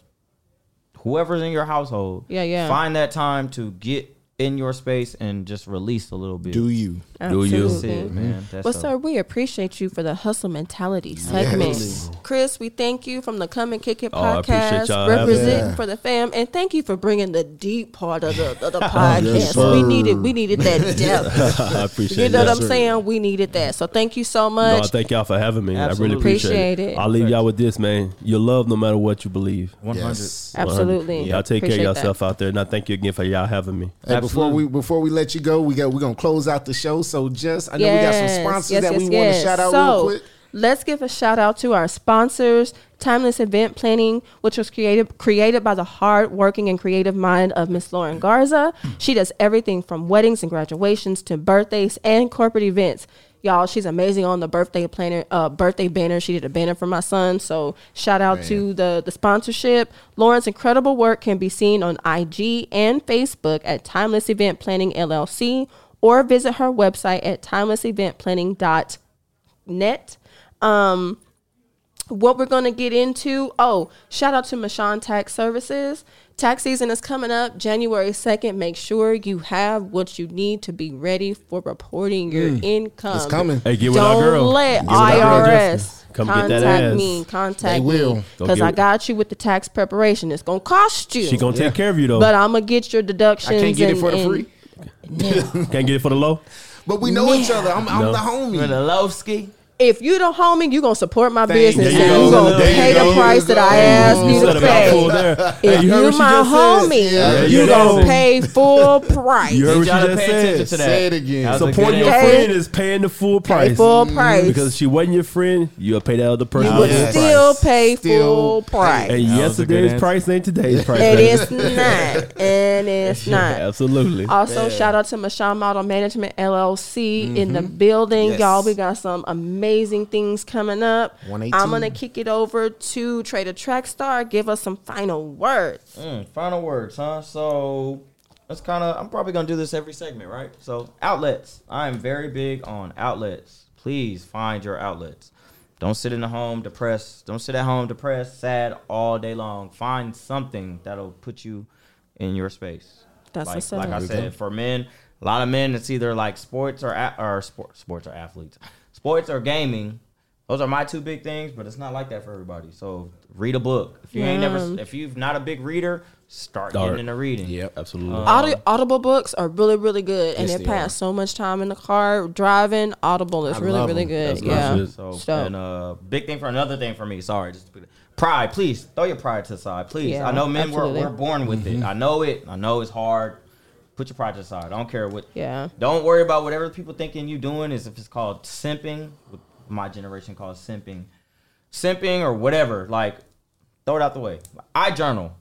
Speaker 4: whoever's in your household.
Speaker 1: Yeah, yeah.
Speaker 4: Find that time to get in your space and just release a little bit.
Speaker 3: Do you?
Speaker 6: Do you?
Speaker 4: that's
Speaker 1: Mm-hmm.
Speaker 4: it, man. That's
Speaker 1: Well,
Speaker 4: all.
Speaker 1: sir, we appreciate you for the hustle mentality segment. Chris, we thank you from the Come and Kick It
Speaker 6: Oh, I appreciate
Speaker 1: podcast,
Speaker 6: y'all having
Speaker 1: representing
Speaker 3: me.
Speaker 1: for the fam, and thank you for bringing the deep part of the, of the podcast. we
Speaker 3: sir.
Speaker 1: needed, we needed that depth.
Speaker 6: I appreciate
Speaker 1: you know
Speaker 6: that.
Speaker 1: what I'm saying? We needed that. So thank you so
Speaker 6: No, I
Speaker 1: much.
Speaker 6: thank y'all for having me.
Speaker 4: Absolutely.
Speaker 6: I really appreciate,
Speaker 1: Appreciate
Speaker 6: it.
Speaker 1: it.
Speaker 6: I'll leave y'all with this, man. Your love, no matter what you believe.
Speaker 4: 100.
Speaker 3: Yes.
Speaker 1: Absolutely.
Speaker 6: Y'all take
Speaker 1: Appreciate
Speaker 6: care
Speaker 1: that.
Speaker 6: of yourself out there. And I thank you again for y'all having me.
Speaker 3: Hey, before
Speaker 4: Absolutely.
Speaker 3: we before we let you go, we got we're gonna close out the show. So just I know we got
Speaker 1: Yes,
Speaker 3: some sponsors
Speaker 1: yes,
Speaker 3: that
Speaker 1: yes,
Speaker 3: we want
Speaker 1: yes.
Speaker 3: to shout out
Speaker 1: so,
Speaker 3: real quick.
Speaker 1: Let's give a shout out to our sponsors, Timeless Event Planning, which was created created by the hardworking and creative mind of Miss Lauren Garza. She does everything from weddings and graduations to birthdays and corporate events. Y'all, she's amazing on the birthday planner, uh, birthday banner. She did a banner for my son, so shout out to the the sponsorship. Lauren's incredible work can be seen on IG and Facebook at Timeless Event Planning LLC, or visit her website at timelesseventplanning.com net. Um, what we're going to get into oh, shout out to Michon Tax Services. Tax season is coming up January 2nd. Make sure you have what you need to be ready for reporting your income.
Speaker 3: Mm. It's coming.
Speaker 6: Hey, get with
Speaker 1: Don't
Speaker 6: our girl.
Speaker 1: let
Speaker 6: Get with our girl,
Speaker 1: IRS
Speaker 6: Jessica. Come
Speaker 1: contact
Speaker 6: get that ass.
Speaker 1: me. Contact
Speaker 3: They will.
Speaker 1: me
Speaker 6: Go
Speaker 1: because
Speaker 6: get
Speaker 1: I
Speaker 6: it.
Speaker 1: got you with the tax preparation. It's gonna cost you,
Speaker 6: She gonna take care of you though.
Speaker 1: but I'm gonna get your deductions.
Speaker 3: I can't get
Speaker 1: and,
Speaker 3: it for the
Speaker 1: and-
Speaker 3: free,
Speaker 6: Can't get it for the low.
Speaker 3: but we know each other. I'm, I'm
Speaker 6: No.
Speaker 3: the homie.
Speaker 4: Lowski.
Speaker 1: If you don't homie, you gonna support my
Speaker 3: Thank
Speaker 1: business.
Speaker 6: you.
Speaker 1: and
Speaker 6: There
Speaker 1: you
Speaker 6: you
Speaker 1: gonna
Speaker 6: go. There you
Speaker 1: pay
Speaker 6: go.
Speaker 1: the price that I asked you,
Speaker 6: You
Speaker 1: to
Speaker 6: said a mouthful
Speaker 1: pay.
Speaker 6: there. Hey,
Speaker 1: If
Speaker 6: you heard
Speaker 1: you
Speaker 6: what she
Speaker 1: my
Speaker 6: just said?
Speaker 1: homie,
Speaker 3: Yeah,
Speaker 1: you
Speaker 6: yeah,
Speaker 1: gonna
Speaker 6: yeah.
Speaker 1: pay full price.
Speaker 6: You heard
Speaker 4: Need
Speaker 6: what she
Speaker 4: y'all to
Speaker 6: just
Speaker 4: pay attention
Speaker 6: said.
Speaker 4: to that.
Speaker 3: Say it again.
Speaker 4: That was a
Speaker 6: Supporting
Speaker 4: good
Speaker 6: your
Speaker 4: answer.
Speaker 1: answer.
Speaker 6: friend is paying the full price. Mm-hmm.
Speaker 1: pay full price.
Speaker 6: Because if she wasn't your friend, you'll pay that other person.
Speaker 1: you would
Speaker 3: Yeah.
Speaker 1: still
Speaker 3: Price.
Speaker 1: pay
Speaker 3: Still
Speaker 1: full
Speaker 3: pay.
Speaker 1: price.
Speaker 6: And
Speaker 4: That was a good
Speaker 6: yesterday's
Speaker 4: answer.
Speaker 6: price ain't today's price.
Speaker 1: And
Speaker 6: baby.
Speaker 1: it's not. And it's not. Uh,
Speaker 6: Absolutely.
Speaker 1: Also, shout out to Michelle Model Management LLC in
Speaker 6: Mm-hmm.
Speaker 1: the building,
Speaker 3: Yes.
Speaker 1: y'all. We got some amazing things coming up.
Speaker 3: 118.
Speaker 1: I'm gonna kick it over to Trader Trackstar. Give us some final words.
Speaker 4: Mm, final words, huh? So that's kind of. I'm probably gonna do this every segment, right? So outlets. I am very big on outlets. Please find your outlets. Don't sit in the home depressed. Don't sit at home depressed, sad all day long. Find something that'll put you in your space.
Speaker 1: That's
Speaker 4: like,
Speaker 1: what's up.
Speaker 4: like I said for men. A lot of men, it's either like sports or a- or sports, sports or athletes, sports or gaming. Those are my two big things, but it's not like that for everybody. So read a book. If you ain't never, if you've not a big reader, start,
Speaker 6: Start.
Speaker 4: getting into reading.
Speaker 6: Absolutely.
Speaker 1: Audi- audible books are really really good and
Speaker 3: Yes,
Speaker 1: it
Speaker 3: they
Speaker 1: passed so much time in the car driving audible is
Speaker 3: I
Speaker 1: really
Speaker 3: love
Speaker 1: really
Speaker 3: them.
Speaker 1: good
Speaker 6: That's
Speaker 1: yeah
Speaker 6: good.
Speaker 4: So,
Speaker 1: So-
Speaker 4: and uh, big thing for another thing for me. Sorry, just to put it- pride. Please throw your pride to the side. Please,
Speaker 1: Yeah,
Speaker 4: I know men were,
Speaker 1: absolutely.
Speaker 4: we're born with it. I know it. I know it's hard. Put your pride to the side. I don't care what.
Speaker 1: Yeah.
Speaker 4: Don't worry about whatever people thinking you doing is if it's called simping. What my generation calls simping, simping or whatever. Like, throw it out the way. I journal.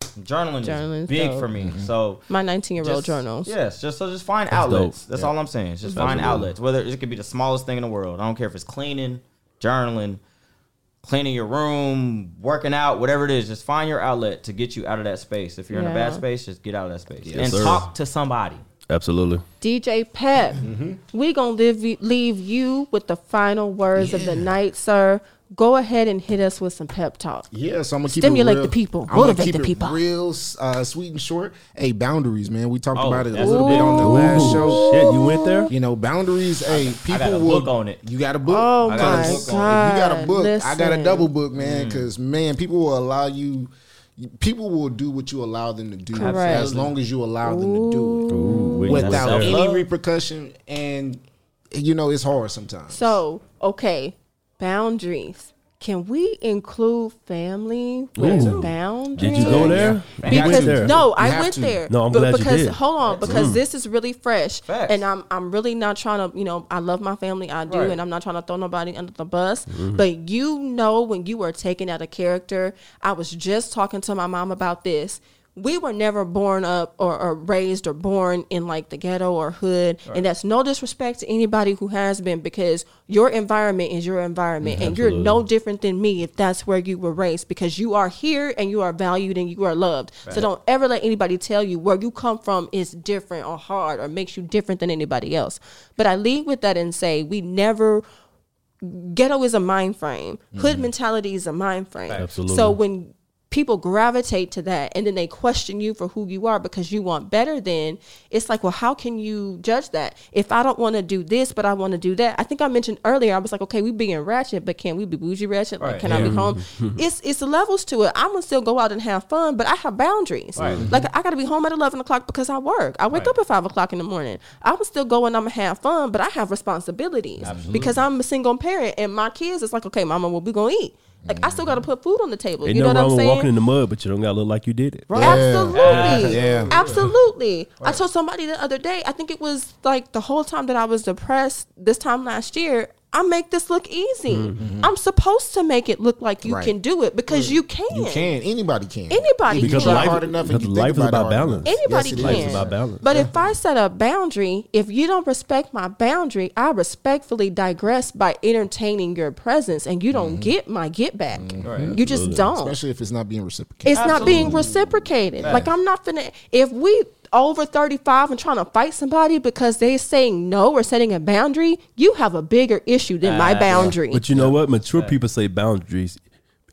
Speaker 4: Journaling
Speaker 1: Journaling's
Speaker 4: is big
Speaker 1: dope.
Speaker 4: for me. So
Speaker 1: my 19 year old
Speaker 4: just-
Speaker 1: journals
Speaker 4: Yes, just so just find outlets.
Speaker 6: dope.
Speaker 4: That's
Speaker 6: Yeah.
Speaker 4: all I'm saying. Just find
Speaker 6: Absolutely.
Speaker 4: outlets. Whether it could be the smallest thing in the world. I don't care if it's cleaning, journaling, cleaning your room, working out, whatever it is. Just find your outlet to get you out of that space. If you're in a bad
Speaker 1: Yeah.
Speaker 4: space, just get out of that space and
Speaker 6: Yes, sir.
Speaker 4: talk to somebody.
Speaker 6: Absolutely.
Speaker 1: dj pep we gonna leave, leave you with the final words of the night sir go ahead and hit us with some pep talk.
Speaker 3: Yeah, so I'm gonna keep
Speaker 1: Stimulate
Speaker 3: it real.
Speaker 1: the people.
Speaker 3: I'm gonna
Speaker 1: Motivate
Speaker 3: keep
Speaker 1: the
Speaker 3: it
Speaker 1: people.
Speaker 3: Real uh, sweet and short. Hey, boundaries, man. We talked
Speaker 4: Oh,
Speaker 3: about it a
Speaker 4: that's
Speaker 3: little
Speaker 4: a
Speaker 3: bit
Speaker 4: big
Speaker 3: on the
Speaker 4: one.
Speaker 3: last show.
Speaker 6: Shit, you went there?
Speaker 3: You know, boundaries. Hey, people
Speaker 4: got a
Speaker 3: will
Speaker 4: book on it.
Speaker 3: You got a book.
Speaker 1: Oh my
Speaker 4: I got a
Speaker 1: god!
Speaker 4: book on it. You
Speaker 3: you got a book. Mm. I got a
Speaker 1: listen.
Speaker 3: double book, man. Because man, people will allow you. People will do what you allow them to do
Speaker 1: Correct.
Speaker 3: as long as you allow them to do it
Speaker 6: Ooh,
Speaker 3: without
Speaker 4: Self-love.
Speaker 3: any repercussion. And you know, it's hard sometimes.
Speaker 1: So okay, boundaries. Can we include family
Speaker 6: Ooh.
Speaker 1: with boundaries?
Speaker 6: Did you go there?
Speaker 3: Yeah.
Speaker 6: You
Speaker 1: Because
Speaker 6: went there.
Speaker 1: no,
Speaker 3: You
Speaker 1: I
Speaker 3: have
Speaker 1: went
Speaker 3: to.
Speaker 1: there.
Speaker 6: No, I'm
Speaker 1: But
Speaker 6: glad you
Speaker 1: because
Speaker 6: did.
Speaker 1: hold on, because this is really fresh,
Speaker 4: Facts.
Speaker 1: and I'm I'm really not trying to you know I love my family, I do,
Speaker 4: Right.
Speaker 1: and I'm not trying to throw nobody under the bus.
Speaker 6: Mm-hmm.
Speaker 1: But you know when you were taken out of character, I was just talking to my mom about this. We were never born up or, or raised or born in like the ghetto or hood, and that's no disrespect to anybody who has been because your environment is your environment, and you're no different than me if that's where you were raised because you are here and you are valued and you are loved. So don't ever let anybody tell you where you come from is different or hard or makes you different than anybody else. But I lead with that and say we never ghetto is a mind frame. Hood mentality is a mind frame.
Speaker 6: Absolutely.
Speaker 4: Mm-hmm.
Speaker 1: So when people gravitate to that and then they question you for who you are because you want better than it's like well how can you judge that if i don't want to do this but i want to do that i think i mentioned earlier i was like okay we being ratchet but can we be bougie ratchet like
Speaker 4: Right.
Speaker 1: can i be home it's it's levels to it i'm gonna still go out and have fun but i have boundaries like i gotta be home at 11 o'clock because i work i wake
Speaker 4: Mm-hmm. Right.
Speaker 1: up at 5 o'clock in the morning i'm still going i'm gonna have fun but i have responsibilities because i'm a single parent and my kids it's like okay mama what we gonna eat like I still gotta
Speaker 4: Mm-hmm.
Speaker 1: put food on the table.
Speaker 6: Ain't
Speaker 1: you know what I'm
Speaker 6: nothing wrong with
Speaker 1: saying?
Speaker 6: walking in the mud, but you don't got to look like you did it.
Speaker 3: Right.
Speaker 1: Absolutely.
Speaker 3: Yeah. Yeah.
Speaker 1: Absolutely. I told somebody the other day, I think it was like the whole time that I was depressed this time last year, I make this look easy. I'm supposed to make it look like you
Speaker 3: Mm-hmm. Right. Mm.
Speaker 1: can do it because you can.
Speaker 3: you can. Anybody can.
Speaker 1: Anybody
Speaker 3: Because
Speaker 1: can.
Speaker 3: life- hard enough and
Speaker 6: because
Speaker 3: you think
Speaker 6: life is
Speaker 3: about it
Speaker 6: about
Speaker 3: hard enough.
Speaker 6: balance.
Speaker 1: Anybody
Speaker 3: Yes, it
Speaker 1: can.
Speaker 3: is.
Speaker 6: It's about balance.
Speaker 1: But if I set a boundary, if you don't respect my boundary, I respectfully digress by entertaining your presence and you don't
Speaker 3: Mm-hmm.
Speaker 1: get my get back. You just don't.
Speaker 3: Especially if it's not being reciprocated.
Speaker 1: It's not being reciprocated. Like I'm not finna. If we over 35 and trying to fight somebody because they saying no or setting a boundary, you have a bigger issue than my boundary.
Speaker 6: But you know what? Mature people say boundaries.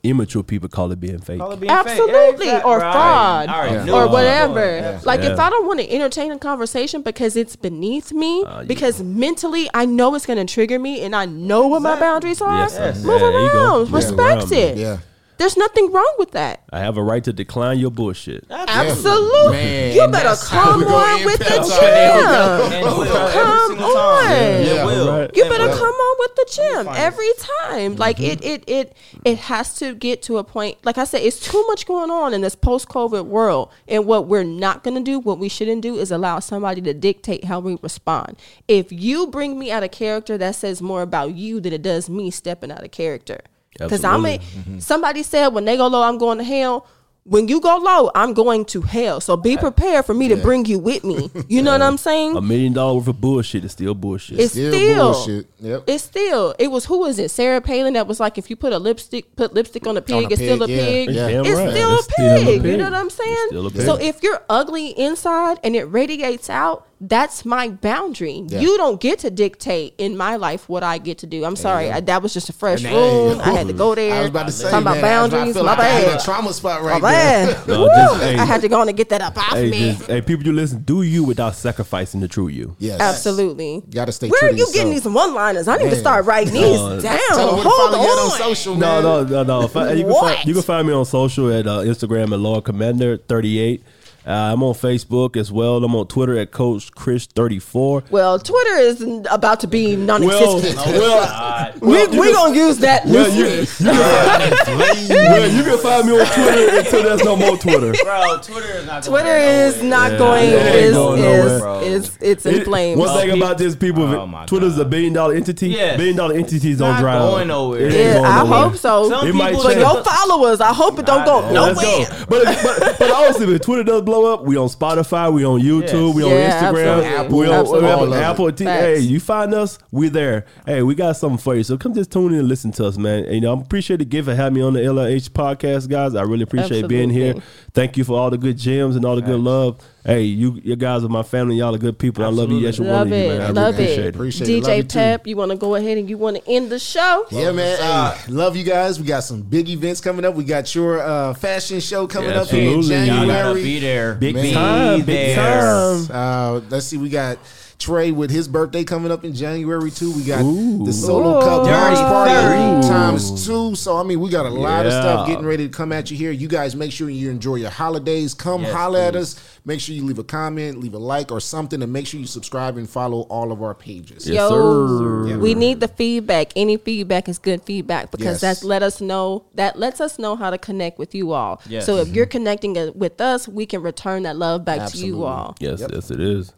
Speaker 6: Immature people call it being fake.
Speaker 4: Call it being fake. Yeah,
Speaker 1: Absolutely,
Speaker 4: exact-
Speaker 1: or
Speaker 4: right.
Speaker 1: fraud,
Speaker 4: I already knew it
Speaker 1: or
Speaker 4: was
Speaker 1: whatever.
Speaker 4: fraud.
Speaker 1: Like if
Speaker 6: Yeah.
Speaker 1: I don't want to entertain a conversation because it's beneath me,
Speaker 6: Uh,
Speaker 1: because mentally I know it's going to trigger me, and I know what my
Speaker 4: Exactly.
Speaker 1: boundaries are.
Speaker 6: Yes, yes.
Speaker 1: Move
Speaker 6: Yeah, there you go.
Speaker 1: around,
Speaker 6: Yeah.
Speaker 1: respect
Speaker 6: Move around,
Speaker 1: it.
Speaker 3: yeah.
Speaker 1: There's nothing wrong with that.
Speaker 6: I have a right to decline your bullshit.
Speaker 1: Absolutely,
Speaker 3: Man,
Speaker 1: you
Speaker 3: and
Speaker 1: better
Speaker 3: that's how
Speaker 1: come
Speaker 3: we gonna
Speaker 1: on with the
Speaker 3: impact
Speaker 1: jam.
Speaker 3: our neighborhood.
Speaker 4: And it will
Speaker 1: Come
Speaker 4: every single time.
Speaker 1: on.
Speaker 4: It
Speaker 3: Yeah.
Speaker 4: will.
Speaker 6: Right.
Speaker 1: You
Speaker 4: It
Speaker 1: better
Speaker 4: will.
Speaker 1: come on with the gym
Speaker 4: uh, find it. Mm-hmm.
Speaker 1: every time. Like it, it, it, it has to get to a point. Like I said, it's too much going on in this post-COVID world. And what we're not going to do, what we shouldn't do, is allow somebody to dictate how we respond. If you bring me out of character, that says more about you than it does me stepping out of character. Because I'm a.
Speaker 4: Mm-hmm.
Speaker 1: Somebody said when they go low, I'm going to hell. When you go low, I'm going to hell. So be prepared for me to bring you with me. You know what I'm saying?
Speaker 6: A million dollar worth of bullshit is still bullshit.
Speaker 1: It's
Speaker 3: Still
Speaker 1: still
Speaker 3: bullshit. Yep.
Speaker 1: it's still it was who was it Sarah Palin that was like if you put a lipstick put lipstick on a pig
Speaker 3: a
Speaker 1: it's still a
Speaker 3: pig, yeah,
Speaker 1: pig
Speaker 3: yeah.
Speaker 6: Damn
Speaker 1: it's
Speaker 6: right.
Speaker 1: still
Speaker 6: It's
Speaker 1: a
Speaker 6: still a
Speaker 1: pig you
Speaker 6: pig.
Speaker 1: know what I'm saying
Speaker 6: still a pig.
Speaker 1: so if you're ugly inside and it radiates out that's my boundary
Speaker 3: Yeah.
Speaker 1: you don't get to dictate in my life what I get to do I'm sorry I, that was just a fresh
Speaker 3: Hey.
Speaker 1: room I had to go there
Speaker 3: I was about to say,
Speaker 1: talking about
Speaker 3: man, I
Speaker 1: boundaries
Speaker 3: feel
Speaker 1: my
Speaker 3: like I had a
Speaker 1: bad
Speaker 3: trauma spot
Speaker 1: my
Speaker 3: right there.
Speaker 1: bad
Speaker 6: No, just-
Speaker 1: Woo!
Speaker 6: hey.
Speaker 1: I had to go on and get that up off
Speaker 6: hey,
Speaker 1: me
Speaker 6: just- hey, people, you listen. Do you without sacrificing the true you.
Speaker 3: Yes.
Speaker 1: absolutely
Speaker 3: Gotta stay
Speaker 1: where
Speaker 3: true
Speaker 1: are
Speaker 3: to
Speaker 1: you getting
Speaker 3: yourself.
Speaker 1: these one liners I need to
Speaker 3: Man.
Speaker 1: start writing these down
Speaker 3: Tell them where to
Speaker 1: hold
Speaker 3: follow you at on
Speaker 1: on
Speaker 3: social,
Speaker 6: No,
Speaker 3: man.
Speaker 6: no, no, no. Fi- You can,
Speaker 1: What?
Speaker 6: find, you can find me on social at uh, Instagram at Law Commander thirty eight. Uh, I'm on Facebook as well. I'm on Twitter at Coach Chris thirty four.
Speaker 1: Well, Twitter is n- about to be
Speaker 6: Well,
Speaker 1: non-existent.
Speaker 6: well,
Speaker 1: we we gonna use that.
Speaker 6: well, you, you, can find, well, you can find me on Twitter until there's no more Twitter.
Speaker 4: Bro, Twitter is not.
Speaker 1: Twitter is not
Speaker 6: Yeah,
Speaker 1: going.
Speaker 6: it ain't
Speaker 1: Is
Speaker 6: going
Speaker 1: is,
Speaker 4: nowhere.
Speaker 1: is it's in
Speaker 6: It-
Speaker 1: flames.
Speaker 6: One thing
Speaker 4: Oh,
Speaker 6: about this, people,
Speaker 4: oh my
Speaker 6: Twitter's
Speaker 4: God.
Speaker 6: a billion dollar entity.
Speaker 4: Yes.
Speaker 6: Billion dollar entities don't
Speaker 4: Not
Speaker 6: drive.
Speaker 4: going nowhere.
Speaker 6: It ain't
Speaker 1: Yeah,
Speaker 6: going
Speaker 1: I
Speaker 6: nowhere.
Speaker 1: hope so.
Speaker 4: Some
Speaker 6: It might
Speaker 4: people
Speaker 1: But
Speaker 6: change.
Speaker 1: your followers, I hope it don't go
Speaker 4: I know.
Speaker 6: Let's
Speaker 1: nowhere.
Speaker 6: go. But, but but honestly, if Twitter does blow up, we on Spotify, we on YouTube,
Speaker 4: Yes.
Speaker 6: we on
Speaker 1: Yeah,
Speaker 6: Instagram,
Speaker 1: absolutely.
Speaker 6: we on
Speaker 1: Absolutely.
Speaker 6: we on
Speaker 3: All of it.
Speaker 6: Apple. T-
Speaker 1: Facts.
Speaker 6: hey, you find us, we there. Hey, we got something for you. So come just tune in and listen to us, man. And you know, I appreciate the gift of having me on the LLH podcast, guys. I really appreciate being
Speaker 1: Absolutely.
Speaker 6: here. Thank you for all the good gems and all the good love. hey, you you guys are my family. Y'all are good people. I love you. Yes, you're
Speaker 1: Love
Speaker 6: one of you,
Speaker 1: it.
Speaker 6: man. I really
Speaker 1: love
Speaker 6: appreciate
Speaker 1: it.
Speaker 6: it.
Speaker 3: Appreciate it. Love
Speaker 1: DJ
Speaker 3: you too.
Speaker 1: Pep, you want to go ahead and you want to end the show?
Speaker 3: Yeah, man.
Speaker 4: side.
Speaker 3: Hey, love you guys. We got some big events coming up. We got your uh, fashion show coming
Speaker 6: Yeah,
Speaker 3: up in
Speaker 6: absolutely.
Speaker 4: Y'all gotta
Speaker 3: January.
Speaker 4: be there.
Speaker 6: Big
Speaker 4: be
Speaker 6: time, big time.
Speaker 3: Uh, let's see. We got Trey with his birthday coming up in January too. We got
Speaker 6: Ooh.
Speaker 3: the Solo Cup
Speaker 1: Ooh.
Speaker 3: launch party
Speaker 4: Dirty
Speaker 3: times two. So I mean, we got a lot of stuff
Speaker 6: Yeah.
Speaker 3: getting ready to come at you here. You guys make sure you enjoy your holidays. Come
Speaker 4: Yes,
Speaker 3: holler at
Speaker 4: please.
Speaker 3: us. Make sure you leave a comment, leave a like or something, and make sure you subscribe and follow all of our pages.
Speaker 6: Yes,
Speaker 1: Yo,
Speaker 6: sir.
Speaker 1: we need the feedback. Any feedback is good feedback because
Speaker 3: Yes.
Speaker 1: that's let us know that lets us know how to connect with you all.
Speaker 4: Yes.
Speaker 1: So if you're connecting uh, with us, we can return that love back to you
Speaker 3: Absolutely.
Speaker 1: all.
Speaker 6: Yes,
Speaker 3: Yep.
Speaker 6: yes, it is.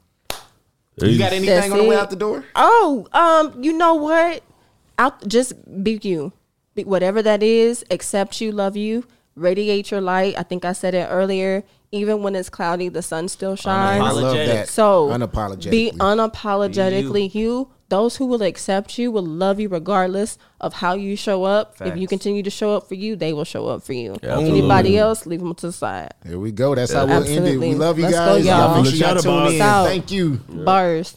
Speaker 3: You got anything
Speaker 1: That's
Speaker 3: on the way
Speaker 1: it.
Speaker 3: out the door?
Speaker 1: Oh, um, you know what? Out just be you. Be, whatever that is, accept you, love you, radiate your light. I think I said it earlier. Even when it's cloudy, the sun still shines.
Speaker 3: I love
Speaker 4: Apologetic.
Speaker 3: that.
Speaker 1: So
Speaker 3: unapologetically.
Speaker 1: Be unapologetically you. Those who will accept you will love you regardless of how you show up. If you
Speaker 4: Facts.
Speaker 1: continue to show up for you, they will show up for you.
Speaker 6: Yeah,
Speaker 1: Anybody else, leave them to the side.
Speaker 3: There we go. That's how we'll end it.
Speaker 1: Absolutely.
Speaker 3: We love you
Speaker 1: Let's go,
Speaker 3: guys.
Speaker 1: y'all.
Speaker 3: Make sure y'all
Speaker 6: Shout
Speaker 3: tune
Speaker 6: out.
Speaker 3: in.
Speaker 1: Shout out.
Speaker 3: Thank you.
Speaker 1: Bars.